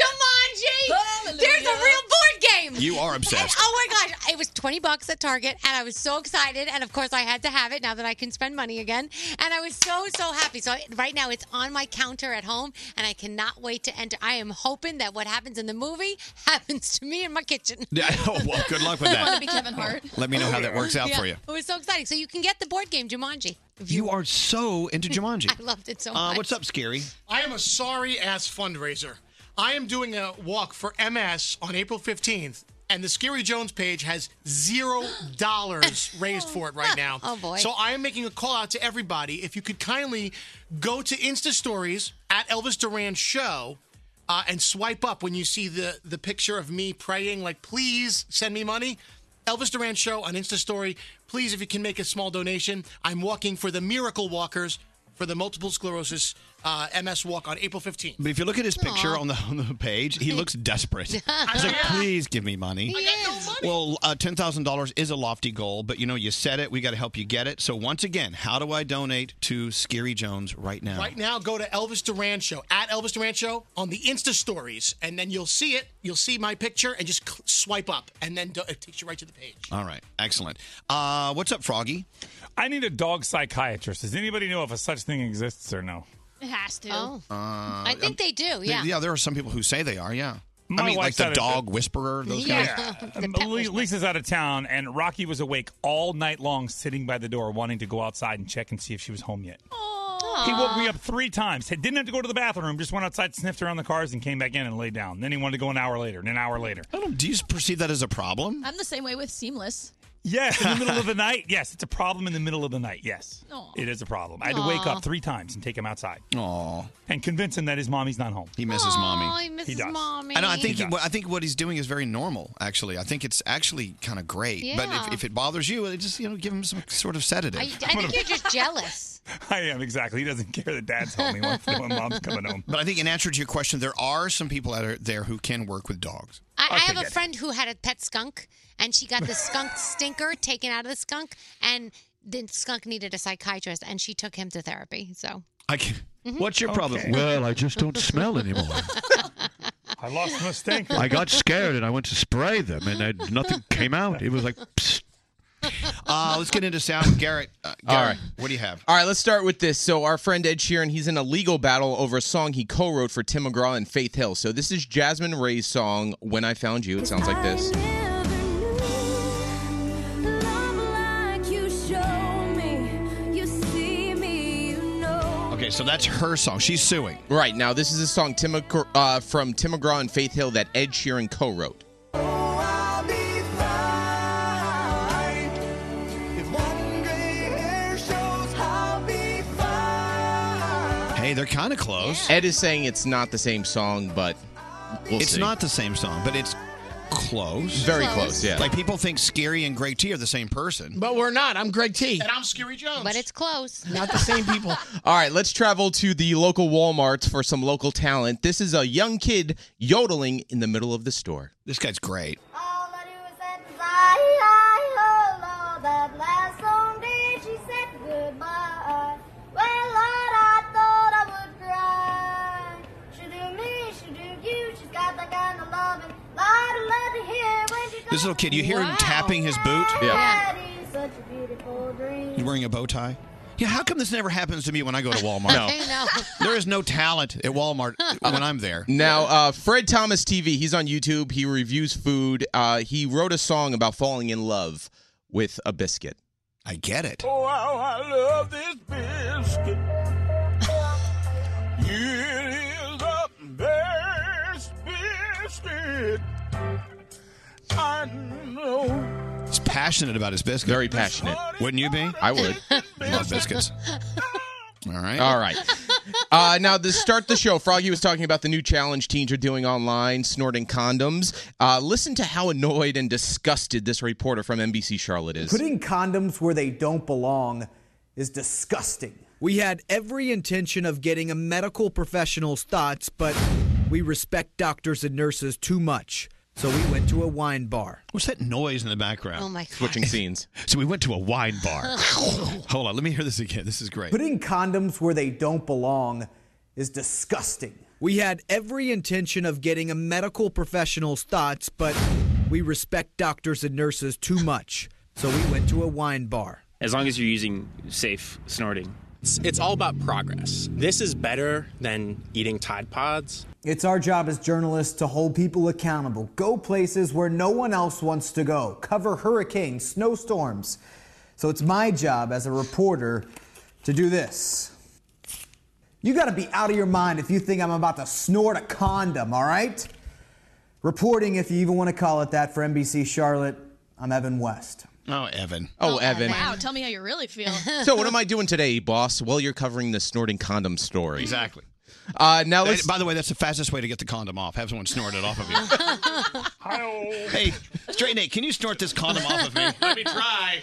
Speaker 5: Jumanji! There's a real board game!
Speaker 4: You are
Speaker 5: And,
Speaker 4: obsessed.
Speaker 5: oh my gosh, it was 20 bucks at Target, and I was so excited. And of course, I had to have it now that I can spend money again. And I was so, so happy. So I, right now, it's on my counter at home, and I cannot wait to enter. I am hoping that what happens in the movie *laughs* happens to me in my kitchen.
Speaker 4: Yeah, *laughs* oh, well, good luck with that.
Speaker 5: Wanna be Kevin Hart.
Speaker 4: Let me know how that works out
Speaker 5: Yeah,
Speaker 4: for you.
Speaker 5: It was so exciting. So you can get the board game Jumanji.
Speaker 4: You are so into Jumanji.
Speaker 5: *laughs* I loved it so
Speaker 4: Uh,
Speaker 5: much.
Speaker 4: what's up, Scary?
Speaker 9: I am a sorry ass fundraiser. I am doing a walk for MS on April 15th, and the Scary Jones page has zero dollars raised for it right *laughs* now.
Speaker 5: Oh, boy.
Speaker 9: So I am making a call out to everybody. If you could kindly go to Insta Stories at Elvis Duran Show. Uh, and swipe up when you see the the picture of me praying, like, please send me money. Elvis Duran Show on Insta Story. Please, if you can make a small donation, I'm walking for the Miracle Walkers for the multiple sclerosis uh, MS walk on April
Speaker 4: *laughs*
Speaker 9: 15th.
Speaker 4: But if you look at his picture
Speaker 9: Aw.
Speaker 4: on the on the page, he
Speaker 5: *laughs*
Speaker 4: looks desperate. He's like,
Speaker 9: Yeah.
Speaker 4: please give me money. Well, uh, ten thousand dollars is a lofty goal, but you know you said it. We got to help you get it. So once again, how do I donate to Scary Jones right now?
Speaker 9: Right now, go to Elvis Duran Show at Elvis Duran Show on the Insta Stories, and then you'll see it. You'll see my picture, and just cl- swipe up, and then do- it takes you right to the page.
Speaker 4: All right, excellent. Uh, what's up, Froggy?
Speaker 6: I need a dog psychiatrist. Does anybody know if a such thing exists or no?
Speaker 5: It has to. Oh.
Speaker 4: Uh,
Speaker 5: I think they do, yeah.
Speaker 4: yeah, there are some people who say they are. Yeah,
Speaker 6: My
Speaker 4: I mean, like
Speaker 6: wife's
Speaker 4: the
Speaker 6: not a-
Speaker 4: dog whisperer. Those guys.
Speaker 5: *laughs*
Speaker 6: Um, Le- Lisa's out of town, and Rocky was awake all night long, sitting by the door, wanting to go outside and check and see if she was home yet. He woke me up three times. He didn't have to go to the bathroom. Just went outside, sniffed around the cars, and came back in and laid down. Then he wanted to go an hour later, and an hour later.
Speaker 4: I don't. Do you perceive that as a problem?
Speaker 13: I'm the same way with Seamless.
Speaker 6: Yes, in the middle of
Speaker 4: *laughs*
Speaker 6: the night. Yes, it's a problem in the middle of the night. Yes,
Speaker 13: Aw.
Speaker 16: Oh,
Speaker 6: it is a problem. I had to wake
Speaker 5: Aw.
Speaker 6: up three times and take him outside.
Speaker 4: Aw.
Speaker 6: And convince him that his mommy's not home.
Speaker 4: He misses mommy.
Speaker 5: he misses mommy.
Speaker 4: I know. I think
Speaker 5: He
Speaker 4: he- I think what he's doing is very normal. Actually, I think it's actually kind of great. But
Speaker 5: Yeah.
Speaker 4: if, if it bothers you, it just you know give him some sort of sedative.
Speaker 5: I, I
Speaker 4: *laughs*
Speaker 5: think you're just jealous.
Speaker 6: I am exactly. He doesn't care that dad's home. He wants to know when mom's coming home.
Speaker 4: But I think in answer to your question, there are some people out there- there who can work with dogs.
Speaker 5: I, I
Speaker 4: Okay,
Speaker 5: have a
Speaker 4: good.
Speaker 5: friend who had a pet skunk, and she got the
Speaker 4: *laughs*
Speaker 5: skunk stinker taken out of the skunk, and the skunk needed a psychiatrist, and she took him to therapy. So
Speaker 4: I can,
Speaker 5: Mhm.
Speaker 4: What's your problem?
Speaker 5: Okay.
Speaker 13: Well, I just don't smell anymore.
Speaker 6: I lost my stink.
Speaker 5: *laughs*
Speaker 13: I got scared and I went to spray them and I, nothing came out. It was like, psst.
Speaker 4: Uh, let's *laughs* get into sound. Garrett, uh, Garrett
Speaker 16: All right.
Speaker 4: what do you have?
Speaker 16: All right, let's start with this. So, our friend Ed Sheeran, he's in a legal battle over a song he co wrote for Tim McGraw and Faith Hill. So, this is Jasmine Ray's song, When I Found You. It sounds like this.
Speaker 4: Okay, so that's her song. She's suing.
Speaker 16: Right. Now, this is a song Tim McGr- uh, from Tim McGraw and Faith Hill that Ed Sheeran co wrote.
Speaker 4: Hey, they're kind of close.
Speaker 16: Ed is saying it's not the same song, but we'll
Speaker 4: it's
Speaker 16: see.
Speaker 4: not the same song, but it's close.
Speaker 16: Very Close. close, yeah.
Speaker 4: Like people think Scary and Greg T are the same person.
Speaker 14: But we're not. I'm Greg T. And
Speaker 9: I'm Scary Jones.
Speaker 5: But it's close.
Speaker 14: Not the same people.
Speaker 16: All right, let's travel to the local Walmart for some local talent. This is a young kid yodeling in the middle of the store.
Speaker 4: This guy's great. This little kid, you hear him tapping his boot?
Speaker 16: Yeah.
Speaker 13: Right
Speaker 4: wearing a bow tie? Yeah, how come this never happens to me when *laughs* I go to Walmart? *laughs* There is no talent at Walmart when I'm there.
Speaker 16: Now, uh, Fred Thomas TV, he's on YouTube. He reviews food. Uh, he wrote a song about falling in love with a biscuit.
Speaker 4: I get it.
Speaker 2: Oh, how I love this
Speaker 4: *sighs*
Speaker 2: biscuit. it is the best biscuit I
Speaker 4: *laughs*
Speaker 2: know.
Speaker 4: He's passionate about his biscuit.
Speaker 16: Very passionate.
Speaker 4: Wouldn't you be?
Speaker 16: I would.
Speaker 2: *laughs*
Speaker 4: Love biscuits. All right.
Speaker 16: All right. Uh, now, to start the show, Froggy was talking about the new challenge teens are doing online, snorting condoms. Uh, listen to how annoyed and disgusted this reporter from NBC Charlotte is.
Speaker 24: Putting condoms where they don't belong is disgusting.
Speaker 25: We had every intention of getting a medical professional's thoughts, but we respect doctors and nurses too much. So we went to a wine bar.
Speaker 4: What's that noise in the background?
Speaker 25: Oh my God.
Speaker 4: Switching
Speaker 16: scenes.
Speaker 4: *laughs* So we went to a wine bar. Hold on, let me hear this again. This is great.
Speaker 24: Putting condoms where they don't belong is disgusting.
Speaker 25: We had every intention of getting a medical professional's thoughts, but we respect doctors and nurses too much. So we went to a wine bar.
Speaker 3: as long as you're using safe snorting. It's, it's all about progress. *laughs* This is better than eating Tide Pods.
Speaker 24: It's our job as journalists to hold people accountable, go places where no one else wants to go, cover hurricanes, snowstorms. So it's my job as a reporter to do this. You gotta be out of your mind if you think I'm about to snort a condom, all right? Reporting, if you even wanna call it that, for NBC Charlotte, I'm Evan West.
Speaker 4: Oh, Evan.
Speaker 16: Oh, Evan.
Speaker 10: Wow, tell me how you really feel.
Speaker 16: *laughs* So, what am I doing today, boss? Well, you're covering the snorting condom story.
Speaker 4: Exactly.
Speaker 16: Uh, now,
Speaker 4: That- by the way, that's the fastest way to get the condom off. Have someone snort it off of
Speaker 25: *laughs*
Speaker 4: you. hey, straight Nate, can you snort this condom off of me? Let me try.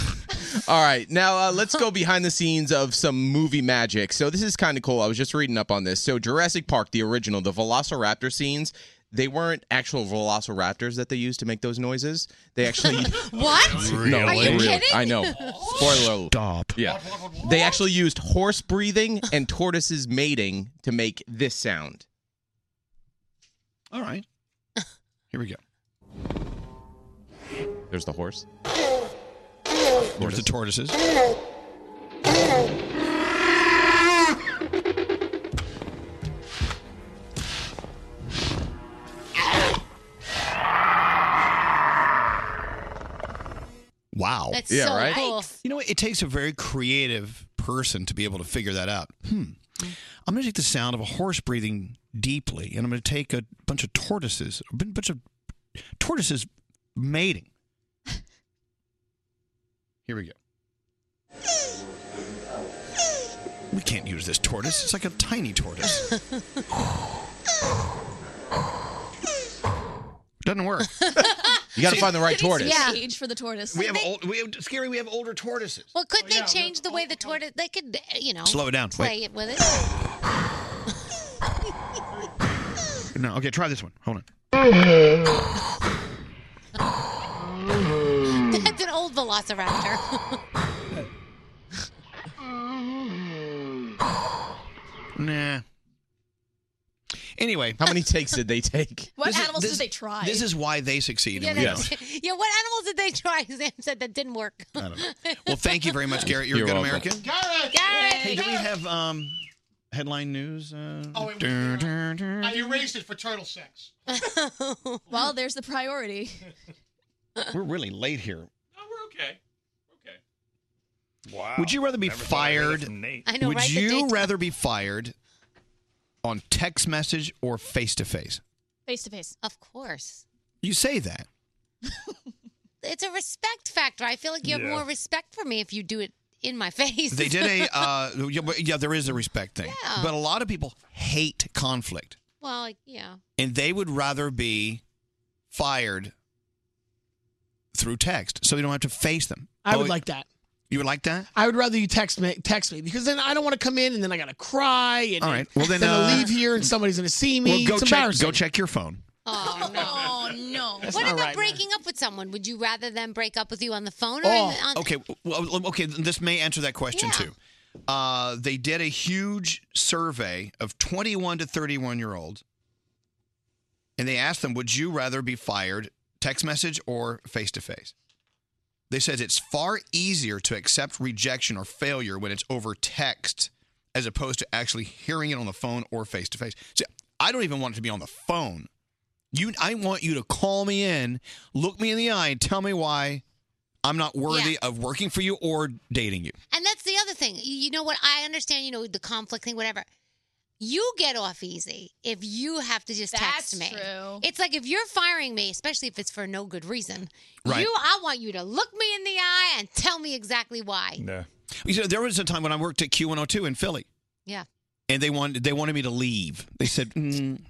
Speaker 25: *laughs*
Speaker 16: All right, now uh, let's go behind the scenes of some movie magic. So this is kind of cool. I was just reading up on this. So Jurassic Park, the original, the Velociraptor scenes, they weren't actual Velociraptors that they used to make those noises.
Speaker 2: *laughs*
Speaker 16: They actually
Speaker 2: What?
Speaker 16: No,
Speaker 2: Are you
Speaker 16: they were-
Speaker 2: kidding?
Speaker 16: I
Speaker 19: *laughs*
Speaker 16: know. Spoiler. alert. Yeah, they actually used horse breathing and tortoises mating to make this sound.
Speaker 4: All right. Here we go.
Speaker 16: There's the horse.
Speaker 4: There's the tortoises.
Speaker 19: *laughs*
Speaker 4: Wow.
Speaker 2: That's Yeah, so right? cool.
Speaker 4: You know what? It takes a very creative person to be able to figure that out. Hmm. I'm going to take the sound of a horse breathing deeply, and I'm going to take a bunch of tortoises, a b- bunch of tortoises mating. *laughs* Here we go. We can't use this tortoise. It's like a tiny
Speaker 2: *laughs*
Speaker 4: tortoise. Doesn't work.
Speaker 2: *laughs*
Speaker 16: You got to find the
Speaker 5: *laughs*
Speaker 16: right tortoise.
Speaker 10: Yeah. Age for the tortoise. Oh,
Speaker 4: We have old, we have scary. We have older tortoises.
Speaker 5: Well, couldn't they change the way the tortoise? They could, uh, you know,
Speaker 4: Slow it down.
Speaker 5: Play it
Speaker 4: Wait.
Speaker 5: with it.
Speaker 4: No, okay, try this one. Hold on. *laughs*
Speaker 5: That's an old *laughs* Velociraptor.
Speaker 4: Nah. Anyway,
Speaker 16: how many takes did they take?
Speaker 10: What animals did they try?
Speaker 4: This is why they succeed.
Speaker 5: yeah,
Speaker 4: and we
Speaker 5: they-
Speaker 4: don't.
Speaker 5: *laughs* yeah, what animals did they try? Sam said that didn't work.
Speaker 4: I
Speaker 5: *laughs*
Speaker 4: don't know. Well, thank you very much, Garrett. You're,
Speaker 16: You're
Speaker 4: a good
Speaker 16: welcome.
Speaker 4: American.
Speaker 5: Garrett!
Speaker 4: Hey, do we have um, headline news? Uh,
Speaker 26: Oh, wait,
Speaker 4: dun, dun, dun.
Speaker 26: I erased it for turtle sex.
Speaker 10: *laughs* well, there's
Speaker 26: *laughs*
Speaker 10: the priority. Uh-uh.
Speaker 4: We're really late here.
Speaker 10: okay.
Speaker 22: Wow.
Speaker 4: Would you rather be
Speaker 22: Never thought I'd hear that
Speaker 4: fired?
Speaker 22: from Nate.
Speaker 10: I know,
Speaker 4: Would
Speaker 10: right? The
Speaker 4: you
Speaker 10: daytime.
Speaker 4: rather be fired on text message or face to face?
Speaker 5: Face to face. Of course.
Speaker 4: You say that.
Speaker 5: It's a respect factor. I feel like you have
Speaker 4: Yeah.
Speaker 5: more respect for me if you do it in my *laughs* face.
Speaker 4: They did
Speaker 5: *laughs*
Speaker 4: a uh, yeah, but- yeah. There is a respect thing,
Speaker 5: Yeah.
Speaker 4: but a lot of people hate conflict.
Speaker 5: well, like, yeah.
Speaker 4: and they would rather be fired through text so they don't have to face them.
Speaker 14: I
Speaker 4: Oh,
Speaker 14: would like that.
Speaker 4: You would like that?
Speaker 14: I would rather you text me, text me, because then I don't want to come in and then I gotta cry and
Speaker 4: All right. Well, then,
Speaker 14: I
Speaker 4: uh,
Speaker 14: leave here and somebody's gonna see me.
Speaker 4: Well, go
Speaker 14: it's
Speaker 4: check.
Speaker 14: embarrassing.
Speaker 4: Go check your phone.
Speaker 5: Oh, no. no.
Speaker 14: That's
Speaker 5: what
Speaker 14: not
Speaker 5: about
Speaker 14: right, man.
Speaker 5: breaking up with someone? Would you rather them break up with you on the phone or in,
Speaker 4: Oh,
Speaker 5: on,
Speaker 4: okay. Well, okay. This may answer that question too. Uh, they did a huge survey of 21 to 31 year olds, and they asked them, "Would you rather be fired text message or face to face?" They says it's far easier to accept rejection or failure when it's over text as opposed to actually hearing it on the phone or face to face. See, I don't even want it to be on the phone. You, I want you to call me in, look me in the eye, and tell me why I'm not worthy of working for you or dating you.
Speaker 5: And that's the other thing. You- You know what? I understand, you know, the conflict thing, whatever. You get off easy if you have to just text me. True. It's like if you're firing me, especially if it's for no good reason.
Speaker 4: Right.
Speaker 5: You, I want you to look me in the eye and tell me exactly why.
Speaker 4: Yeah. You know, there was a time when I worked at Q102 in Philly.
Speaker 5: Yeah.
Speaker 4: and they wanted they wanted me to leave. They said, mm,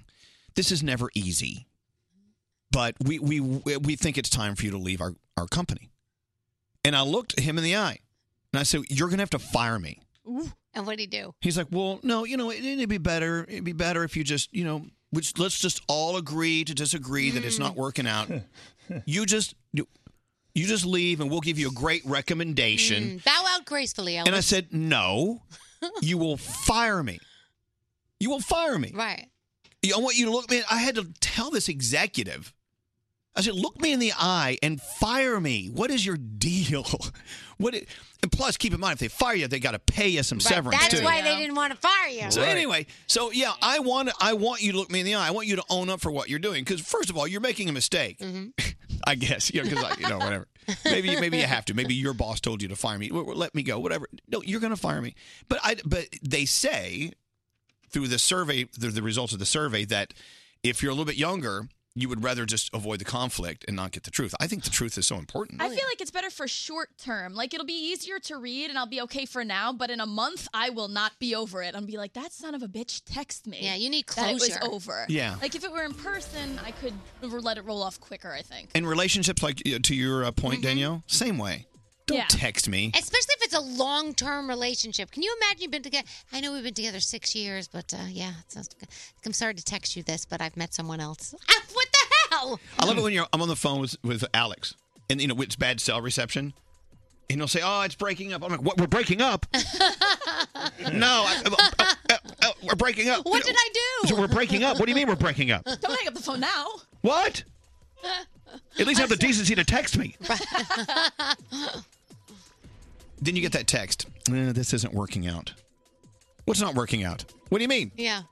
Speaker 4: "This is never easy, but we we we think it's time for you to leave our our company." And I looked him in the eye, and I said, "You're gonna have to fire me."
Speaker 5: And what do you do?
Speaker 4: He's like, "Well, no, you know, it, it'd be better. It'd be better if you just, you know, which, let's just all agree to disagree that it's not working out. you just." You, you just leave and we'll give you a great recommendation.
Speaker 5: Mm, bow out gracefully, Elvis.
Speaker 4: And I said, No, you will fire me. You will fire me.
Speaker 5: Right.
Speaker 4: I want you to look me. I had to tell this executive. I said, look me in the eye and fire me. What is your deal? *laughs* What? i- and plus, keep in mind, if they fire you, they got to pay you some
Speaker 5: Right,
Speaker 4: severance
Speaker 5: That's
Speaker 4: too.
Speaker 5: why they didn't want to fire you.
Speaker 4: So anyway, so yeah, I want I want you to look me in the eye. I want you to own up for what you're doing because first of all, you're making a mistake.
Speaker 2: Mm-hmm.
Speaker 4: I guess you know because you know whatever. Maybe maybe you have to. Maybe your boss told you to fire me. Well, Let me go. Whatever. No, you're going to fire me. But I but they say through the survey, through the results of the survey, that if you're a little bit younger, you would rather just avoid the conflict and not get the truth. I think the truth is so important.
Speaker 10: I feel like it's better for short term. Like it'll be easier to read and I'll be okay for now, but in a month I will not be over it. I'll be like, that son of a bitch text me.
Speaker 5: Yeah, you need
Speaker 10: That it was
Speaker 5: closure.
Speaker 10: over.
Speaker 4: Yeah.
Speaker 10: Like if it were in person, I could let it roll off quicker, I think.
Speaker 4: And relationships, like you know, to your uh, point, Danielle, same way. Don't
Speaker 5: Yeah.
Speaker 4: text me.
Speaker 5: Especially if it's a long term relationship. Can you imagine you've been together? I know we've been together six years, but uh, yeah, it's not, I'm sorry to text you this, but I've met someone else. *laughs* Ah, what the hell?
Speaker 4: I love it when you're. I'm on the phone with with Alex, and you know it's bad cell reception, and he'll say, "Oh, it's breaking up." I'm like, "What? We're breaking
Speaker 10: *laughs*
Speaker 4: up? no, I- uh, I- I- I- I- we're breaking up.
Speaker 10: What did I do?
Speaker 4: So we're breaking up. What do you mean we're breaking up?
Speaker 10: Don't hang up the phone now.
Speaker 4: What? At least have the decency to text me. Then you get that text. "Eh, this isn't working out. What's not working out? What do you mean?
Speaker 5: Yeah.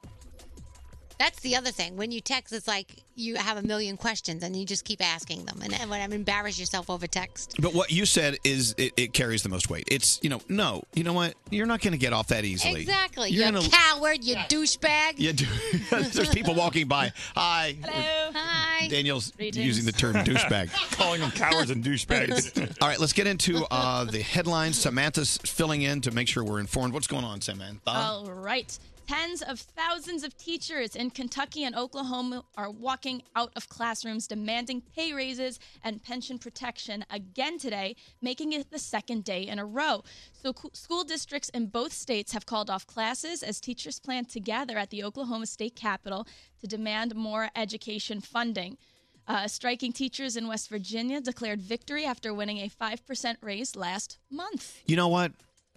Speaker 5: That's the other thing. When you text, it's like you have a million questions and you just keep asking them. And and when I'm embarrassed yourself over text.
Speaker 4: But what you said is it, it carries the most weight. It's you know no. You know what? You're not going to get off that easily.
Speaker 5: Exactly. you
Speaker 4: You're gonna-
Speaker 5: coward, you douchebag.
Speaker 4: Yeah, do- *laughs* there's people walking by. Hi.
Speaker 5: Hello. Hi.
Speaker 4: Daniel's using the term douchebag. *laughs* Calling them cowards and douchebags. *laughs* All right, let's get into uh, the headlines. Samantha's filling in to make sure we're informed. What's going on, Samantha?
Speaker 10: All right. Tens of thousands of teachers in Kentucky and Oklahoma are walking out of classrooms demanding pay raises and pension protection again today, making it the second day in a row. So, co- school districts in both states have called off classes as teachers plan to gather at the Oklahoma State Capitol to demand more education funding. Uh, striking teachers in West Virginia declared victory after winning a 5% raise last month.
Speaker 4: you know what?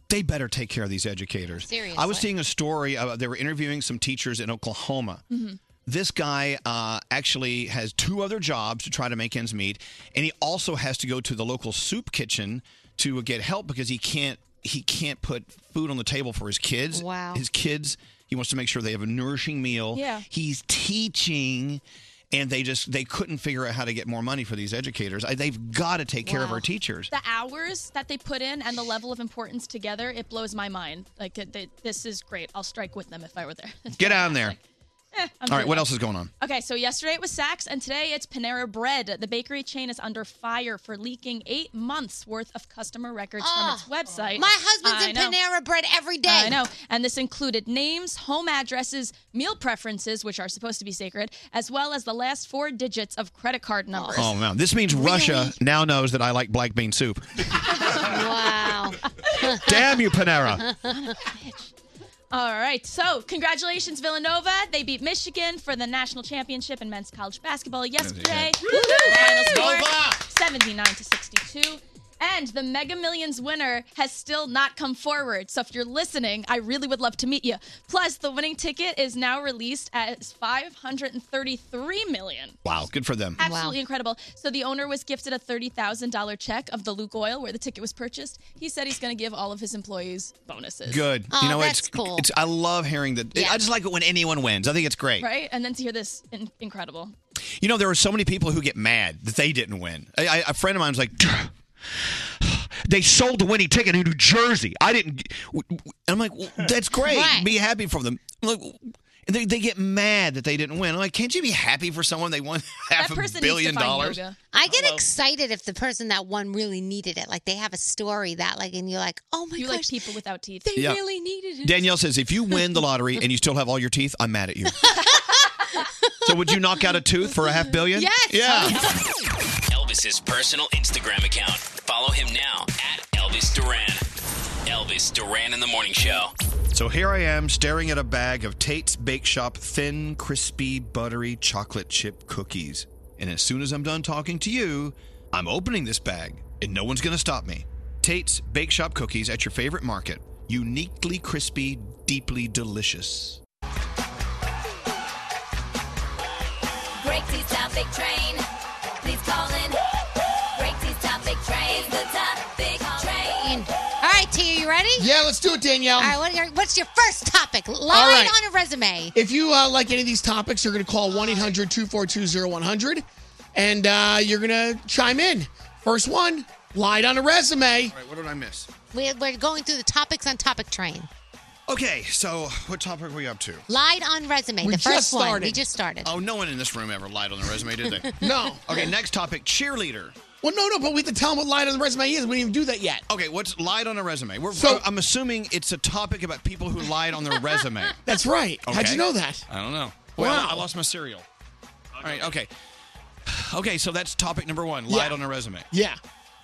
Speaker 4: They better take care of these educators. I
Speaker 10: Seriously.
Speaker 4: was seeing a story. About, they were interviewing some teachers in Oklahoma.
Speaker 2: Mm-hmm.
Speaker 4: This guy uh, actually has two other jobs to try to make ends meet, and he also has to go to the local soup kitchen to get help because he can't he can't put food on the table for his kids. Wow, his kids. He wants to make sure they have a nourishing meal.
Speaker 10: Yeah.
Speaker 4: he's teaching. And they just they couldn't figure out how to get more money for these educators. I- They've got to take care of
Speaker 10: Wow.
Speaker 4: our teachers.
Speaker 10: The hours that they put in and the level of importance together, it blows my mind. Like, it, it- this is great. I'll strike with them if I were there. *laughs*
Speaker 4: Get down there.
Speaker 10: Eh, I'm
Speaker 4: All right,
Speaker 10: doing
Speaker 4: what
Speaker 10: it.
Speaker 4: else is going on?
Speaker 10: Okay, so yesterday it was Saks, and today it's Panera Bread. The bakery chain is under fire for leaking eight months worth of customer records
Speaker 5: Ah,
Speaker 10: from its website.
Speaker 5: my husband's
Speaker 10: I
Speaker 5: in
Speaker 10: know.
Speaker 5: Panera Bread every day.
Speaker 10: I know. And this included names, home addresses, meal preferences, which are supposed to be sacred, as well as the last four digits of credit card numbers.
Speaker 4: Oh man, this means Russia now knows that I like black bean soup.
Speaker 10: *laughs* wow.
Speaker 4: Damn you,
Speaker 10: *laughs*
Speaker 4: Panera!
Speaker 10: All right. So, congratulations, Villanova. They beat Michigan for the national championship in men's college basketball yesterday.
Speaker 2: Woo!
Speaker 10: Final
Speaker 2: Nova!
Speaker 10: score 79 to 62. And the Mega Millions winner has still not come forward. So if you're listening, I really would love to meet you. Plus, the winning ticket is now released as 533 million.
Speaker 4: Wow, good for them.
Speaker 10: Absolutely incredible. So the owner was gifted a $30,000 check of the Luke Oil where the ticket was purchased. He said he's going to give all of his employees bonuses.
Speaker 4: Good. you know, it's, it's I love hearing that. I just like it when anyone wins. I think it's great.
Speaker 10: Right? And then to hear this, in- incredible.
Speaker 4: You know, there are so many people who get mad that they didn't win. I, I, a friend of mine was like, *sighs* they sold the winning ticket in New Jersey. I didn't. And I'm like, well,
Speaker 10: *laughs*
Speaker 4: that's great. Be happy for them. I'm like, and they, they get mad that they didn't win. I'm like, can't you be happy for someone they won *laughs* half a billion dollars?
Speaker 5: I get excited if the person that won really needed it. Like they have a story that like, and you're like, oh my
Speaker 10: You
Speaker 5: gosh,
Speaker 10: like people without teeth.
Speaker 5: they
Speaker 4: Yeah.
Speaker 5: really needed it.
Speaker 4: Danielle says, if you win
Speaker 5: *laughs*
Speaker 4: the lottery and you still have all your teeth, I'm mad at you. so would you knock out a tooth for a half billion? Yeah.
Speaker 3: *laughs* Elvis's personal Instagram account. Follow him now at Elvis Duran. Elvis Duran in the Morning Show.
Speaker 4: So here I am staring at a bag of Tate's Bake Shop thin, crispy, buttery chocolate chip cookies. And as soon as I'm done talking to you, I'm opening this bag and no one's going to stop me. Tate's Bake Shop cookies at your favorite market. Uniquely crispy, deeply delicious.
Speaker 2: Break these topic train. Please call in. Break these topic train. The topic train.
Speaker 5: All right, Tia, you ready?
Speaker 14: Yeah, let's do it, Danielle.
Speaker 5: All right, what, are- what's your first topic? Line
Speaker 14: right.
Speaker 5: on a resume.
Speaker 14: If you uh, like any of these topics, you're going to call 1 800 242 0100 and uh, you're going to chime in. First one, lied on a resume.
Speaker 4: What did I miss?
Speaker 5: We're, we're going through the topics on Topic Train.
Speaker 4: Okay, so what topic are we up to?
Speaker 5: Lied on resume.
Speaker 4: We
Speaker 5: the first
Speaker 4: just
Speaker 5: one.
Speaker 4: started.
Speaker 5: We just started.
Speaker 4: Oh, no one in this room ever lied on their resume, did
Speaker 5: *laughs*
Speaker 4: they?
Speaker 5: No.
Speaker 4: Okay, next topic cheerleader.
Speaker 14: Well, no, no, but we have to tell them what lied on the resume is. We didn't even do that yet.
Speaker 4: Okay, what's lied on a resume? We're, I'm assuming it's a topic about people who lied
Speaker 14: *laughs*
Speaker 4: on their resume.
Speaker 14: That's right. How'd
Speaker 4: Okay.
Speaker 14: you know that?
Speaker 4: I don't know. Well, I lost my cereal. All right, okay. Okay, *sighs* so that's topic number one lied on a resume.
Speaker 14: Yeah.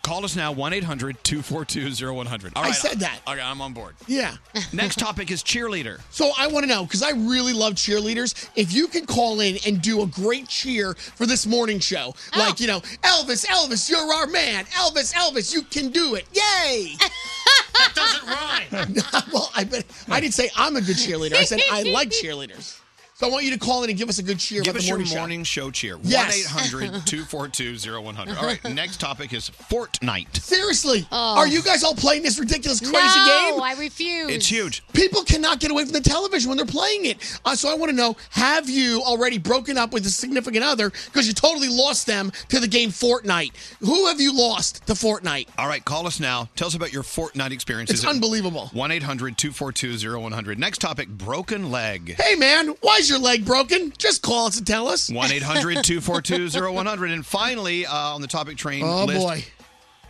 Speaker 4: Call us now, 1 800 242 0100.
Speaker 14: I said that.
Speaker 4: Okay, I'm on board.
Speaker 14: Yeah. *laughs*
Speaker 4: Next topic is cheerleader.
Speaker 14: So I want to know because I really love cheerleaders. If you could call in and do a great cheer for this morning show, like you know, Elvis, Elvis, you're our man. Elvis, Elvis, you can do it. Yay! *laughs* that *laughs* doesn't rhyme. well, I but I didn't say I'm a good cheerleader. I said I like cheerleaders. So I want you to call in and give us a good cheer
Speaker 4: Give
Speaker 14: about
Speaker 4: us
Speaker 14: the
Speaker 4: your
Speaker 14: morning show.
Speaker 4: morning show cheer. 1
Speaker 14: Yes. *laughs*
Speaker 4: 800 242 0100. All right, next topic is Fortnite.
Speaker 14: Seriously, are you guys all playing this ridiculous, crazy
Speaker 5: No,
Speaker 14: game?
Speaker 5: I refuse.
Speaker 4: It's huge.
Speaker 14: People cannot get away from the television when they're playing it. Uh, so I want to know: Have you already broken up with a significant other because you totally lost them to the game Fortnite? Who have you lost to Fortnite?
Speaker 4: All right, call us now. Tell us about your Fortnite experiences.
Speaker 14: It's unbelievable.
Speaker 4: 1 800 242 0100. Next topic broken leg.
Speaker 14: Hey man, why's your leg broken? Just call us and
Speaker 4: *laughs*
Speaker 14: tell us.
Speaker 4: 1 800 242 0100. And finally, uh, on the topic train
Speaker 14: Oh,
Speaker 4: list,
Speaker 14: boy.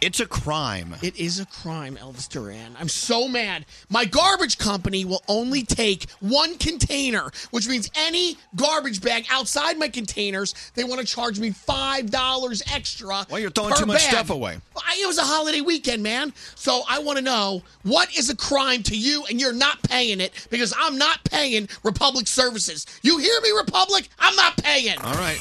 Speaker 4: it's a crime.
Speaker 14: It is a crime, Elvis Duran. I'm so mad. My garbage company will only take one container, which means any garbage bag outside my containers, they want to charge me five dollars extra. Well,
Speaker 4: you're throwing too much stuff away.
Speaker 14: I, it was a holiday weekend, man. So I want to know what is a crime to you, and you're not paying it because I'm not paying Republic Services. You hear me, Republic? I'm not paying.
Speaker 4: All right.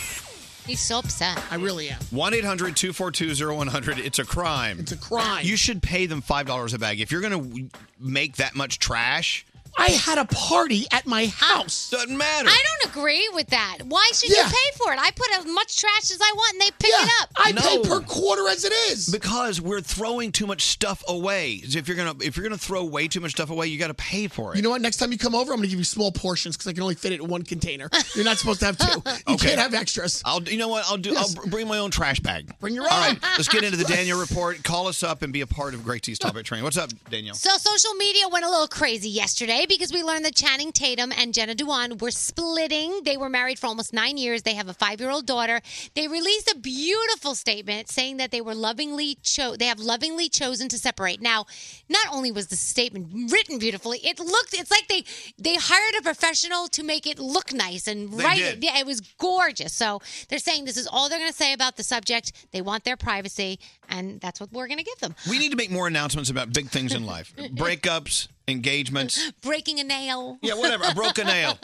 Speaker 5: He's so upset.
Speaker 14: I really am.
Speaker 4: 1 800 242 0100. It's a crime. It's a
Speaker 14: crime.
Speaker 4: You should pay them $5 a bag. If you're going to make that much trash,
Speaker 14: I had a party at my house.
Speaker 4: Doesn't matter.
Speaker 5: I don't agree with that. Why should you
Speaker 14: Yeah.
Speaker 5: pay for it? I put as much trash as I want and they pick it up.
Speaker 14: I pay per quarter as it is.
Speaker 4: Because we're throwing too much stuff away. If you're gonna if you're gonna throw way too much stuff away, you got to pay for it.
Speaker 14: You know what? Next time you come over, I'm going to give you small portions because I can only fit it in one
Speaker 5: *laughs*
Speaker 14: container. You're not
Speaker 4: *laughs*
Speaker 14: supposed to have two. You
Speaker 4: Okay.
Speaker 14: can't have extras.
Speaker 4: I'll you know what I'll do. I'll br- bring my own trash bag.
Speaker 14: Bring your
Speaker 4: All
Speaker 14: own.
Speaker 4: right, let's get
Speaker 14: *laughs*
Speaker 4: into the Daniel report. Call us up and be a part of Great Tea's topic train. What's up, Daniel?
Speaker 5: So social media went a little crazy yesterday because we learned that Channing Tatum and Jenna Dewan were splitting. They were married for almost nine years. They have a five-year-old daughter. They released a beautiful statement saying that they were lovingly cho- they have lovingly chosen to separate. Now, not only was the statement written beautifully, it looked it's like they they hired a professional to make it look nice and
Speaker 27: They
Speaker 5: write
Speaker 27: did.
Speaker 5: it. Yeah, it was gorgeous. So they're saying this is all they're going to say about the subject. They want their privacy, and that's what we're going to give them.
Speaker 4: We need to make more announcements about big things
Speaker 14: *laughs*
Speaker 4: in life: breakups, engagements.
Speaker 5: Breaking a nail.
Speaker 4: Yeah, whatever. I broke a nail.
Speaker 5: *laughs*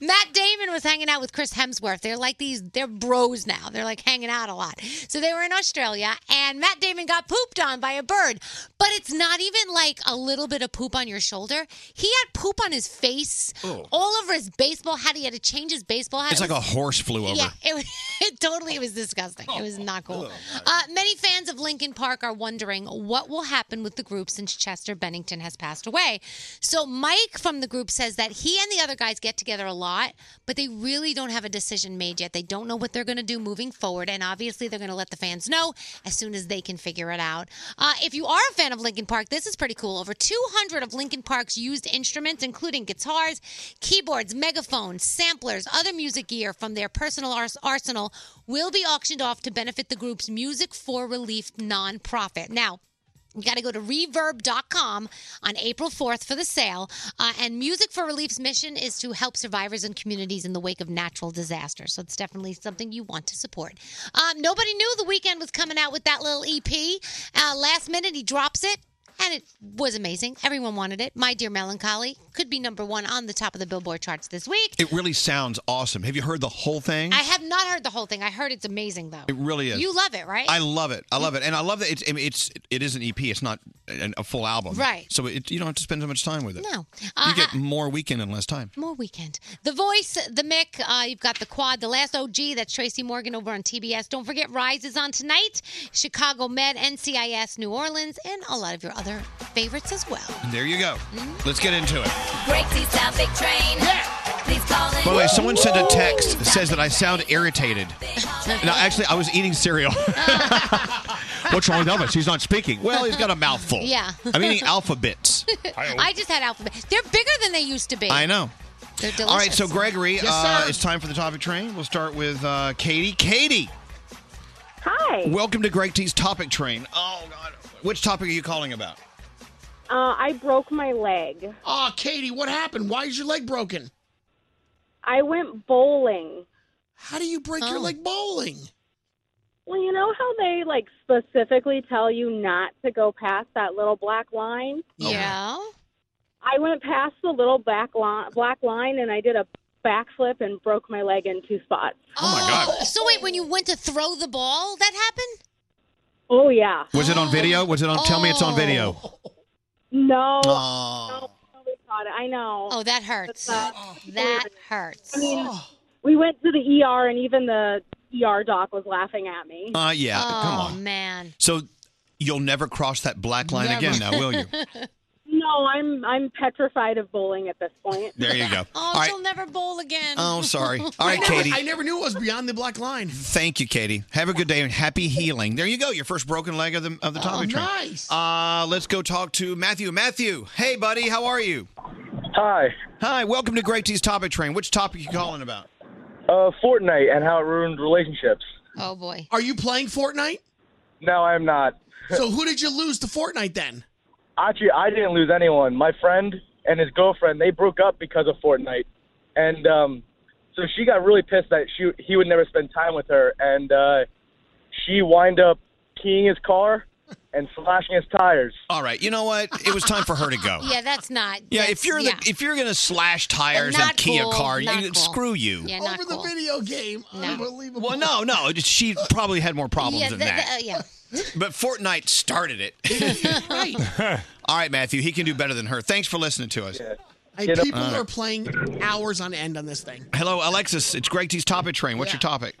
Speaker 5: Matt Damon was hanging out with Chris Hemsworth. They're like these, they're bros now. They're like hanging out a lot. So they were in Australia, and Matt Damon got pooped on by a bird. But it's not even like a little bit of poop on your shoulder. He had poop on his face,
Speaker 4: Oh.
Speaker 5: all over his baseball hat. He had to change his baseball hat.
Speaker 4: It's
Speaker 5: It
Speaker 4: like a
Speaker 5: was-
Speaker 4: horse flew over.
Speaker 5: yeah, it, was, *laughs* it totally it was disgusting. It was not cool.
Speaker 4: Oh,
Speaker 5: Uh, many fans of Lincoln Park are wondering what will happen with the group since Chester Bennington has passed away. So Mike from the group says that he and the other guys get together a lot, but they really don't have a decision made yet. They don't know what they're going to do moving forward, and obviously they're going to let the fans know as soon as they can figure it out. Uh, if you are a fan of Lincoln Park, this is pretty cool. Over 200 of Lincoln Park's used instruments, including guitars, keyboards, megaphones, samplers, other music gear from their personal ars- arsenal, will be auctioned off to benefit the group's Music for Relief nonprofit. Now, you got to go to reverb.com on April 4th for the sale. Uh, and Music for Relief's mission is to help survivors and communities in the wake of natural disasters. So it's definitely something you want to support. Um, nobody knew The Weeknd was coming out with that little EP. Uh, last minute, he drops it. And it was amazing. Everyone wanted it. My Dear Melancholy could be number one on the top of the Billboard charts this week.
Speaker 4: It really sounds awesome. Have you heard the whole thing?
Speaker 5: I have not heard the whole thing. I heard it's amazing, though.
Speaker 4: It really is.
Speaker 5: You love it, right? Mm.
Speaker 4: I love it. I love it, and I love that it's I mean, it's it is an EP. It's not an, a full album,
Speaker 5: Right.
Speaker 4: So it, you don't have to spend so much time with it.
Speaker 5: No. Uh, Uh-huh.
Speaker 4: you get more weekend and less time.
Speaker 5: More weekend. The Voice, The Mick, uh, you've got The Quad, The Last OG, that's Tracy Morgan over on TBS. Don't forget Rise is on tonight, Chicago Med, NCIS, New Orleans, and a lot of your other favorites as well.
Speaker 4: There you go.
Speaker 5: Mm-hmm.
Speaker 4: Let's get into it.
Speaker 28: Break these topic train. Please
Speaker 5: *laughs*
Speaker 28: call in.
Speaker 4: By the way, someone sent a text that says that I sound
Speaker 5: *laughs*
Speaker 4: irritated. No, actually, I was eating cereal. What's wrong with Elvis? He's not speaking. Well, he's got a mouthful.
Speaker 5: Yeah.
Speaker 4: I'm
Speaker 5: *laughs*
Speaker 4: eating alphabets.
Speaker 5: I just had alphabet. They're bigger than they used to be.
Speaker 4: I know.
Speaker 5: They're delicious.
Speaker 4: All right, so Gregory,
Speaker 5: Yes,
Speaker 4: uh,
Speaker 5: sir.
Speaker 4: it's time for the topic train. We'll start with uh, Katie. Katie.
Speaker 1: Hi.
Speaker 4: Welcome to Greg T's topic train. Oh God, which topic are you calling about?
Speaker 1: Uh, I broke my leg.
Speaker 14: Oh, Katie, what happened? Why is your leg broken?
Speaker 1: I went bowling.
Speaker 14: How do you break
Speaker 5: Oh.
Speaker 14: your leg bowling?
Speaker 1: Well, you know how they like specifically tell you not to go past that little black line?
Speaker 5: Yeah.
Speaker 1: I went past the little black line, black line and I did a backflip and broke my leg in two spots.
Speaker 5: Oh, so wait, when you went to throw the ball, that happened?
Speaker 1: Oh yeah.
Speaker 4: Was it on video? Was it on? Tell me it's on video.
Speaker 1: No.
Speaker 4: Oh.
Speaker 1: No, nobody caught it. I know.
Speaker 5: Oh, that hurts.
Speaker 1: that
Speaker 5: hurts.
Speaker 1: I mean, we went to the ER and even the ER doc was laughing at me.
Speaker 4: Uh, yeah. Come on.
Speaker 5: Oh,
Speaker 1: Oh.
Speaker 5: man.
Speaker 4: So you'll never cross that black line again, now, will you?
Speaker 1: *laughs* No, I'm I'm petrified of bowling at this point.
Speaker 4: There you go.
Speaker 5: Oh,
Speaker 4: All right.
Speaker 5: she'll never bowl again.
Speaker 4: Oh,
Speaker 14: *laughs*
Speaker 4: sorry. All right, Katie.
Speaker 14: I never knew it was beyond the black line.
Speaker 4: Thank you, Katie. Have a good day and happy healing. There you go. Your first broken leg of the of the topic train. Nice. Uh, let's go talk to Matthew. Matthew, hey buddy, how are you?
Speaker 7: Hi.
Speaker 4: Hi. Welcome to Great T's topic train. Which topic are you calling about?
Speaker 7: Uh, Fortnite and how it ruined relationships.
Speaker 5: Oh boy.
Speaker 14: Are you playing Fortnite?
Speaker 7: No, I am not. *laughs*
Speaker 14: So who did you lose to Fortnite then?
Speaker 7: Actually, I didn't lose anyone. My friend and his girlfriend they broke up because of Fortnite, and um, so she got really pissed that she he would never spend time with her, and uh, she wind up keying his car and slashing his tires.
Speaker 4: All right. You know what? It was time for her to go.
Speaker 5: Yeah, that's not.
Speaker 4: Yeah,
Speaker 5: that's-
Speaker 4: if you're
Speaker 5: yeah.
Speaker 4: the if you're gonna slash tires
Speaker 5: Not
Speaker 4: and key
Speaker 5: cool,
Speaker 4: a car,
Speaker 5: not
Speaker 4: you,
Speaker 5: cool.
Speaker 4: screw you.
Speaker 5: Yeah, not
Speaker 14: Over the video game. Unbelievable.
Speaker 4: Well, no, no, she probably had more problems
Speaker 5: yeah,
Speaker 4: than
Speaker 5: th-
Speaker 4: that.
Speaker 5: th- uh, yeah.
Speaker 4: But Fortnite
Speaker 5: *laughs*
Speaker 4: started it. right. All right, Matthew, he can do better than her. Thanks for listening to us.
Speaker 14: Hey,
Speaker 4: Get up. Uh.
Speaker 14: people
Speaker 4: All right.
Speaker 14: are playing hours on end on this thing.
Speaker 4: Hello, Alexis. It's Greg T's topic train. What's your topic?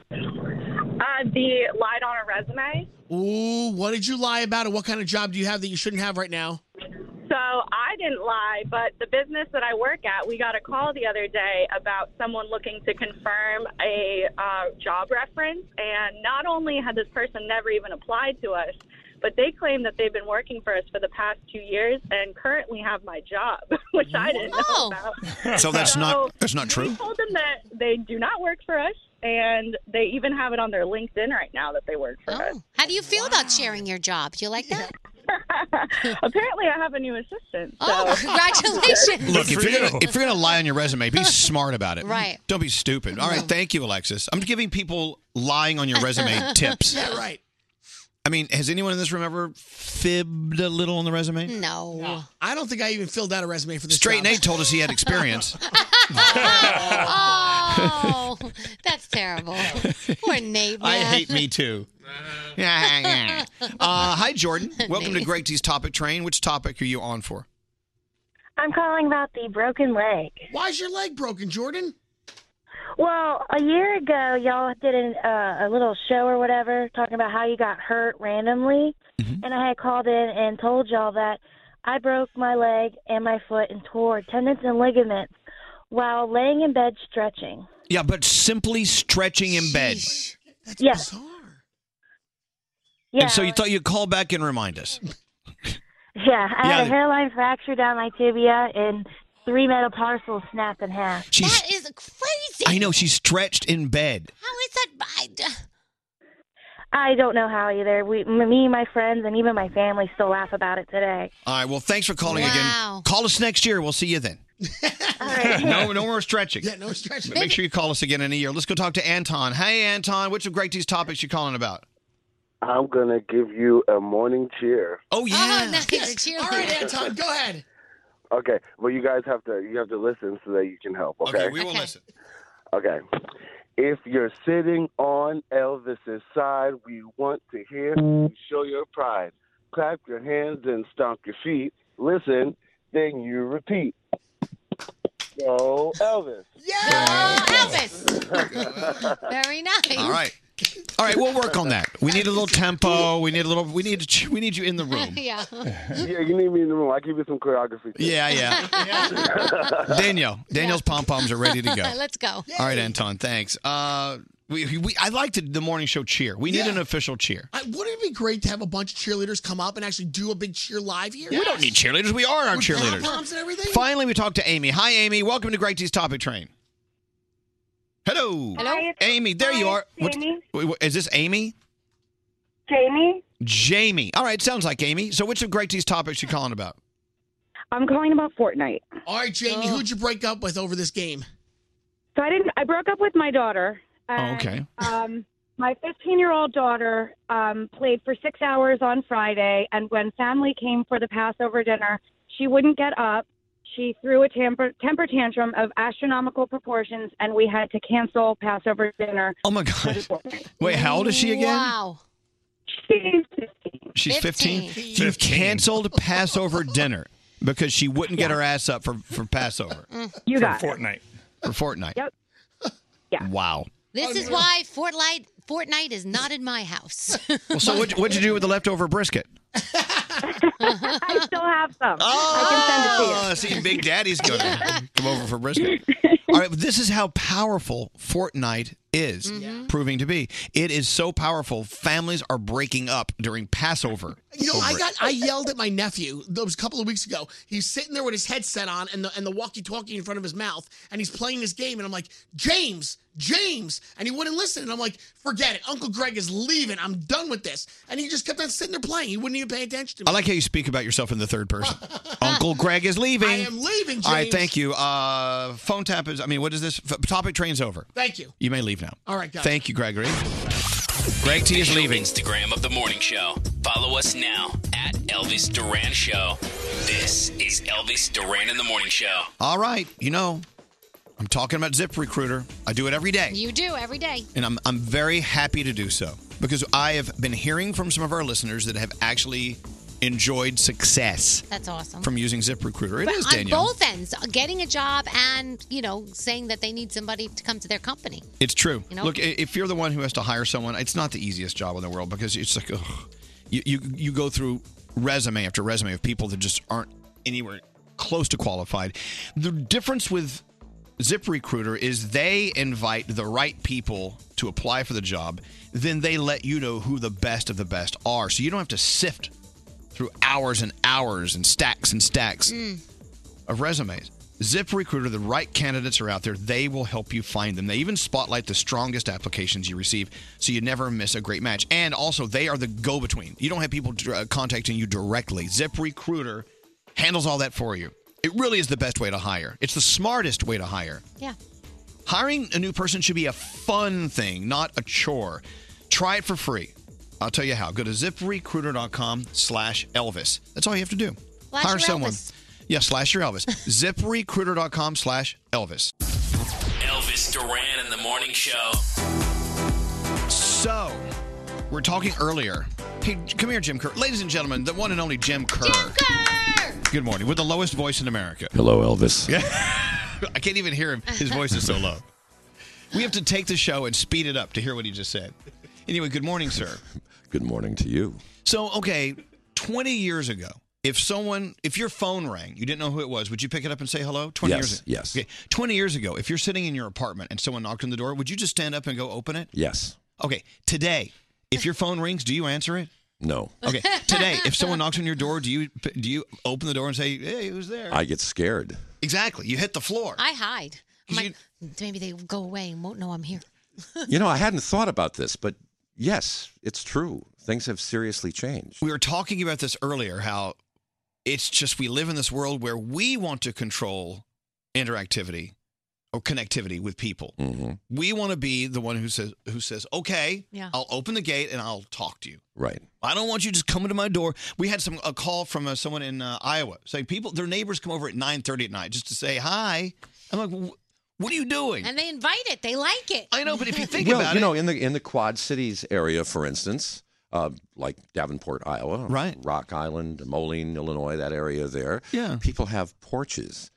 Speaker 14: Uh, the lied on a resume. Ooh, what did you lie about, and what kind of job do you have that you shouldn't have right now?
Speaker 11: So I didn't lie, but the business that I work at, we got a call the other day about someone looking to confirm a uh, job reference. And not only had this person never even applied to us, but they claim that they've been working for us for the past two years and currently have my job, *laughs* which I didn't know about.
Speaker 4: So that's not that's not
Speaker 11: We
Speaker 4: true.
Speaker 11: told them that they do not work for us, and they even have it on their LinkedIn right now that they work for us.
Speaker 5: How do you feel about sharing your job? Do you like that?
Speaker 11: Apparently, I have a new assistant.
Speaker 5: Oh, *laughs*
Speaker 11: so-
Speaker 5: congratulations.
Speaker 4: Look, if you're gonna, if you're gonna lie on your resume,
Speaker 5: *laughs*
Speaker 4: be smart about it.
Speaker 5: Right.
Speaker 4: Don't be stupid. All right. Thank you, Alexis. I'm giving people lying on your
Speaker 5: *laughs*
Speaker 14: *laughs*
Speaker 4: resume tips.
Speaker 14: Yeah, right.
Speaker 4: I mean, has anyone in this room ever fibbed a little on the resume?
Speaker 5: No.
Speaker 14: I don't think I even filled out Hmm. a resume for this.
Speaker 4: Straight
Speaker 14: job. *laughs*
Speaker 4: Nate told us he had experience. *laughs*
Speaker 5: oh, that's terrible. Poor Nate.
Speaker 4: I
Speaker 5: man.
Speaker 4: hate me *laughs* too. uh, hi,
Speaker 14: *laughs*
Speaker 4: Jordan. Welcome to Greg T's Topic Train. Which topic are you on for?
Speaker 8: I'm calling about the broken leg.
Speaker 14: Why's your leg broken, Jordan?
Speaker 8: Well, a year ago, y'all did an, uh, a little show or whatever talking about how you got hurt randomly,
Speaker 4: Mm-hmm.
Speaker 8: and I had called in and told y'all that I broke my leg and my foot and tore tendons and ligaments while laying in bed stretching.
Speaker 4: Yeah, but simply stretching in bed.
Speaker 8: That's yes. Yeah.
Speaker 4: And so you thought you'd call back and remind
Speaker 14: *laughs*
Speaker 4: us.
Speaker 8: Yeah, I
Speaker 4: Yeah,
Speaker 8: had
Speaker 4: the-
Speaker 8: a hairline fracture down my tibia and three metal parcels snapped in half.
Speaker 4: She's-
Speaker 8: that
Speaker 5: is
Speaker 4: I know she's stretched in bed.
Speaker 8: How is that? I, don't know how either. We, m- me, my friends, and even my family still laugh about it today.
Speaker 4: All right. Well, thanks for calling again. Call us next year. We'll see you then. *laughs* no, no more stretching. Yeah,
Speaker 14: no stretching.
Speaker 4: Make sure you call us again in a year. Let's go talk to Anton. Hey, Anton. Which of Greg T's topics you calling about?
Speaker 12: I'm gonna give you a morning cheer.
Speaker 4: Oh
Speaker 5: Uh-huh.
Speaker 4: yeah.
Speaker 14: All right, Anton, go ahead.
Speaker 12: Okay, well you guys have to you have to listen so that you can help. Okay,
Speaker 4: we will listen.
Speaker 12: Okay, if you're sitting on Elvis's side, we want to hear you show your pride. Clap your hands and stomp your feet. Listen, then you repeat. Go Elvis.
Speaker 5: Elvis. Very nice.
Speaker 4: All right. All right. We'll work on that. We need a little tempo. We need a little. We need. to ch- We need you in the room.
Speaker 5: *laughs* yeah.
Speaker 12: *laughs* yeah, you need me in the room. I give you some choreography. too.
Speaker 4: Yeah, yeah. Daniel. Daniel's pom poms are ready to go.
Speaker 5: *laughs* Let's go.
Speaker 4: All right, Anton. Thanks. Uh, we, we I like the, the morning show cheer. We need an official cheer.
Speaker 14: I, wouldn't it be great to have a bunch of cheerleaders come up and actually do a big cheer live here?
Speaker 4: We don't need cheerleaders. We are our
Speaker 14: With
Speaker 4: cheerleaders.
Speaker 14: pom-poms and everything?
Speaker 4: Finally, we talked to Amy. Hi, Amy. Welcome to Great T's Topic Train. Hello.
Speaker 8: Hello. Hi, it's-
Speaker 4: Amy, there you
Speaker 8: hi,
Speaker 4: are.
Speaker 8: it's Jamie.
Speaker 4: wait, wait, is this Amy?
Speaker 8: Jamie,
Speaker 4: Jamie. All right, sounds like Amy. So, which of Great T's topics you calling about?
Speaker 8: I'm calling about Fortnite.
Speaker 14: All right, Jamie, who'd you break up with over this game?
Speaker 8: So I didn't. I broke up with my daughter. And,
Speaker 4: Oh, okay.
Speaker 8: *laughs* um, my 15 year old daughter um, played for six hours on Friday, and when family came for the Passover dinner, she wouldn't get up. She threw a temper, temper tantrum of astronomical proportions, and we had to cancel Passover dinner.
Speaker 4: Oh my God. Wait, how old is she again?
Speaker 5: Wow.
Speaker 4: She's 15.
Speaker 5: Fifteen.
Speaker 4: You've canceled Passover dinner because she wouldn't get her ass up for, for Passover.
Speaker 5: Mm.
Speaker 8: You
Speaker 4: for
Speaker 8: got it.
Speaker 4: Fortnite. For Fortnite.
Speaker 8: Yep. Yeah.
Speaker 4: Wow.
Speaker 5: This is why Fortnite Fortnite is not in my house.
Speaker 4: *laughs* Well, so what what'd you do with the leftover brisket?
Speaker 5: *laughs*
Speaker 8: I still have some.
Speaker 4: Oh, see, Big Daddy's going to come over for brisket. All right, this is how powerful Fortnite is
Speaker 14: Mm-hmm.
Speaker 4: proving to be. It is so powerful, families are breaking up during Passover.
Speaker 14: You know,
Speaker 4: over
Speaker 14: I
Speaker 4: it.
Speaker 14: got I yelled at my nephew those couple of weeks ago. He's sitting there with his headset on and the and the walkie-talkie in front of his mouth, and he's playing this game, and I'm like, James, James, and he wouldn't listen, and I'm like, forget it, Uncle Greg is leaving, I'm done with this, and he just kept on sitting there playing. He wouldn't even pay attention to me.
Speaker 4: I like how you speak about yourself in the third
Speaker 14: *laughs*
Speaker 4: person. Uncle Greg is leaving.
Speaker 14: I am leaving,
Speaker 4: All right,
Speaker 14: James.
Speaker 4: thank you. Uh, phone tap is, I mean, what is this? F- topic train's over.
Speaker 14: Thank you.
Speaker 4: You may leave now.
Speaker 14: All right, guys.
Speaker 4: Thank you, Gregory. Greg T is leaving.
Speaker 3: Instagram of the morning show. Follow us now at Elvis Duran Show. This is Elvis Duran in the morning show.
Speaker 4: All right, you know, I'm talking about Zip Recruiter. I do it every day.
Speaker 5: You do every day.
Speaker 4: and I'm, I'm very happy to do so because I have been hearing from some of our listeners that have actually enjoyed success
Speaker 5: That's awesome.
Speaker 4: from using ZipRecruiter. It
Speaker 5: but
Speaker 4: is
Speaker 5: on
Speaker 4: Danielle.
Speaker 5: both ends, getting a job and you know saying that they need somebody to come to their company.
Speaker 4: It's true.
Speaker 5: You know?
Speaker 4: Look, i- if you're the one who has to hire someone, it's not the easiest job in the world because it's like ugh, you, you you go through resume after resume of people that just aren't anywhere close to qualified. The difference with ZipRecruiter is they invite the right people to apply for the job, then they let you know who the best of the best are. So you don't have to sift through hours and hours and stacks and stacks of resumes. ZipRecruiter, the right candidates are out there. They will help you find them. They even spotlight the strongest applications you receive so you never miss a great match. And also, they are the go between. You don't have people uh, contacting you directly. ZipRecruiter handles all that for you. It really is the best way to hire, it's the smartest way to hire.
Speaker 5: Yeah.
Speaker 4: Hiring a new person should be a fun thing, not a chore. Try it for free. I'll tell you how. Go to ziprecruiter.com slash Elvis. That's all you have to do.
Speaker 5: Slash
Speaker 4: Hire
Speaker 5: your
Speaker 4: someone.
Speaker 5: Elvis.
Speaker 4: Yeah, slash your
Speaker 5: *laughs*
Speaker 4: Elvis. ZipRecruiter.com slash Elvis.
Speaker 3: Elvis Duran in the morning show.
Speaker 4: So, we're talking earlier. Hey, come here, Jim Kerr. Ladies and gentlemen, the one and only Jim Kerr. Jim Kerr! Good morning. With the lowest voice in America. *laughs*
Speaker 20: Hello, Elvis.
Speaker 4: Yeah. I can't even hear him. His voice is
Speaker 5: *laughs*
Speaker 4: so low. We have to take the show and speed it up to hear what he just said. Anyway, good morning, sir.
Speaker 20: *laughs* Good morning to you.
Speaker 4: So, okay, 20 years ago, if someone, if your phone rang, you didn't know who it was, would you pick it up and say hello? 20
Speaker 20: Yes,
Speaker 4: years ago.
Speaker 20: yes.
Speaker 4: Okay, 20 years ago, if you're sitting in your apartment and someone knocked on the door, would you just stand up and go open it?
Speaker 20: Yes.
Speaker 4: Okay, today, if your phone rings, do you answer it?
Speaker 20: No.
Speaker 4: Okay, today, if someone knocks on your door, do you do you open the door and say, "Hey, who's there?"
Speaker 20: I get scared.
Speaker 4: Exactly. You hit the floor.
Speaker 1: I hide. I'm like, maybe they go away and won't know I'm
Speaker 4: *laughs*
Speaker 1: here.
Speaker 20: You know, I hadn't thought about this, but yes, it's true. Things have seriously changed.
Speaker 4: We were talking about this earlier how it's just we live in this world where we want to control interactivity or connectivity with people. We want to be the one who says who says, "Okay,
Speaker 20: Yeah.
Speaker 4: I'll open the gate and I'll talk to you."
Speaker 20: Right.
Speaker 4: I don't want you just coming to my door. We had some a call from uh, someone in uh, Iowa saying people their neighbors come over at 9:30 at night just to say hi. I'm like, "Wh- "What are you doing?"
Speaker 1: *laughs* And they invite it. They like it.
Speaker 4: I know, but
Speaker 1: *laughs*
Speaker 4: if you think
Speaker 20: well,
Speaker 4: about
Speaker 20: you
Speaker 4: it,
Speaker 20: know, in the in the Quad Cities area, for instance, uh, like Davenport, Iowa, right, Rock Island, Moline, Illinois, that area there,
Speaker 4: Yeah.
Speaker 20: people have porches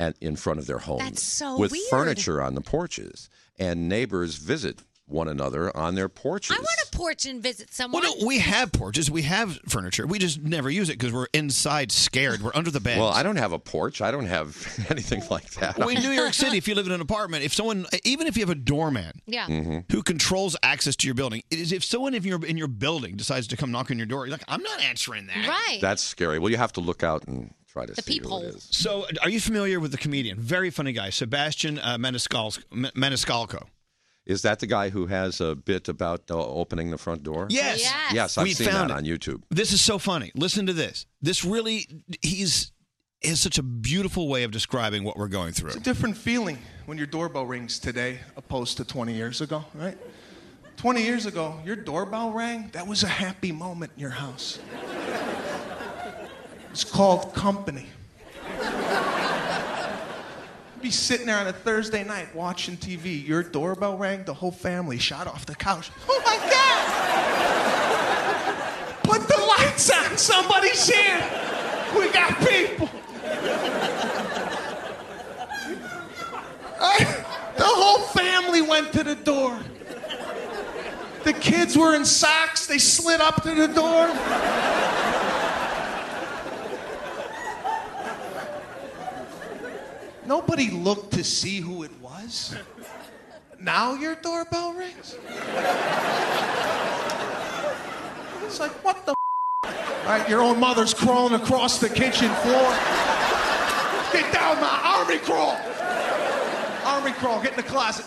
Speaker 20: at in front of their homes
Speaker 1: so
Speaker 20: with
Speaker 1: weird.
Speaker 20: furniture on the porches, and neighbors visit one another on their porches.
Speaker 1: I want to porch and visit someone.
Speaker 4: Well, no, we have porches, we have furniture. We just never use it because we're inside scared. We're under the bed.
Speaker 20: well, I don't have a porch. I don't have *laughs* anything like that.
Speaker 4: Well, in New York City, if you live in an apartment, if someone, even if you have a doorman
Speaker 1: Yeah.
Speaker 20: Mm-hmm.
Speaker 4: who controls access to your building, it is if someone in your in your building decides to come knock on your door, you're like, I'm not answering that.
Speaker 1: Right.
Speaker 20: That's scary. Well, you have to look out and try to see who it is.
Speaker 4: So, are you familiar with the comedian? Very funny guy, Sebastian uh, Maniscalco. M- Maniscalco.
Speaker 20: Is that the guy who has a bit about uh, opening the front door?
Speaker 4: Yes.
Speaker 20: Yes,
Speaker 4: Yes.
Speaker 20: I've
Speaker 4: We
Speaker 20: seen
Speaker 4: found
Speaker 20: that
Speaker 4: it.
Speaker 20: on YouTube.
Speaker 4: This is so funny. Listen to this. This really, he's has such a beautiful way of describing what we're going through.
Speaker 21: It's a different feeling when your doorbell rings today opposed to 20 years ago, right? 20 years ago, your doorbell rang. That was a happy moment in your house. It's called company. You'd be sitting there on a Thursday night watching TV. Your doorbell rang. The whole family shot off the couch. Oh my God! Put the lights on. Somebody's here. We got people. The whole family went to the door. The kids were in socks. They slid up to the door. Nobody looked to see who it was. Now your doorbell rings? It's like, what the? All right, your own mother's crawling across the kitchen floor. Get down, my army crawl. Army crawl, get in the closet.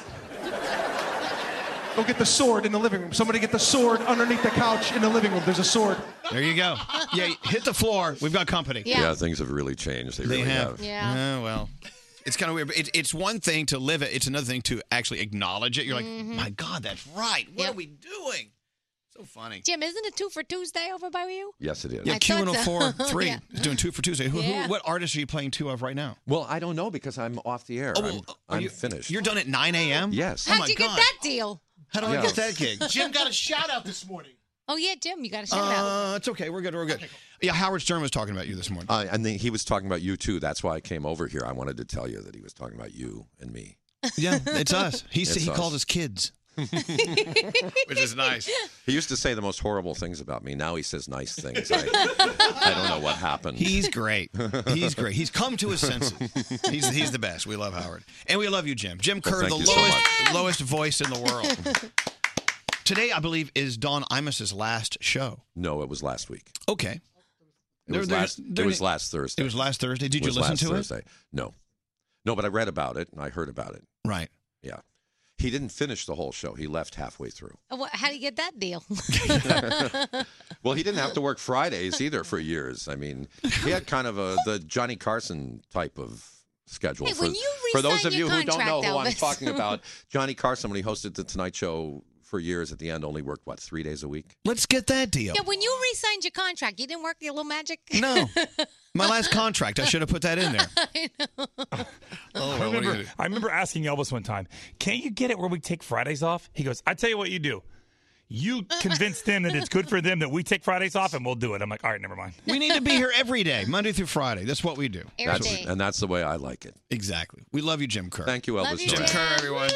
Speaker 21: Go get the sword in the living room. Somebody get the sword underneath the couch in the living room. There's a sword.
Speaker 4: There you go. Yeah, hit the floor. We've got company.
Speaker 20: Yeah, things have really changed. They,
Speaker 4: They
Speaker 20: really
Speaker 4: have.
Speaker 20: have.
Speaker 1: Yeah.
Speaker 4: Oh, well. It's kind of weird. But it, it's one thing to live it. It's another thing to actually acknowledge it. You're like,
Speaker 1: Mm-hmm.
Speaker 4: my God, that's right. What are we doing? So funny.
Speaker 1: Jim, isn't it two for Tuesday over by you?
Speaker 20: Yes, it is.
Speaker 4: Yeah,
Speaker 1: I
Speaker 4: Q
Speaker 1: thought
Speaker 4: and
Speaker 1: so. *laughs*
Speaker 4: four three
Speaker 1: Yeah.
Speaker 4: is doing two for Tuesday. Who,
Speaker 1: Yeah.
Speaker 4: who, what artist are you playing two of right now?
Speaker 20: Well, I don't know because I'm off the air.
Speaker 4: Oh,
Speaker 20: I'm,
Speaker 4: well, are
Speaker 20: I'm
Speaker 4: you-
Speaker 20: finished.
Speaker 4: You're done at 9 a.m.
Speaker 20: Yes.
Speaker 1: How'd you get that deal?
Speaker 4: Oh How do I
Speaker 20: Yeah.
Speaker 4: get that gig?
Speaker 9: Jim got a shout out this morning.
Speaker 1: *laughs* Oh yeah, Jim, you got to shout out.
Speaker 4: Uh, it's okay. We're good. We're good. Yeah, Howard Stern was talking about you this
Speaker 20: *laughs*
Speaker 4: morning.
Speaker 20: Uh, and then he was talking about you too. That's why I came over here. I wanted to tell you that he was talking about you and me.
Speaker 4: Yeah, it's us. He s-
Speaker 20: It's
Speaker 4: he
Speaker 20: us.
Speaker 4: called us kids, which is nice.
Speaker 20: He used to say the most horrible things about me. Now he says nice things. I, I don't know what happened.
Speaker 4: He's great. He's great. He's come to his
Speaker 20: *laughs*
Speaker 4: senses. He's he's the best. We love Howard, and we love you, Jim. Jim
Speaker 20: Well,
Speaker 4: Kerr,
Speaker 20: thank
Speaker 4: the
Speaker 20: you so
Speaker 4: lowest lowest voice in the world. Today, I believe, is Don Imus's last show.
Speaker 20: No, it was last week.
Speaker 4: Okay.
Speaker 20: It
Speaker 4: There-
Speaker 20: was,
Speaker 4: there's-
Speaker 20: last,
Speaker 4: there-
Speaker 20: it was last Thursday.
Speaker 4: It was last Thursday. Did you
Speaker 20: was
Speaker 4: listen
Speaker 20: last
Speaker 4: to
Speaker 20: Thursday.
Speaker 4: it?
Speaker 20: No. No, but I read about it and I heard about it.
Speaker 4: Right.
Speaker 20: Yeah. He didn't finish the whole show. He left halfway through.
Speaker 1: Uh, what- How do you get that
Speaker 4: *laughs*
Speaker 1: deal? *laughs*
Speaker 20: Well, he didn't have to work Fridays either for years. I mean, he had kind of a the Johnny Carson type of schedule.
Speaker 1: Hey,
Speaker 20: for,
Speaker 1: when you
Speaker 20: for those
Speaker 1: resign
Speaker 20: of you
Speaker 1: your
Speaker 20: who don't
Speaker 1: *laughs*
Speaker 20: know
Speaker 1: contract,
Speaker 20: who I'm
Speaker 1: Elvis.
Speaker 20: talking about, Johnny Carson when he hosted the Tonight Show for years at the end only worked, what, three days a week?
Speaker 4: Let's get that deal.
Speaker 2: Yeah, when you re-signed your contract, you didn't work the little magic.
Speaker 4: No. My last contract, I should have put that
Speaker 5: *laughs*
Speaker 4: in there. Oh,
Speaker 6: I remember, I remember asking Elvis one time, "Can't you get it where we take Fridays off?" He goes, "I tell you what, you do. You convince them that it's good for them that we take Fridays off, and we'll do it." I'm like, "All right, never mind."
Speaker 4: We need to be here every day, Monday through Friday. That's what we do.
Speaker 20: That's- and that's the way I like it.
Speaker 4: Exactly. We love you, Jim Kerr.
Speaker 20: Thank you,
Speaker 4: Love
Speaker 20: Elvis.
Speaker 4: you, Jim Kerr, everyone.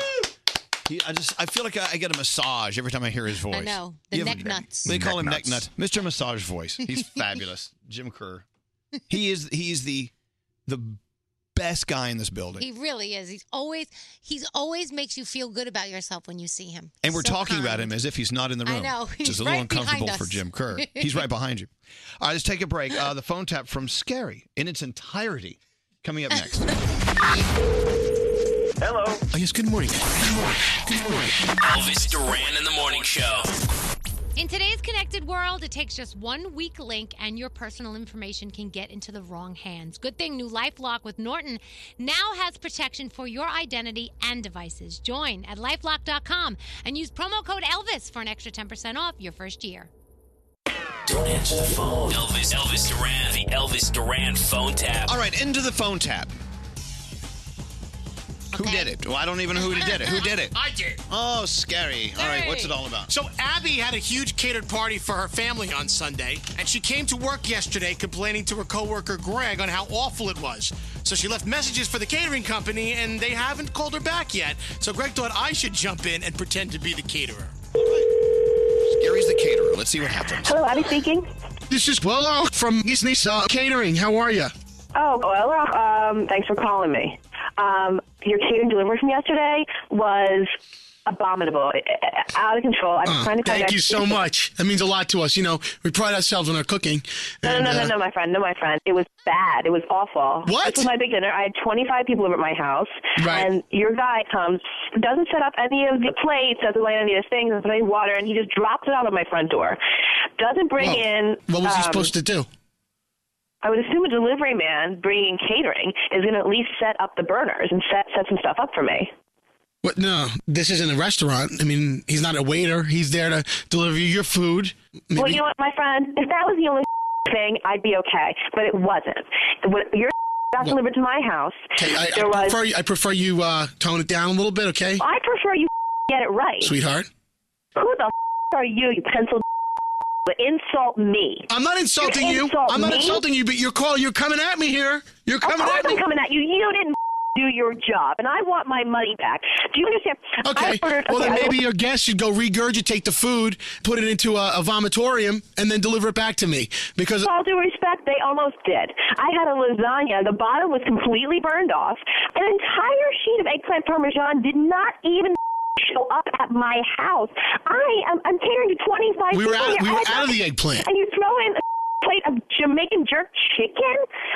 Speaker 4: He, I just I feel like I, I get a massage every time I hear his voice.
Speaker 2: I know. The
Speaker 4: You
Speaker 2: neck nuts.
Speaker 4: They call him
Speaker 2: Neck
Speaker 4: neck nut, Mr. Massage Voice. He's fabulous, Jim Kerr. He is he is the the best guy in this building.
Speaker 2: He really is. He's always he's always makes you feel good about yourself when you see him.
Speaker 4: and we're
Speaker 2: So
Speaker 4: talking
Speaker 2: kind.
Speaker 4: about him as if he's not in the
Speaker 2: I
Speaker 4: room.
Speaker 2: know.
Speaker 4: which
Speaker 2: He's
Speaker 4: is a little
Speaker 2: right behind
Speaker 4: uncomfortable
Speaker 2: us.
Speaker 4: for Jim
Speaker 2: *laughs*
Speaker 4: Kerr. He's right behind you. All right, let's take a break. Uh, the phone tap from Scary in its entirety coming
Speaker 2: *laughs*
Speaker 4: up next.
Speaker 29: Hello.
Speaker 4: Oh, yes, good morning.
Speaker 3: Elvis Duran in the Morning Show.
Speaker 5: In today's connected world, it takes just one weak link and your personal information can get into the wrong hands. Good thing new LifeLock with Norton now has protection for your identity and devices. Join at lifelock.com and use promo code Elvis for an extra 10% off your first year.
Speaker 3: Don't answer the phone. Elvis, Elvis Duran, the Elvis Duran phone tap.
Speaker 4: All right, into the phone tap. Who did it? Well, I don't even know who did it. Who
Speaker 2: *laughs*
Speaker 4: did it?
Speaker 9: I did.
Speaker 4: Oh, scary. All right, what's it all about?
Speaker 9: So Abby had a huge catered party for her family on Sunday, and she came to work yesterday complaining to her coworker Greg on how awful it was. So she left messages for the catering company, and they haven't called her back yet. So Greg thought I should jump in and pretend to be the caterer.
Speaker 4: Scary's the caterer. Let's see what happens.
Speaker 9: Hello, Abby speaking. This is Willow from Isnisa Catering. How are you?
Speaker 22: Oh, well, um, thanks for calling me. Um, your catering delivery from yesterday was abominable, I- I- out of control.
Speaker 13: Oh,
Speaker 22: I'm trying to call
Speaker 9: Ah, Thank
Speaker 22: back- *laughs*
Speaker 9: you so much. That means a lot to us. You know, we pride ourselves on our cooking.
Speaker 22: No, no,
Speaker 9: and,
Speaker 22: no, no,
Speaker 9: uh,
Speaker 22: no, my friend, no, my friend. It was bad. It was awful.
Speaker 9: What?
Speaker 22: This was my big dinner. I had 25 people over at my house,
Speaker 9: Right.
Speaker 22: and your guy comes, doesn't set up any of the plates, doesn't lay any of the things, doesn't put any water, and he just drops it out of my front door. Doesn't bring in.
Speaker 9: What was he
Speaker 22: um,
Speaker 9: supposed to do?
Speaker 22: I would assume a delivery man bringing catering is going to at least set up the burners and set set some stuff up for me.
Speaker 9: What? No, this isn't a restaurant. I mean, he's not a waiter. He's there to deliver you your food.
Speaker 22: Well, you know what, my friend? If that was the only *laughs* thing, I'd be okay. But it wasn't. When your *laughs* got delivered to my house,
Speaker 9: I,
Speaker 22: there
Speaker 9: I
Speaker 22: was.
Speaker 9: prefer, I prefer you uh, tone it down a little bit, okay?
Speaker 22: I prefer you *laughs* get it right,
Speaker 9: Sweetheart.
Speaker 22: Who the are you, you pencil? *laughs* Insult me.
Speaker 9: I'm not insulting
Speaker 22: you
Speaker 9: you. I'm not insulting you, but you're call. You're coming at me here. You're coming
Speaker 22: of course
Speaker 9: at me.
Speaker 22: I'm coming at you. You didn't *laughs* do your job, and I want my money back. Do you understand?
Speaker 9: Okay.
Speaker 22: I ordered,
Speaker 9: Well, then
Speaker 22: okay, I-
Speaker 9: maybe your guest should go regurgitate the food, put it into a, a vomitorium, and then deliver it back to me. Because
Speaker 22: With all due respect, they almost did. I had a lasagna. The bottom was completely burned off. An entire sheet of eggplant parmesan did not even show up at my house. I am I'm catering to 25
Speaker 9: We were
Speaker 22: people
Speaker 9: out-
Speaker 22: here.
Speaker 9: we were
Speaker 22: I had
Speaker 9: out of
Speaker 22: nothing.
Speaker 9: the eggplant.
Speaker 22: And you throw in a plate of Jamaican jerk chicken?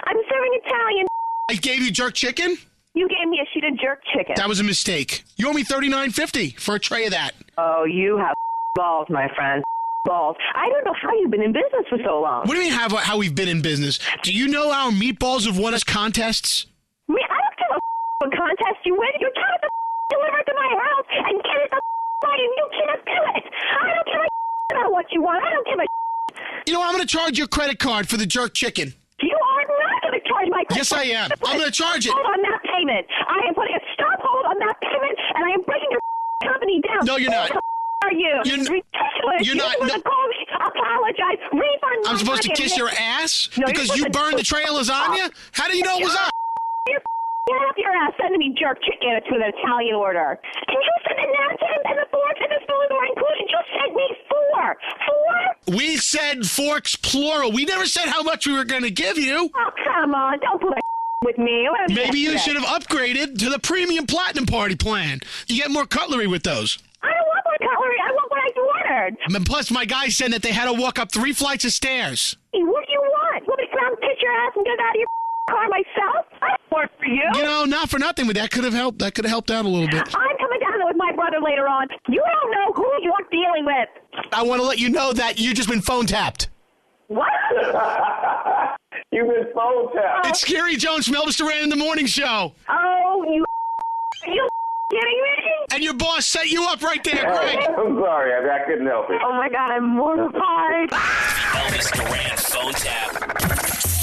Speaker 22: I'm serving Italian.
Speaker 9: I gave you jerk chicken?
Speaker 22: You gave me a sheet of jerk chicken.
Speaker 9: that was a mistake. You owe me thirty nine fifty for a tray of that.
Speaker 22: Oh, you have balls, my friend. Balls. I don't know how you've been in business for so long.
Speaker 9: What do you mean have how we've been in business? Do you know our meatballs have won us contests?
Speaker 22: Me, I don't give a f- what contest you win. You try *laughs* to f- deliver it to my house and get it the *laughs* f- right, and you can't do it. I don't give a f- about what you want. I don't give a. f-
Speaker 9: You know, I'm going to charge your credit card for the jerk chicken.
Speaker 22: You are not going to charge my. credit
Speaker 9: Yes, I am.
Speaker 22: card.
Speaker 9: I'm going to charge it.
Speaker 22: Hold *laughs* on that payment. I am putting a stop hold on that payment, and I am breaking your *laughs* f- company down.
Speaker 9: No, you're not.
Speaker 22: Who the *laughs* f- are you?
Speaker 9: You're n-
Speaker 22: ridiculous. you
Speaker 9: you're not-
Speaker 22: supposed to
Speaker 9: no-
Speaker 22: call me, apologize, refund.
Speaker 9: I'm
Speaker 22: my
Speaker 9: supposed to
Speaker 22: money,
Speaker 9: kiss
Speaker 22: and-
Speaker 9: your ass
Speaker 22: No, you're
Speaker 9: because you
Speaker 22: supposed to-
Speaker 9: burned the tray of lasagna? How do you know it was on?
Speaker 22: *laughs* You're f***ing up your ass sending me jerk chicken to an Italian order. And you sent the napkins and the forks and the spoons were included. You sent me four. Four?
Speaker 9: We said forks plural. We never said how much we were going to give you.
Speaker 22: Oh, come on. Don't put *laughs* with me. What am I
Speaker 9: Maybe you
Speaker 22: gonna
Speaker 9: should have upgraded to the premium platinum party plan. You get more cutlery with those.
Speaker 22: I don't want more cutlery. I want what I ordered.
Speaker 9: And plus, my guy said that they had to walk up three flights of stairs.
Speaker 22: Hey, What do you want? You want me to come out and kiss your ass and get out of your *laughs* f***ing car myself? I don't work for you.
Speaker 9: You know, not for nothing, but that could have helped. That could have helped out a little bit.
Speaker 22: I'm coming down there with my brother later on. You don't know who you're dealing with.
Speaker 9: I want to let you know that you've just been phone tapped.
Speaker 22: What?
Speaker 9: You've been phone tapped. It's Scary Jones from Elvis Duran in the Morning Show.
Speaker 22: Oh, *laughs* you you kidding me?
Speaker 4: And your boss set you up right there, Greg.
Speaker 7: I'm sorry, I, I couldn't help it.
Speaker 22: Oh my God, I'm mortified.
Speaker 3: Elvis Duran phone tap.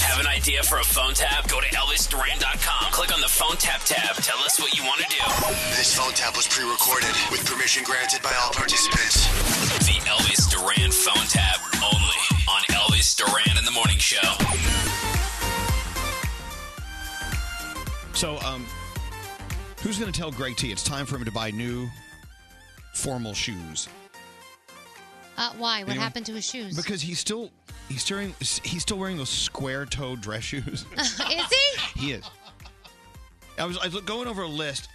Speaker 3: Have an idea for a phone tap? Go to ElvisDuran.com. Click on the phone tap tab. Tell us what you want to do.
Speaker 30: This phone tap was pre-recorded with permission granted by all participants.
Speaker 3: The Elvis Duran phone tap only on Elvis Duran in the Morning Show.
Speaker 4: So, um, who's going to tell Greg T it's time for him to buy new formal shoes?
Speaker 5: Uh, why? What
Speaker 4: Anyone?
Speaker 5: happened to his shoes?
Speaker 4: Because he's still he's still he's still wearing those square toe dress
Speaker 5: *laughs*
Speaker 4: shoes.
Speaker 5: *laughs* Is he?
Speaker 4: he is. I was I was going over a list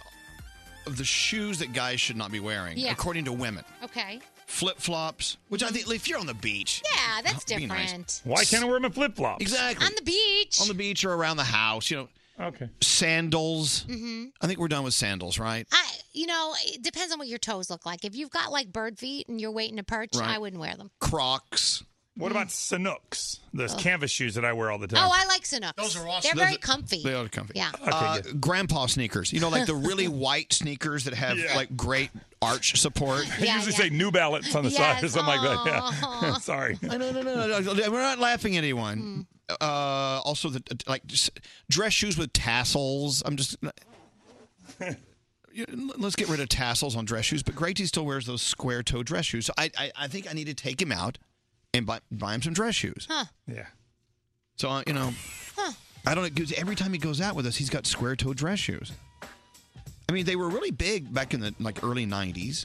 Speaker 4: of the shoes that guys should not be wearing
Speaker 5: Yeah.
Speaker 4: according to women.
Speaker 5: *laughs* Okay.
Speaker 4: Flip flops, which I think if you're on the beach,
Speaker 5: Yeah, that's
Speaker 4: be
Speaker 5: different.
Speaker 4: nice. Why can't I wear my flip flops? Exactly.
Speaker 5: On the beach.
Speaker 4: On the beach or around the house, you know. Okay. Sandals.
Speaker 5: hmm
Speaker 4: I think we're done with sandals, right?
Speaker 5: I, you know, it depends on what your toes look like. If you've got like bird feet and you're waiting to perch,
Speaker 6: Right.
Speaker 5: I wouldn't wear them.
Speaker 4: Crocs.
Speaker 6: What about Sanooks? Those
Speaker 5: Oh.
Speaker 6: canvas shoes that I wear all the time.
Speaker 5: Oh, I like Sanooks. Those are awesome. They're
Speaker 4: Those
Speaker 5: very
Speaker 4: are-
Speaker 5: comfy.
Speaker 4: They are comfy.
Speaker 5: Yeah.
Speaker 4: Uh, grandpa sneakers. You know, like
Speaker 5: *laughs*
Speaker 4: the really white sneakers that have
Speaker 6: Yeah.
Speaker 4: like great arch support.
Speaker 6: They Yeah, usually yeah. say
Speaker 4: New Balance
Speaker 6: on the side or Yes, something like that. Yeah. aw. *laughs*
Speaker 4: Sorry. No, no, no, no, no. We're not laughing at anyone.
Speaker 5: Hmm.
Speaker 4: Uh, also, the like s- dress shoes with tassels. I'm just. *laughs* Yeah, l- Let's get rid of tassels on dress shoes, but Greg T still wears those square toe dress shoes. So I, I, I think I need to take him out and buy, buy him some dress shoes.
Speaker 5: Huh.
Speaker 4: Yeah. So uh, you know,
Speaker 5: Huh.
Speaker 4: I don't. 'cause Every time he goes out with us, he's got square toe dress shoes. I mean, they were really big back in the like early '90s.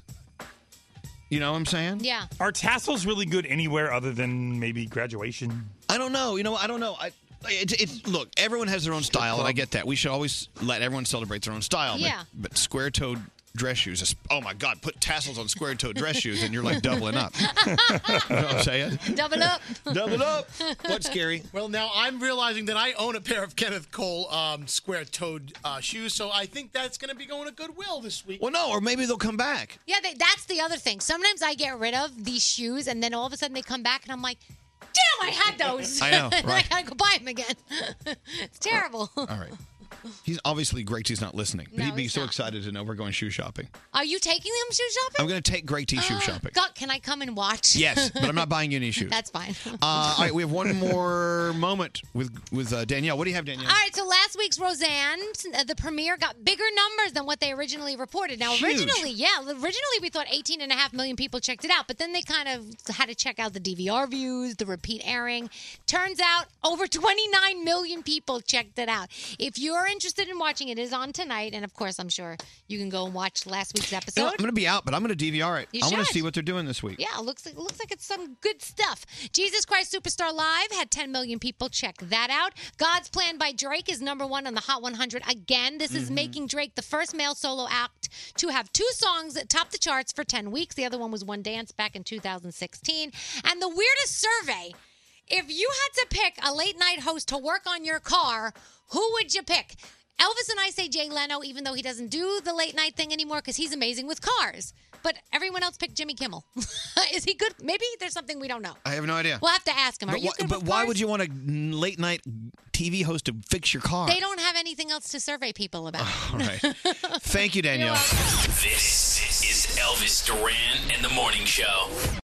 Speaker 4: You know what I'm saying?
Speaker 5: Yeah.
Speaker 6: Are tassels really good anywhere other than maybe graduation?
Speaker 4: I don't know. You know, I don't know. I it's it's look. Everyone has their own style, and I get that. We should always let everyone celebrate their own style. but-
Speaker 2: Yeah.
Speaker 4: But, square toed dress shoes. is- Oh my God! Put tassels on square toed dress shoes, and you're like doubling up. you know what I'm saying?
Speaker 5: Double
Speaker 9: *laughs*
Speaker 5: up.
Speaker 4: Double up. What's scary?
Speaker 9: Well, now I'm realizing that I own a pair of Kenneth Cole um, square-toed uh, shoes, so I think that's going to be going to Goodwill this week.
Speaker 4: Well, no, or maybe they'll come back.
Speaker 5: Yeah, they, that's the other thing. Sometimes I get rid of these shoes, and then all of a sudden they come back, and I'm like, damn, I had those.
Speaker 4: I know,
Speaker 5: *laughs* And I
Speaker 4: right.
Speaker 5: gotta go buy them again. *laughs* it's terrible.
Speaker 4: All right. He's obviously Greg T's not listening, but
Speaker 5: No,
Speaker 4: he'd be
Speaker 5: he's
Speaker 4: so
Speaker 5: not.
Speaker 4: excited to know we're going shoe shopping.
Speaker 5: *laughs* Are you taking them shoe shopping?
Speaker 4: I'm going to take Greg
Speaker 5: *gasps*
Speaker 4: T shoe shopping.
Speaker 5: God, can I come and watch?
Speaker 4: Yes, but
Speaker 5: *laughs*
Speaker 4: I'm not buying you any shoes.
Speaker 5: That's fine.
Speaker 4: Uh, all right, we have one more moment with with uh, Danielle. What do you have, Danielle?
Speaker 5: All right, so last week's Roseanne, uh, the premiere got bigger numbers than what they originally reported. Now,
Speaker 4: Huge.
Speaker 5: originally, yeah, originally we thought 18 and a half million people checked it out, but then they kind of had to check out the DVR views, the repeat airing. Turns out over 29 million people checked it out. If you're interested in watching it, it is on tonight, and of course, I'm sure you can go and watch last week's
Speaker 4: You know,
Speaker 5: episode.
Speaker 4: I'm going to be out, but I'm going to DVR it.
Speaker 5: You
Speaker 4: I want
Speaker 5: should.
Speaker 4: to see what they're doing this week.
Speaker 5: Yeah, it looks like looks like it's some good stuff. Jesus Christ Superstar Live had 10 million people check that out. God's Plan by Drake is number one on the Hot 100 again. This is
Speaker 4: Mm-hmm.
Speaker 31: Mhm.
Speaker 5: making Drake the first male solo act to have two songs that top the charts for 10 weeks. The other one was One Dance back in 2016. And the weirdest survey: if you had to pick a late night host to work on your car, who would you pick? Elvis and I say Jay Leno, even though he doesn't do the late night thing anymore because he's amazing with cars. But everyone else picked Jimmy Kimmel. *laughs* Is he good? Maybe there's something we don't know.
Speaker 4: I have no idea.
Speaker 5: We'll have to ask him. Are
Speaker 4: but
Speaker 5: you
Speaker 4: why,
Speaker 5: good
Speaker 4: but
Speaker 5: with
Speaker 4: why
Speaker 5: cars?
Speaker 4: would you want a late night TV host to fix your car?
Speaker 5: They don't have anything else to survey people about.
Speaker 4: *sighs* All right.
Speaker 5: *laughs*
Speaker 4: Thank you, Danielle.
Speaker 3: This is Elvis Duran and the Morning Show.